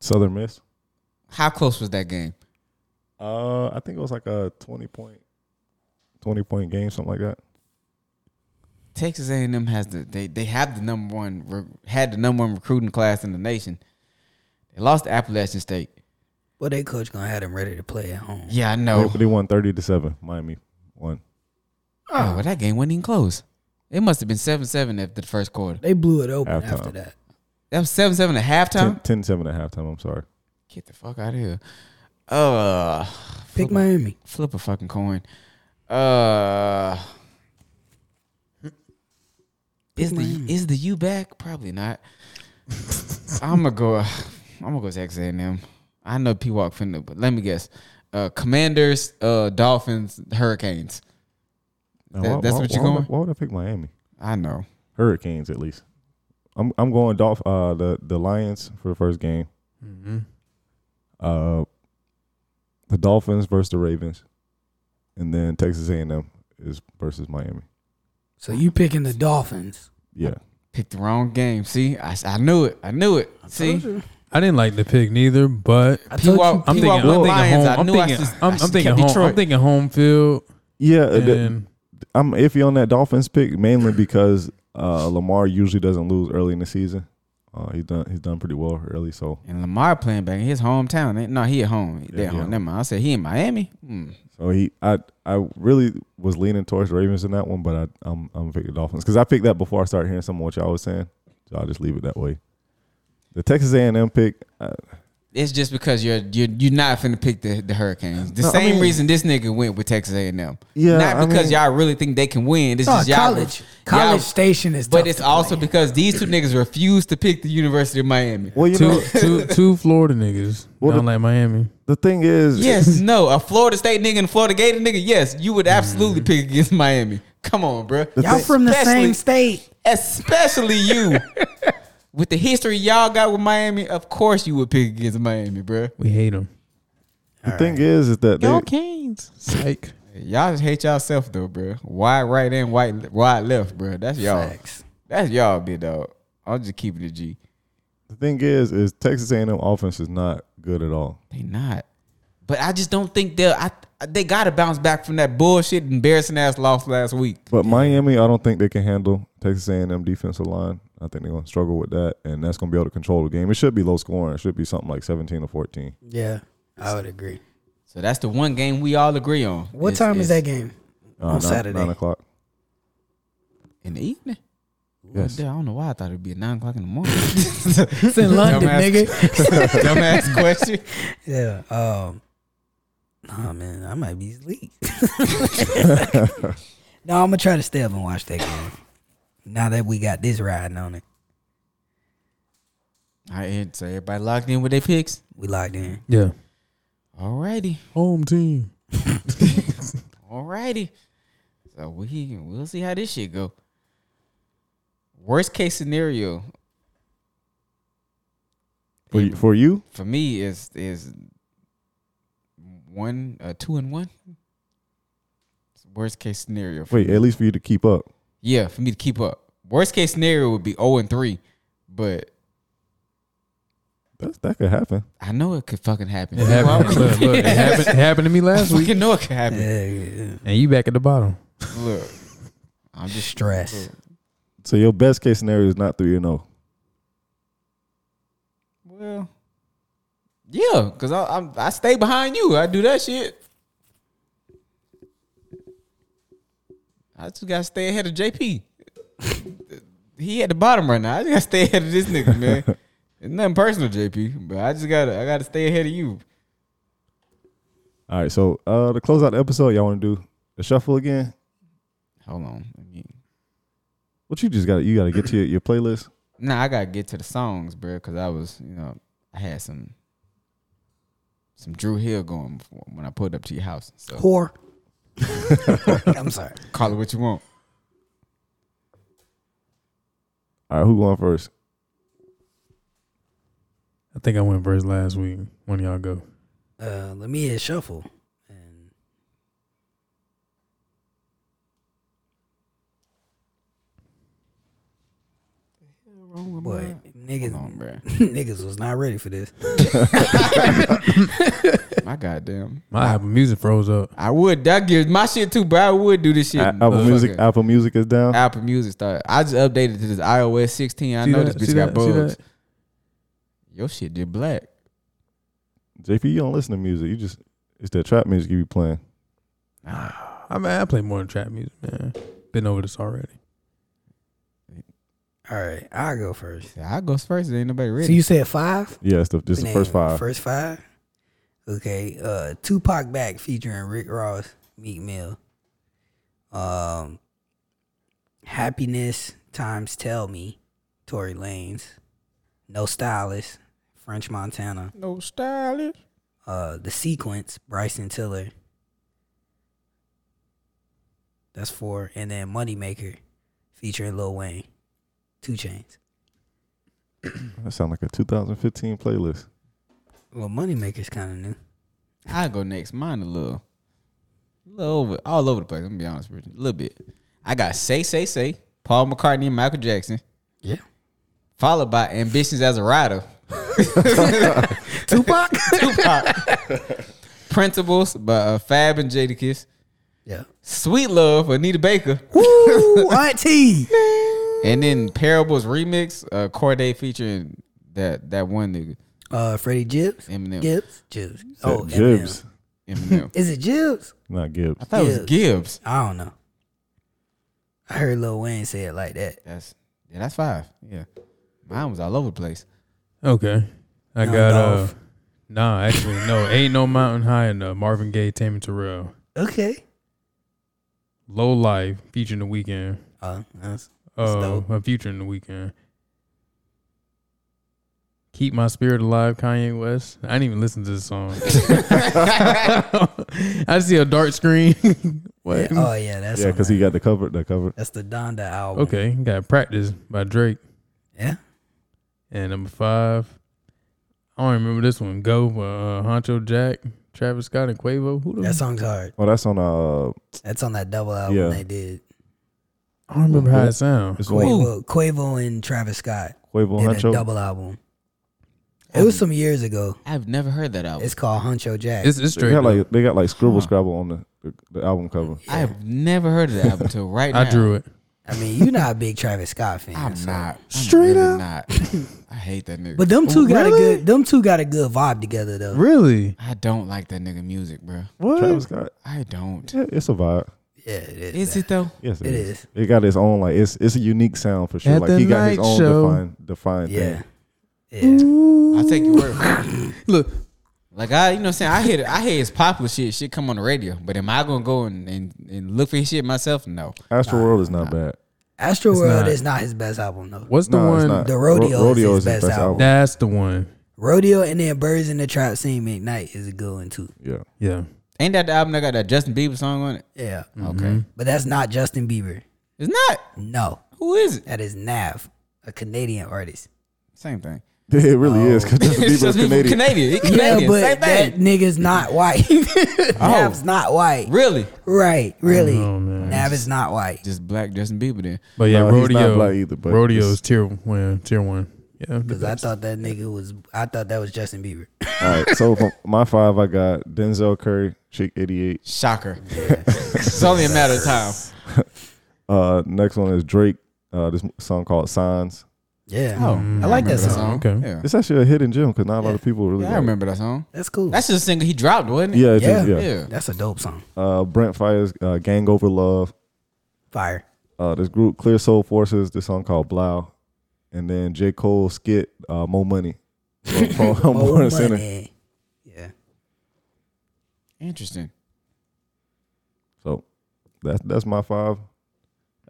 Speaker 3: Southern Miss.
Speaker 1: How close was that game?
Speaker 3: Uh, I think it was like a twenty point, twenty point game, something like that.
Speaker 1: Texas A and M has the they they have the number one re- had the number one recruiting class in the nation. They lost to Appalachian State.
Speaker 2: Well, they coach gonna have them ready to play at home.
Speaker 1: Yeah, I
Speaker 3: They-
Speaker 1: know.
Speaker 3: They, won thirty to seven. Miami won.
Speaker 1: Oh, well, that game wasn't even close. It must have been 7 7 after the first quarter.
Speaker 2: They blew it open
Speaker 3: Halftime.
Speaker 2: after that.
Speaker 1: That was 7 7 at halftime?
Speaker 3: 10, 10 7 at halftime. I'm sorry.
Speaker 1: Get the fuck out of here. Uh,
Speaker 2: Pick Miami.
Speaker 1: flip a fucking coin. Uh, is the is the U back? Probably not. I'm gonna go. (laughs) I'm gonna go Texas A&M. I know P Walk finna, but let me guess. Uh, Commanders, uh, Dolphins, Hurricanes.
Speaker 3: Now,
Speaker 1: That- that's what you
Speaker 3: why would I-
Speaker 1: going?
Speaker 3: Why would I pick Miami?
Speaker 1: I know.
Speaker 3: Hurricanes at least. I'm I'm going Dolph uh the the Lions for the first game.
Speaker 4: Mm-hmm.
Speaker 3: Uh, the Dolphins versus the Ravens, and then Texas A&M is versus Miami.
Speaker 2: So you picking the Dolphins?
Speaker 3: Yeah,
Speaker 1: Picked the wrong game. See, I, I knew it. I knew it. See,
Speaker 4: I didn't like the pick neither, but
Speaker 2: I
Speaker 1: P
Speaker 2: told you.
Speaker 1: Walk.
Speaker 4: I'm thinking, I'm thinking
Speaker 1: Lions. I
Speaker 4: home. I'm
Speaker 1: knew I
Speaker 4: thinking,
Speaker 1: should-
Speaker 4: I'm,
Speaker 1: I
Speaker 4: I'm
Speaker 1: should
Speaker 4: thinking
Speaker 1: kept
Speaker 4: home. I'm
Speaker 1: Detroit.
Speaker 4: thinking home field.
Speaker 3: yeah. uh, the-
Speaker 4: And
Speaker 3: I'm iffy on that Dolphins pick mainly because uh, Lamar usually doesn't lose early in the season. Uh, he's done he's done pretty well early, so
Speaker 1: And Lamar playing back in his hometown. Ain't- No, he at home. They
Speaker 3: Yeah,
Speaker 1: at
Speaker 3: he
Speaker 1: home.
Speaker 3: at
Speaker 1: Never mind. I said he in Miami. Hmm.
Speaker 3: So he, I, I really was leaning towards the Ravens in that one, but I, I'm, I'm picking the Dolphins because I picked that before I started hearing some of what y'all was saying, so I'll just leave it that way. The Texas A&M pick, uh,
Speaker 1: It's just because you're you're you're not finna pick the, the Hurricanes. The
Speaker 3: No, I
Speaker 1: same
Speaker 3: mean-
Speaker 1: reason this nigga went with Texas A and M.
Speaker 3: Yeah, I
Speaker 1: not because
Speaker 3: mean-
Speaker 1: y'all really think they can win. This
Speaker 2: Oh,
Speaker 1: is y'all
Speaker 2: college.
Speaker 1: y'all-
Speaker 2: College Station is.
Speaker 1: But
Speaker 2: tough
Speaker 1: it's
Speaker 2: to
Speaker 1: also
Speaker 2: play.
Speaker 1: because these two niggas refuse to pick the University of Miami.
Speaker 3: well, you
Speaker 4: two,
Speaker 3: know,
Speaker 4: two, two Florida niggas
Speaker 3: Well,
Speaker 4: don't
Speaker 3: the-
Speaker 4: like Miami.
Speaker 3: (laughs) the thing is,
Speaker 1: Yes, no, a Florida State nigga and Florida Gator nigga. Yes, you would absolutely pick against Miami. Come on, bruh.
Speaker 2: y'all from the
Speaker 1: Especially-
Speaker 2: same state.
Speaker 1: especially (laughs) you. with the history y'all got with Miami, of course you would pick against Miami, bruh.
Speaker 4: We hate them.
Speaker 3: the thing is, is that they,
Speaker 4: Canes. Psych.
Speaker 1: Y'all just hate y'allself though, bruh. Wide right and white wide left, bruh. That's y'all.
Speaker 2: Facts.
Speaker 1: That's y'all, big dog. I'm just keeping it G.
Speaker 3: the thing is, is Texas A&M offense is not good at all.
Speaker 1: They not. But I just don't think they'll. I they gotta bounce back from that bullshit embarrassing ass loss last week.
Speaker 3: But Miami, I don't think they can handle Texas A&M defensive line. I think they're gonna struggle with that, and that's gonna be able to control the game. It should be low scoring. It should be something like 17 or 14.
Speaker 2: Yeah, I would agree.
Speaker 1: So that's the one game we all agree on.
Speaker 2: What
Speaker 1: It's-
Speaker 2: time is
Speaker 1: it's
Speaker 2: that game?
Speaker 3: Uh,
Speaker 2: On
Speaker 3: nine-
Speaker 2: Saturday.
Speaker 3: nine o'clock.
Speaker 1: In the evening.
Speaker 3: Yes.
Speaker 1: I don't know why I thought it'd be at nine o'clock in the morning. (laughs)
Speaker 2: It's in London,
Speaker 1: Dumbass.
Speaker 2: nigga.
Speaker 1: (laughs) Dumbass question.
Speaker 2: Yeah. Um. Nah, man, I might be asleep. (laughs) no, I'm gonna try to stay up and watch that game. Now that we got this riding on it,
Speaker 1: All right, so everybody locked in with their picks.
Speaker 2: we locked in.
Speaker 4: Yeah. (laughs)
Speaker 1: Alrighty.
Speaker 4: Home team.
Speaker 1: Alrighty. So we we'll see how this shit go. Worst case scenario
Speaker 3: For you, for you,
Speaker 1: for me is is one uh, two and one. It's worst case scenario. For
Speaker 3: wait, at least for you to keep up.
Speaker 1: Yeah, for me to keep up. Worst case scenario would be zero and three, but
Speaker 3: That's, that could happen.
Speaker 1: I know it could fucking happen.
Speaker 4: It happened. Look, look, it happened. It happened to
Speaker 1: (laughs)
Speaker 4: me
Speaker 1: I
Speaker 4: last week,
Speaker 1: fucking know it could happen.
Speaker 2: Yeah,
Speaker 4: and you back at the bottom.
Speaker 1: Look, I'm just
Speaker 2: Stress.
Speaker 3: So your best case scenario is not three and oh. zero.
Speaker 1: Well, yeah, because I I'm, I stay behind you. I do that shit. I just gotta stay ahead of JP. (laughs) he at the bottom right now. I just gotta stay ahead of this nigga,
Speaker 2: (laughs)
Speaker 1: man. It's nothing personal, JP, but I just gotta I gotta stay ahead of you.
Speaker 3: All right, so uh, to close out the episode, y'all want to do the shuffle again?
Speaker 1: Hold on. let me-
Speaker 3: What you just got? You got to get to your, your playlist.
Speaker 1: Nah, I gotta get to the songs, bro, because I was, you know, I had some some Drew Hill going before, when I pulled up to your house. So
Speaker 2: Whore. (laughs) I'm sorry.
Speaker 1: call it what you want.
Speaker 3: All right, who going
Speaker 1: (laughs)
Speaker 3: first?
Speaker 4: I think I went first last week. When y'all go,
Speaker 2: Uh, let me hit shuffle. And boy, niggas,
Speaker 1: Hold on, bro.
Speaker 2: (laughs) niggas was not ready for this.
Speaker 1: My goddamn.
Speaker 4: my Apple Music froze up.
Speaker 1: I would. That gives my shit too, bro. I would do this shit.
Speaker 3: A- Uh, Apple
Speaker 1: Motherfucker.
Speaker 3: Music. Apple Music is down.
Speaker 1: Apple Music started. I just updated to this iOS 16. I
Speaker 4: See
Speaker 1: know
Speaker 4: that?
Speaker 1: this bitch
Speaker 4: See
Speaker 1: got
Speaker 4: that? See
Speaker 1: bugs.
Speaker 4: that?
Speaker 1: Your shit did black.
Speaker 3: JP, you don't listen to music. You just it's that trap music you be playing.
Speaker 4: I mean, I play more than trap music, man. Been over this already.
Speaker 2: All right, I'll go first.
Speaker 1: Yeah, I goes first. Ain't nobody ready.
Speaker 2: So you said five?
Speaker 3: Yeah, it's the just the
Speaker 2: Name,
Speaker 3: first five.
Speaker 2: First five. Okay. Uh, Tupac back featuring Rick Ross, Meat Mill. Um, happiness times tell me, Tory Lanez, no stylist, French Montana.
Speaker 1: no stylist.
Speaker 2: Uh, the sequence, Bryson Tiller. That's four, and then Moneymaker, featuring Lil Wayne, Two Chains.
Speaker 3: That sound like a 2015 playlist.
Speaker 2: Well, Moneymaker's kind of new.
Speaker 1: I go next. Mine a little, little over, all over the place. I'm gonna be honest with you, a little bit. I got say say say Paul McCartney and Michael Jackson,
Speaker 2: Yeah.
Speaker 1: followed by Ambitions as a Rider.
Speaker 2: (laughs)
Speaker 1: Tupac, Tupac, Principles by uh, Fab and Jadakiss,
Speaker 2: Yeah.
Speaker 1: Sweet Love Anita Baker,
Speaker 2: Woo, (laughs) auntie.
Speaker 1: and then Parables remix, uh, Corday featuring that that one nigga
Speaker 2: Uh, Freddie Gibbs.
Speaker 1: Eminem.
Speaker 2: Gibbs. Gibbs.
Speaker 3: Oh,
Speaker 2: Oh,
Speaker 3: Gibbs,
Speaker 2: Eminem.
Speaker 1: Eminem.
Speaker 2: Is it Gibbs?
Speaker 3: not Gibbs.
Speaker 1: I thought it was
Speaker 2: Gibbs.
Speaker 1: Gibbs.
Speaker 2: I don't know. I heard Lil Wayne say it like that.
Speaker 1: That's yeah, that's five. Yeah, mine was all over the place.
Speaker 4: Okay, I
Speaker 2: No,
Speaker 4: got uh,
Speaker 2: Dolph.
Speaker 4: nah. Actually, no. Ain't no mountain high enough. Marvin Gaye, Tammy Terrell,
Speaker 2: Okay.
Speaker 4: Low Life featuring the weekend.
Speaker 2: Uh, that's, that's
Speaker 4: Uh,
Speaker 2: dope.
Speaker 4: a future in the weekend. Keep my spirit alive, Kanye West. I didn't even listen to this
Speaker 2: (laughs)
Speaker 4: song. (laughs) I see a dark screen. (laughs)
Speaker 2: Yeah, Oh yeah, that's
Speaker 3: Yeah,
Speaker 2: on
Speaker 3: because he
Speaker 2: there.
Speaker 3: got the cover. The cover.
Speaker 2: that's the Donda album.
Speaker 4: okay, got practice by Drake.
Speaker 2: Yeah.
Speaker 4: And number five, I don't remember this one. Go, uh, Honcho Jack, Travis Scott, and Quavo. Who the?
Speaker 2: That song's hard.
Speaker 3: Oh, that's on uh,
Speaker 2: That's on that double album
Speaker 3: Yeah.
Speaker 2: they did.
Speaker 4: I don't remember how it sounds.
Speaker 3: it's one
Speaker 2: Quavo, Quavo and Travis Scott
Speaker 3: Quavo
Speaker 2: did a
Speaker 3: Huncho.
Speaker 2: double album. It
Speaker 3: Oh.
Speaker 2: was some years ago.
Speaker 1: I've never heard that album.
Speaker 2: It's called Huncho Jack.
Speaker 4: It's, it's
Speaker 3: They
Speaker 4: straight.
Speaker 3: got
Speaker 4: up.
Speaker 3: like they got like scribble scrabble on the, the the album cover.
Speaker 1: I have never heard of that album until right now.
Speaker 4: I drew it.
Speaker 2: I mean, you're not a big Travis Scott
Speaker 3: (laughs)
Speaker 2: fan.
Speaker 1: I'm
Speaker 2: so-
Speaker 1: not. Straight up. Not.
Speaker 2: (laughs)
Speaker 1: I hate that nigga.
Speaker 2: But them two got a good. Them two got a good vibe together though.
Speaker 4: Really?
Speaker 1: I don't like that nigga music, bro.
Speaker 4: What?
Speaker 3: Travis Scott.
Speaker 1: I don't.
Speaker 3: Yeah, it's a vibe.
Speaker 2: Yeah, it is.
Speaker 1: Is it though?
Speaker 3: Yes,
Speaker 2: It
Speaker 3: it
Speaker 2: is.
Speaker 3: is. It got its own like it's it's a unique sound for sure.
Speaker 4: At
Speaker 3: like
Speaker 4: the
Speaker 3: he got his
Speaker 4: night
Speaker 3: own
Speaker 4: show.
Speaker 3: defined defined
Speaker 2: Yeah.
Speaker 3: thing.
Speaker 2: Yeah.
Speaker 1: I'll take your word for it.
Speaker 4: Look,
Speaker 1: Like I, you know what I'm saying? I hear I hear his popular shit. Shit come on the radio. But am I gonna go and, and, and look for his shit myself? No.
Speaker 3: Astro World is not bad.
Speaker 2: Astro World
Speaker 4: not.
Speaker 2: is not his best album though.
Speaker 4: what's the
Speaker 3: No, it's
Speaker 4: one?
Speaker 3: not.
Speaker 2: The Rodeo is his best album.
Speaker 4: That's the one.
Speaker 2: Rodeo and then Birds in the Trap Scene McKnight is a good one too.
Speaker 3: Yeah.
Speaker 4: Yeah.
Speaker 1: Ain't that the album that got that Justin Bieber song on it?
Speaker 2: Yeah.
Speaker 1: Okay.
Speaker 2: Um, But that's not Justin Bieber.
Speaker 1: It's not.
Speaker 2: No.
Speaker 1: Who is it?
Speaker 2: That is Nav, a Canadian artist.
Speaker 1: Same thing.
Speaker 3: (laughs) It really
Speaker 4: Oh.
Speaker 3: is
Speaker 4: (laughs)
Speaker 3: because Justin
Speaker 1: (laughs) It's
Speaker 3: Bieber is
Speaker 1: Justin Bieber
Speaker 3: Canadian.
Speaker 1: Canadian. He
Speaker 2: Yeah,
Speaker 1: Canadian.
Speaker 2: but
Speaker 1: Same thing.
Speaker 2: that
Speaker 1: Oh.
Speaker 2: nigga's
Speaker 1: (laughs)
Speaker 2: not white. Nav's not white.
Speaker 1: Really?
Speaker 2: Right, really.
Speaker 4: know, man.
Speaker 2: Nav is not white.
Speaker 1: Just black Justin Bieber then.
Speaker 4: But yeah,
Speaker 3: No, he's
Speaker 4: rodeo.
Speaker 3: not black either, but
Speaker 4: rodeo
Speaker 3: it's-
Speaker 4: is tier one. Tier one. Yeah.
Speaker 2: Because I thought that nigga was, I thought that was
Speaker 1: (laughs)
Speaker 2: Justin Bieber.
Speaker 3: All right, so for my five, I got Denzel Curry, Chick 88.
Speaker 1: Shocker. it's only a matter of time.
Speaker 3: Uh, next one is Drake. Uh, this song called Signs.
Speaker 2: Yeah.
Speaker 1: Oh,
Speaker 2: I like that
Speaker 1: remember
Speaker 2: song.
Speaker 4: Okay.
Speaker 1: Yeah.
Speaker 3: It's actually a hidden gem because not a lot of people really.
Speaker 1: Yeah,
Speaker 3: like
Speaker 1: I
Speaker 3: it.
Speaker 1: remember that song.
Speaker 2: That's cool.
Speaker 1: That's just a single he dropped, wasn't it?
Speaker 3: Yeah, it's just-
Speaker 2: Yeah.
Speaker 3: yeah.
Speaker 1: Yeah.
Speaker 2: That's a dope song.
Speaker 3: Uh, Brent Fires, uh, Gang Over Love.
Speaker 2: Fire.
Speaker 3: Uh, this group Clear Soul Forces. This song called Blau, and then J Cole skit uh,
Speaker 1: (laughs)
Speaker 3: Mo Money. From, from More
Speaker 2: Oh,
Speaker 3: and Center.
Speaker 2: money. Yeah.
Speaker 1: Interesting.
Speaker 3: So that's that's my five.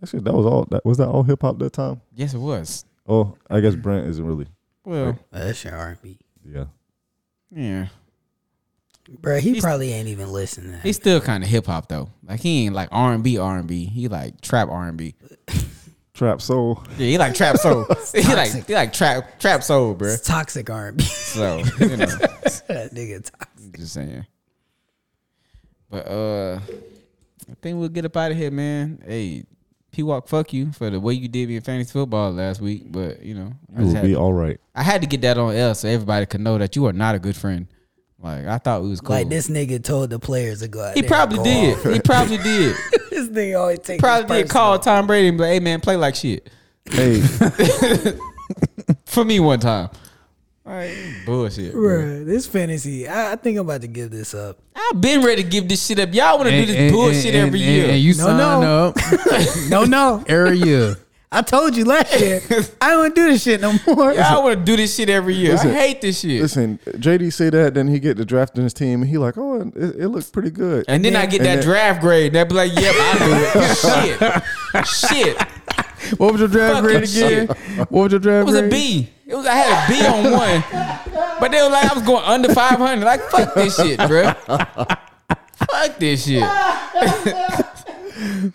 Speaker 3: Actually, that was all. That was that all hip hop that time.
Speaker 1: Yes, it was.
Speaker 3: Oh, I guess Brent isn't really.
Speaker 1: Well,
Speaker 2: That's your R&B.
Speaker 3: Yeah.
Speaker 1: yeah.
Speaker 2: Bruh, he
Speaker 1: He's-
Speaker 2: probably ain't even listening.
Speaker 1: He's still kind of hip hop though. Like he ain't like R and B R and B. He like trap R and B.
Speaker 3: Trap soul.
Speaker 1: Yeah, he like trap
Speaker 2: (laughs)
Speaker 1: soul. he like
Speaker 2: toxic.
Speaker 1: he like trap trap soul, bro.
Speaker 2: It's toxic R&B.
Speaker 1: So you know,
Speaker 2: (laughs) that nigga toxic.
Speaker 1: just saying. But uh, I think we'll get up out of here, man. Hey, P Walk, fuck you for the way you did me in fantasy football last week. But you know, I,
Speaker 3: You
Speaker 1: just
Speaker 3: will
Speaker 1: had,
Speaker 3: be all right.
Speaker 1: I had to get that on L so everybody could know that you are not a good friend. Like I thought we was cool.
Speaker 2: Like this nigga told the players to go out
Speaker 1: he
Speaker 2: there
Speaker 1: probably
Speaker 2: and go
Speaker 1: did.
Speaker 2: off. (laughs)
Speaker 1: He probably did.
Speaker 2: this nigga always take
Speaker 1: probably did call Tom Brady and be like, "Hey man, play like shit."
Speaker 4: (laughs)
Speaker 3: Hey,
Speaker 1: for me one time. Like bullshit. bro.
Speaker 2: Bruh, this fantasy, I, I think I'm about to give this up.
Speaker 1: I've been ready to give this shit up. Y'all want to do this bullshit every
Speaker 4: and-
Speaker 1: year.
Speaker 4: And you
Speaker 2: No,
Speaker 4: sign
Speaker 2: no.
Speaker 4: up
Speaker 2: (laughs)
Speaker 1: Oh,
Speaker 2: No, no,
Speaker 4: every year.
Speaker 2: I told you last
Speaker 1: (laughs)
Speaker 2: year. I don't do this shit no more. (laughs)
Speaker 1: Y'all want to do this shit every year.
Speaker 3: Listen.
Speaker 1: I hate this shit.
Speaker 3: listen. JD say that, then he get the draft in his team, and he like, oh, it, it looks pretty good.
Speaker 1: and then I get
Speaker 3: and
Speaker 1: that
Speaker 3: then-
Speaker 1: draft grade. They be like, "Yep, I do it." shit, shit.
Speaker 4: What was your draft
Speaker 1: Fucking
Speaker 4: grade again? What was your
Speaker 1: It
Speaker 4: draft
Speaker 1: was
Speaker 4: grade?
Speaker 1: a B. It was I had a B on one, but they were like, I was going under five hundred. Like fuck this shit, bro. fuck this shit. (laughs) and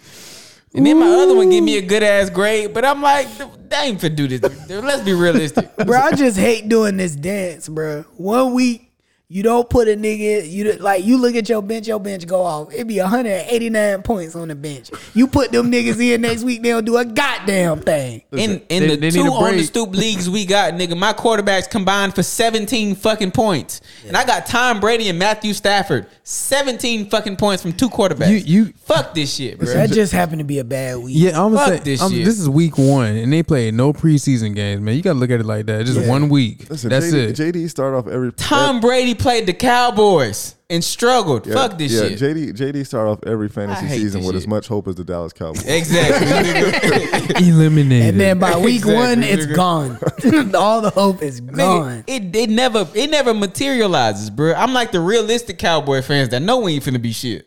Speaker 1: then my other one give me a good ass grade, but I'm like, they ain't finna do this. Let's be
Speaker 4: (laughs)
Speaker 1: realistic.
Speaker 2: bro, I just hate doing this dance, bro. One week you don't put a nigga, you don't- like you look at your bench, your bench go off. It be 189 points on the bench. You put them niggas in next week, they don't do a goddamn thing.
Speaker 1: In in
Speaker 4: They-
Speaker 1: the
Speaker 4: they need
Speaker 1: two
Speaker 4: a
Speaker 1: on the
Speaker 4: break.
Speaker 1: stoop leagues we got, nigga, my quarterbacks combined for 17 fucking points. And I got Tom Brady and Matthew Stafford. 17 fucking points from two quarterbacks.
Speaker 4: You- you-
Speaker 1: fuck this shit, bro.
Speaker 2: That just happened to be a bad week.
Speaker 4: Yeah, I'm
Speaker 1: Fuck
Speaker 4: gonna
Speaker 1: this
Speaker 4: say this, I'm,
Speaker 1: shit.
Speaker 4: this is week one, and they played no preseason games, man. You gotta look at it like that. Just one week.
Speaker 3: Listen,
Speaker 4: That's
Speaker 3: JD,
Speaker 4: it.
Speaker 3: JD start off every
Speaker 1: Tom Brady played the Cowboys and struggled.
Speaker 3: Yeah,
Speaker 1: Fuck this
Speaker 3: yeah,
Speaker 1: shit.
Speaker 3: JD JD start off every
Speaker 1: I
Speaker 3: fantasy
Speaker 1: hate
Speaker 3: season
Speaker 1: this
Speaker 3: with as
Speaker 1: shit.
Speaker 3: much hope as the Dallas Cowboys. (laughs)
Speaker 1: exactly. nigga.
Speaker 4: Eliminated.
Speaker 2: And then by week
Speaker 1: Exactly,
Speaker 2: one, it's
Speaker 1: nigga. (laughs)
Speaker 2: gone. (laughs) All the hope is
Speaker 1: Nigga,
Speaker 2: gone.
Speaker 1: it it never it never materializes, bro. I'm like the realistic Cowboy fans that know we ain't finna be shit.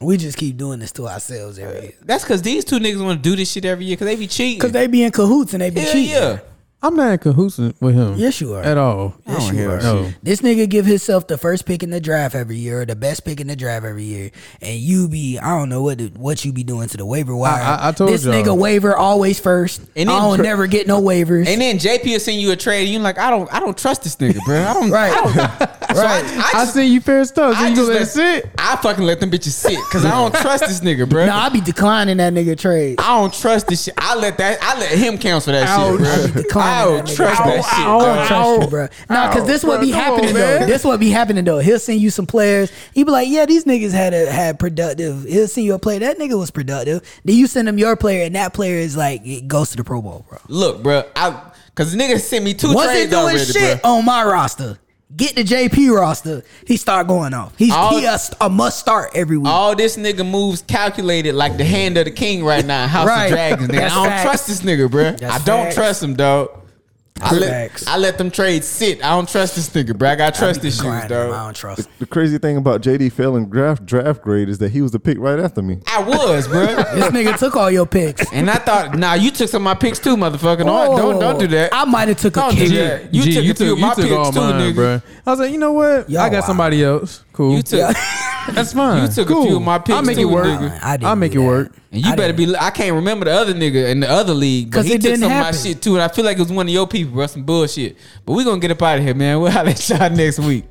Speaker 2: We just keep doing this to ourselves every year.
Speaker 1: That's cause these two niggas wanna do this shit every year cause they be cheating.
Speaker 2: Cause they be in cahoots and they be
Speaker 1: Hell
Speaker 2: cheating.
Speaker 1: yeah.
Speaker 4: I'm not in cahoots with him.
Speaker 2: Yes, you are.
Speaker 4: At all.
Speaker 2: Yes, you are.
Speaker 4: No.
Speaker 2: This nigga give himself the first pick in the draft every year, or the best pick in the draft every year, and you be I don't know what what you be doing to the waiver wire.
Speaker 4: I- I told
Speaker 2: this
Speaker 4: y'all.
Speaker 2: nigga waiver always first.
Speaker 1: And
Speaker 2: I
Speaker 1: then
Speaker 2: don't
Speaker 1: cr-
Speaker 2: never get no waivers.
Speaker 1: And then JP will send you a trade, and you're like, I don't, I don't trust this nigga, bro. I don't.
Speaker 2: Right.
Speaker 1: I don't. So I, I
Speaker 4: I
Speaker 1: just,
Speaker 4: seen you fair stuff. So
Speaker 1: I
Speaker 4: you
Speaker 1: just
Speaker 4: let it
Speaker 1: let-
Speaker 4: sit.
Speaker 1: I fucking let them bitches sit because I don't trust this nigga, bro.
Speaker 2: (laughs) no, I be declining that nigga trade.
Speaker 1: I don't trust this shit. I let that. I let him cancel that
Speaker 2: Ouch. I
Speaker 1: shit,
Speaker 2: be
Speaker 1: bro.
Speaker 2: declining
Speaker 1: I don't
Speaker 2: that nigga.
Speaker 1: trust that shit.
Speaker 2: I don't
Speaker 1: dog.
Speaker 2: trust you, bro. Nah, cause this what be
Speaker 4: Come on,
Speaker 2: happening though.
Speaker 4: man.
Speaker 2: This what be happening though. He'll send you some players. He be like, yeah, these niggas had a had productive. He'll send you a player. That nigga was productive. Then you send him your player, and that player is like it goes to the Pro Bowl, bro.
Speaker 1: Look, bro. I because the nigga sent me two
Speaker 2: wasn't
Speaker 1: trades
Speaker 2: doing
Speaker 1: already,
Speaker 2: shit
Speaker 1: bro.
Speaker 2: on my roster. Get the JP roster. He start going off. He's
Speaker 1: All-
Speaker 2: he a, a must start every week.
Speaker 1: All this nigga moves calculated like the hand of the king right now, in House
Speaker 2: Right.
Speaker 1: of Dragons. Nigga. I
Speaker 2: That's
Speaker 1: don't
Speaker 2: facts.
Speaker 1: trust this nigga, bro. I don't
Speaker 2: facts.
Speaker 1: trust him, dog. I
Speaker 2: Facts.
Speaker 1: let, I let them trades sit. I don't trust this nigga, bro. I got trust
Speaker 2: Be
Speaker 1: issues,
Speaker 2: grinding him. I
Speaker 1: dog.
Speaker 2: don't trust. him.
Speaker 3: The crazy thing about JD failing draft draft grade is that he was the pick right after me.
Speaker 1: I was, bro.
Speaker 2: (laughs) This nigga took all your picks.
Speaker 1: (laughs) And I thought, nah, you took some of my picks too, motherfucker. Don't, don't, don't do that.
Speaker 2: I might have took a
Speaker 1: Don't do
Speaker 2: kick.
Speaker 1: that. You took a few of my picks too, nigga.
Speaker 4: bruh. I was like, you know what?
Speaker 2: Y'all
Speaker 4: I got
Speaker 2: wild.
Speaker 4: somebody else. Cool.
Speaker 1: You took
Speaker 4: That's fine.
Speaker 1: you took a few of my picks
Speaker 4: I'll make
Speaker 1: too,
Speaker 4: it work.
Speaker 1: nigga.
Speaker 2: I didn't
Speaker 4: I'll make
Speaker 2: do
Speaker 4: it
Speaker 2: that.
Speaker 4: work.
Speaker 1: And you
Speaker 2: I
Speaker 1: better
Speaker 2: didn't-
Speaker 1: be. I can't remember the other nigga in the other league, but
Speaker 2: 'Cause
Speaker 1: he
Speaker 2: it
Speaker 1: took
Speaker 2: didn't
Speaker 1: some
Speaker 2: happen.
Speaker 1: of my shit too, and I feel like it was one of your people, bro. Some bullshit. But we gonna get up out of here, man. We'll holler at y'all (laughs) next week.